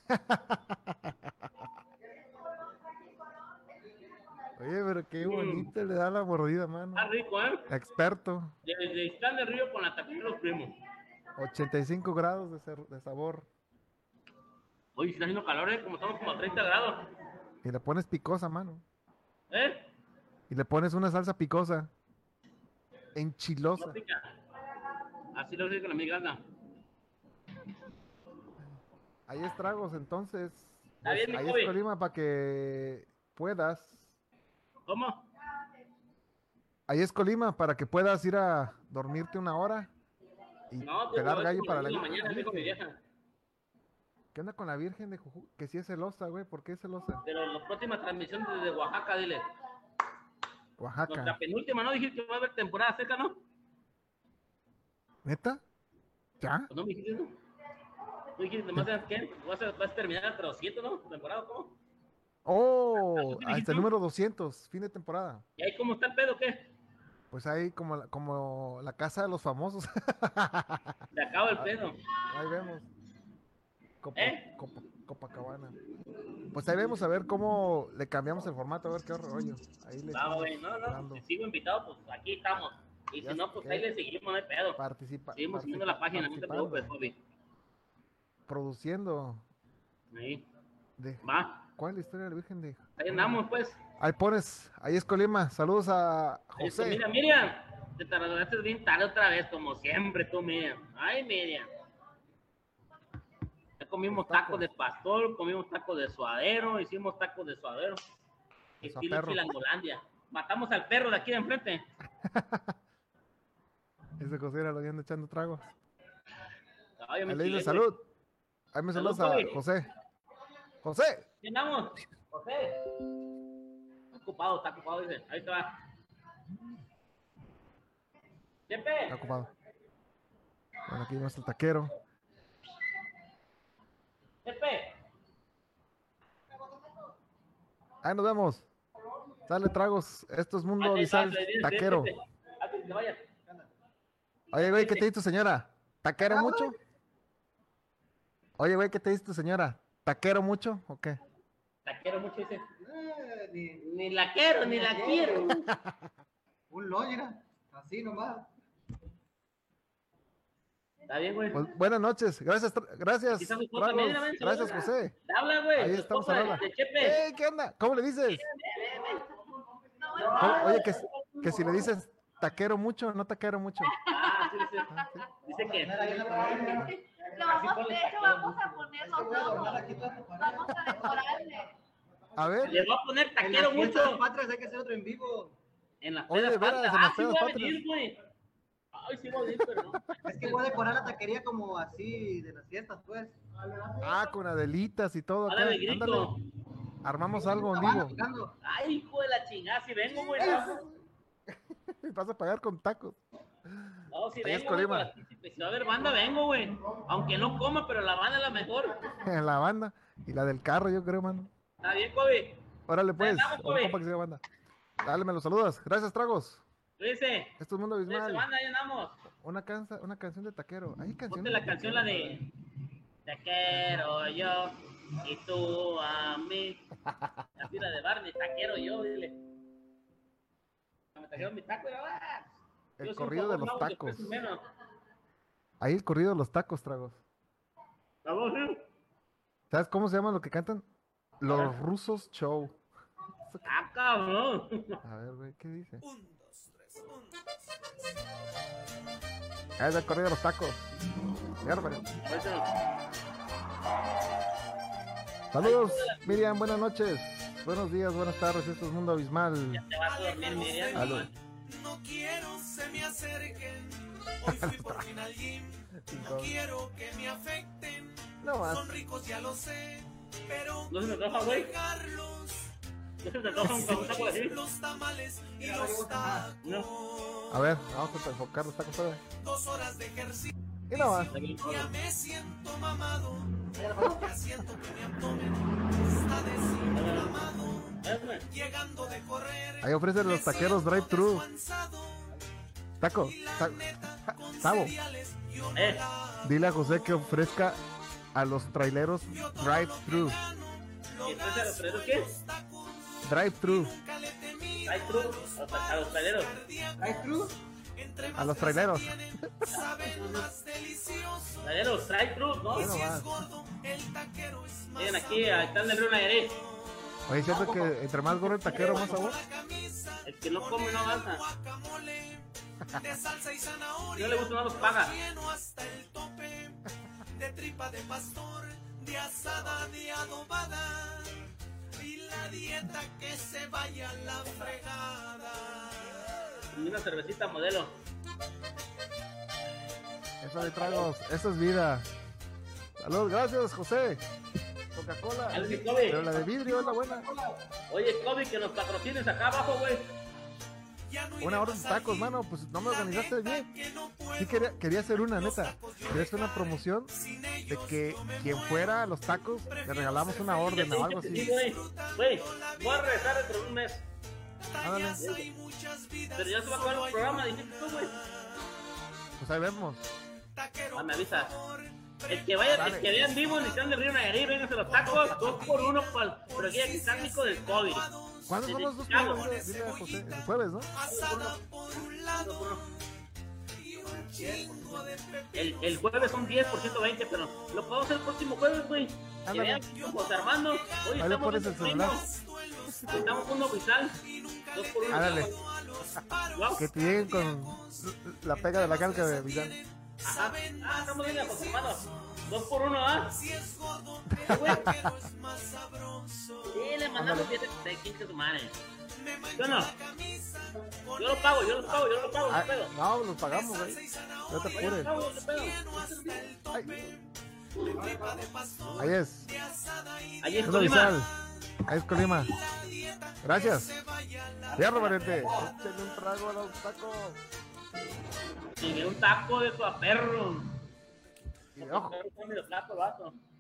[SPEAKER 1] Oye, pero qué
[SPEAKER 2] Mm.
[SPEAKER 1] bonito le da la mordida, mano.
[SPEAKER 2] Está rico, ¿eh?
[SPEAKER 1] Experto.
[SPEAKER 2] Desde Isla del Río con la taquilla de los primos.
[SPEAKER 1] 85 grados de, cer- de sabor.
[SPEAKER 2] Hoy está haciendo calor, ¿eh? Como estamos como a 30 grados.
[SPEAKER 1] Y le pones picosa, mano.
[SPEAKER 2] ¿Eh?
[SPEAKER 1] Y le pones una salsa picosa.
[SPEAKER 2] No
[SPEAKER 1] Enchilosa.
[SPEAKER 2] pica. Así lo hace con la amiga Ana.
[SPEAKER 1] Ahí estragos, entonces.
[SPEAKER 2] Está bien, mi
[SPEAKER 1] ahí es
[SPEAKER 2] Kobe.
[SPEAKER 1] Colima para que puedas.
[SPEAKER 2] ¿Cómo?
[SPEAKER 1] Ahí es Colima para que puedas ir a dormirte una hora. Y
[SPEAKER 2] No, tío,
[SPEAKER 1] pelar
[SPEAKER 2] es
[SPEAKER 1] gallo
[SPEAKER 2] como
[SPEAKER 1] para
[SPEAKER 2] las
[SPEAKER 1] la,
[SPEAKER 2] dos de
[SPEAKER 1] Virgen.
[SPEAKER 2] mañana, dijo mi vieja.
[SPEAKER 1] ¿Qué onda con la Virgen de Juju? Que sí es celosa, güey. ¿Por qué es celosa?
[SPEAKER 2] Pero la próxima transmisión desde Oaxaca, dile. Nuestra
[SPEAKER 1] Oaxaca.
[SPEAKER 2] penúltima, ¿no? Dijiste que va a haber temporada seca, ¿no?
[SPEAKER 1] ¿Neta? ¿Ya?
[SPEAKER 2] Pues no me dijiste, ¿no? Tú dijiste, nomás, ¿sabes qué? Vas a, vas a terminar, pero siete, ¿no? Temporada, ¿cómo?
[SPEAKER 1] ¡Oh!
[SPEAKER 2] ¿Tú dijiste?
[SPEAKER 1] Hasta el número 200, fin de temporada.
[SPEAKER 2] ¿Y ahí cómo está el pedo, qué?
[SPEAKER 1] Pues ahí como la, como la casa de los famosos.
[SPEAKER 2] Se acaba
[SPEAKER 1] Ah,
[SPEAKER 2] el pedo. Ah,
[SPEAKER 1] Ahí vemos. Copa-
[SPEAKER 2] ¿Eh?
[SPEAKER 1] Copa- Copacabana. Pues ahí vemos a ver cómo le cambiamos el formato, a ver qué rollo. Ahí le
[SPEAKER 2] No,
[SPEAKER 1] estamos
[SPEAKER 2] güey, no, no.
[SPEAKER 1] dando.
[SPEAKER 2] Si sigo invitado, pues aquí estamos. Y
[SPEAKER 1] Ya
[SPEAKER 2] si no,
[SPEAKER 1] sé
[SPEAKER 2] pues
[SPEAKER 1] qué.
[SPEAKER 2] ahí le seguimos, no hay pedo.
[SPEAKER 1] Participa,
[SPEAKER 2] Seguimos siguiendo
[SPEAKER 1] participa-
[SPEAKER 2] la página, no te
[SPEAKER 1] participando,
[SPEAKER 2] preocupes, Bobby.
[SPEAKER 1] Produciendo.
[SPEAKER 2] Ahí,
[SPEAKER 1] De,
[SPEAKER 2] va.
[SPEAKER 1] ¿Cuál es la historia de la Virgen de?
[SPEAKER 2] Ahí andamos, pues.
[SPEAKER 1] Ahí pones, ahí es Colima. Saludos a
[SPEAKER 2] Este,
[SPEAKER 1] José.
[SPEAKER 2] Mira, Miriam, te tardaste bien tarde otra vez, como siempre, tú, Miriam. Ay, Miriam. Ya comimos
[SPEAKER 1] Los tacos.
[SPEAKER 2] tacos de pastor, comimos tacos de suadero, hicimos tacos de suadero.
[SPEAKER 1] Eso Pues a
[SPEAKER 2] Estilo
[SPEAKER 1] perro.
[SPEAKER 2] Chilangolandia. Matamos al perro de aquí de enfrente.
[SPEAKER 1] Ese José era lo viendo echando tragos.
[SPEAKER 2] Ay, yo me
[SPEAKER 1] Ahí le dice
[SPEAKER 2] enchilé, güey.
[SPEAKER 1] salud. Ahí me
[SPEAKER 2] Salud,
[SPEAKER 1] saludas a
[SPEAKER 2] Fabi.
[SPEAKER 1] José. José.
[SPEAKER 2] ¿Qué andamos? José. Está ocupado, está ocupado, dice. Ahí te va.
[SPEAKER 1] Está
[SPEAKER 2] Chepe,
[SPEAKER 1] ocupado. Bueno, aquí vemos el taquero.
[SPEAKER 2] Chepe.
[SPEAKER 1] Ahí nos vemos. Sale tragos. Esto es Mundo
[SPEAKER 2] Ahí está,
[SPEAKER 1] Bizarro
[SPEAKER 2] ahí viene,
[SPEAKER 1] Taquero.
[SPEAKER 2] Chepe. Antes que te vayas.
[SPEAKER 1] Oye, güey, ¿qué te dice tu señora? ¿Taquero mucho? Oye, güey, ¿qué te dice tu señora? ¿Taquero mucho o qué?
[SPEAKER 2] La quiero mucho, dice.
[SPEAKER 3] Eh, ni
[SPEAKER 2] Ni la quiero, ni la quiero.
[SPEAKER 3] un lol, mira. Así nomás.
[SPEAKER 2] Está bien, güey.
[SPEAKER 1] Pues, buenas noches. Gracias, tra- gracias.
[SPEAKER 2] Aquí está mi foto,
[SPEAKER 1] tragos.
[SPEAKER 2] mira, ven,
[SPEAKER 1] Gracias,
[SPEAKER 2] saluda.
[SPEAKER 1] José.
[SPEAKER 2] Te habla, güey.
[SPEAKER 1] Ahí
[SPEAKER 2] tu
[SPEAKER 1] estamos Eh.
[SPEAKER 2] esposa,
[SPEAKER 1] hablando.
[SPEAKER 2] de Chepe.
[SPEAKER 1] ¡Ey, qué onda! ¿Cómo le dices? ¿Cómo- Oye, que, s- que si le dices taquero mucho, no taquero mucho.
[SPEAKER 2] Ah, sí, dice.
[SPEAKER 1] Ah, sí.
[SPEAKER 2] Dice que.
[SPEAKER 3] Mira, ahí la comida.
[SPEAKER 7] Lo vamos, de hecho, vamos a poner
[SPEAKER 3] Este
[SPEAKER 7] los
[SPEAKER 3] voy a adornar
[SPEAKER 7] logos.
[SPEAKER 3] aquí toda tu pared.
[SPEAKER 7] Vamos a decorarle.
[SPEAKER 1] A ver,
[SPEAKER 2] Le voy a poner
[SPEAKER 3] En las
[SPEAKER 2] taquero
[SPEAKER 3] fiestas
[SPEAKER 2] mucho.
[SPEAKER 3] patrias hay que hacer otro en vivo.
[SPEAKER 2] En las
[SPEAKER 1] Oye, de
[SPEAKER 2] pedas
[SPEAKER 1] veras,
[SPEAKER 2] patrias.
[SPEAKER 1] en las
[SPEAKER 2] Ah, sí
[SPEAKER 1] pedas
[SPEAKER 2] voy a
[SPEAKER 1] patrias.
[SPEAKER 2] venir, güey. Ay, sí voy a venir, pero no.
[SPEAKER 3] Es que voy a decorar la taquería como así de las fiestas, pues.
[SPEAKER 1] ah, con adelitas y todo.
[SPEAKER 2] Ahora
[SPEAKER 1] Acá.
[SPEAKER 2] de grito.
[SPEAKER 1] Ándale, armamos algo en
[SPEAKER 3] Estaban
[SPEAKER 1] vivo.
[SPEAKER 3] tocando.
[SPEAKER 2] Ay, hijo de la chingada, si vengo, güey.
[SPEAKER 1] Vas a pagar con tacos.
[SPEAKER 2] No, si
[SPEAKER 1] Ahí es
[SPEAKER 2] vengo, güey,
[SPEAKER 1] Colima.
[SPEAKER 2] con las pinches- Si va a haber banda, vengo, güey. Aunque no coma, pero la banda es la mejor.
[SPEAKER 1] en la banda y la del carro, yo creo, mano.
[SPEAKER 2] Está bien, Kobe.
[SPEAKER 1] Órale, pues.
[SPEAKER 2] andamos,
[SPEAKER 1] a un
[SPEAKER 2] Kobe.
[SPEAKER 1] compa que se llama banda. Dale, me los saludas. Gracias, tragos.
[SPEAKER 2] Cuídense.
[SPEAKER 1] Esto es Mundo
[SPEAKER 2] Cuídense,
[SPEAKER 1] Abismal.
[SPEAKER 2] banda, ahí andamos.
[SPEAKER 1] Una, cansa, una canción de taquero. Hay canción
[SPEAKER 2] Ponte la canción, la de Te quiero yo y tú a mí. La tira de Barney, te quiero yo, dile. Me trajeron mi taco y ahora.
[SPEAKER 1] El
[SPEAKER 2] yo soy un
[SPEAKER 1] corrido de los
[SPEAKER 2] jabón Mau,
[SPEAKER 1] tacos.
[SPEAKER 2] después un menos.
[SPEAKER 1] Ahí el corrido de los tacos, tragos.
[SPEAKER 2] Jabón, ¿sí?
[SPEAKER 1] ¿Sabes cómo se llama lo que cantan? Los rusos show.
[SPEAKER 2] Ah, cabrón.
[SPEAKER 1] A ver, güey, ¿qué dice?
[SPEAKER 8] Un, dos, tres, un.
[SPEAKER 1] Ah, es el corrido de los tacos. Bárbaro.
[SPEAKER 2] Bueno,
[SPEAKER 1] Saludos, Miriam, buenas noches. Buenos días, buenas tardes. Esto es Mundo Abismal.
[SPEAKER 2] ya te vas a dormir, Miriam.
[SPEAKER 1] Aló.
[SPEAKER 8] No quiero se me acerquen. Hoy fui por fin al gym. No quiero que me afecten.
[SPEAKER 1] No más.
[SPEAKER 8] Son ricos, ya lo sé. Pero
[SPEAKER 2] No se me antoja,
[SPEAKER 8] quiero
[SPEAKER 2] güey.
[SPEAKER 8] dejarlos.
[SPEAKER 2] Yo se te antoja un un taco así.
[SPEAKER 8] Los, los tamales y los
[SPEAKER 1] A
[SPEAKER 8] tacos.
[SPEAKER 1] ver, vamos a enfocar los tacos. todavía.
[SPEAKER 8] Dos horas de ejercicio.
[SPEAKER 1] Y no más.
[SPEAKER 8] Ya me siento mamado. Ya siento que mi abdomen está desinflamado.
[SPEAKER 2] Hazme.
[SPEAKER 8] Llegando de correr.
[SPEAKER 1] Ahí ofrecen los taqueros drive-thru. Taco. ta- Sabo.
[SPEAKER 2] Eh,
[SPEAKER 1] Dile a José que ofrezca a los traileros drive-thru.
[SPEAKER 2] ¿y entonces a los traileros qué?
[SPEAKER 1] Drive-thru.
[SPEAKER 2] Hay trucos a los- a los traileros.
[SPEAKER 1] A los traileros.
[SPEAKER 2] Traileros, trae trucos, ¿no?
[SPEAKER 1] Y no más.
[SPEAKER 2] Miren aquí, ahí están del río Nayarit.
[SPEAKER 1] Oye, es cierto que entre más gorro el taquero, más sabor.
[SPEAKER 2] El que no come no avanza. No le gusta, no los paga. Ni una cervecita modelo.
[SPEAKER 1] Eso de tragos, eso es vida. Saludos, gracias, José. Coca-Cola.
[SPEAKER 2] Dale,
[SPEAKER 1] Pero
[SPEAKER 2] Kobe.
[SPEAKER 1] la de vidrio es la buena.
[SPEAKER 2] Oye, Kobe, que nos patrocines acá abajo, güey.
[SPEAKER 1] Una orden de tacos, mano. Pues no me organizaste bien. Sí quería, quería hacer una, neta. Quería hacer una promoción de que quien fuera a los tacos le regalamos una orden o algo
[SPEAKER 2] Sí,
[SPEAKER 1] así.
[SPEAKER 2] güey. Güey, voy a regresar dentro de un mes.
[SPEAKER 1] Ándale.
[SPEAKER 2] Pero ya se va a acabar el programa, dijiste tú, güey.
[SPEAKER 1] Pues ahí vemos.
[SPEAKER 2] Ah, me avisas. El que vaya, el
[SPEAKER 1] Dale.
[SPEAKER 2] que vea en vivo en el del Río Nayarit, vénganse los tacos, dos por uno, pal- por aquí, aquí está Nico del Kobe.
[SPEAKER 1] ¿Cuándo
[SPEAKER 2] Desde
[SPEAKER 1] son los dos
[SPEAKER 2] Chicago.
[SPEAKER 1] juegos? Dile a José. El jueves, ¿no?
[SPEAKER 2] El, el jueves son 10 por 120, pero lo podemos hacer el próximo jueves, güey. Que
[SPEAKER 1] Ándale.
[SPEAKER 2] vean José Armando. Hoy
[SPEAKER 1] Ahí le
[SPEAKER 2] estamos
[SPEAKER 1] pones
[SPEAKER 2] en
[SPEAKER 1] el celular.
[SPEAKER 2] Estamos con uno Guisal. Dos por uno. Ah.
[SPEAKER 1] Ándale.
[SPEAKER 2] Guau.
[SPEAKER 1] Que te lleguen con la pega de la calca de Vidal.
[SPEAKER 2] Ajá. Ah, estamos bien, José Armando. Dos por uno, ¿ah? Si es gordo, Sí, le mandamos 10 de- de 15 a su madre. Yo no. Yo lo pago, yo lo pago, yo lo pago, no
[SPEAKER 1] Ah, eh.
[SPEAKER 2] pedo.
[SPEAKER 1] no, los pagamos, güey. No te
[SPEAKER 2] Yo lo
[SPEAKER 1] apures.
[SPEAKER 2] pago, no pedo.
[SPEAKER 1] Ay. Ahí es.
[SPEAKER 2] Ahí es
[SPEAKER 1] Mundo
[SPEAKER 2] Colima.
[SPEAKER 1] Visual. Ahí es Colima. Gracias. Cierro, pariente. Échenle un trago a los tacos.
[SPEAKER 2] Llegué un taco de tu perro.
[SPEAKER 1] Y ojo,
[SPEAKER 2] Está medio flaco el vato.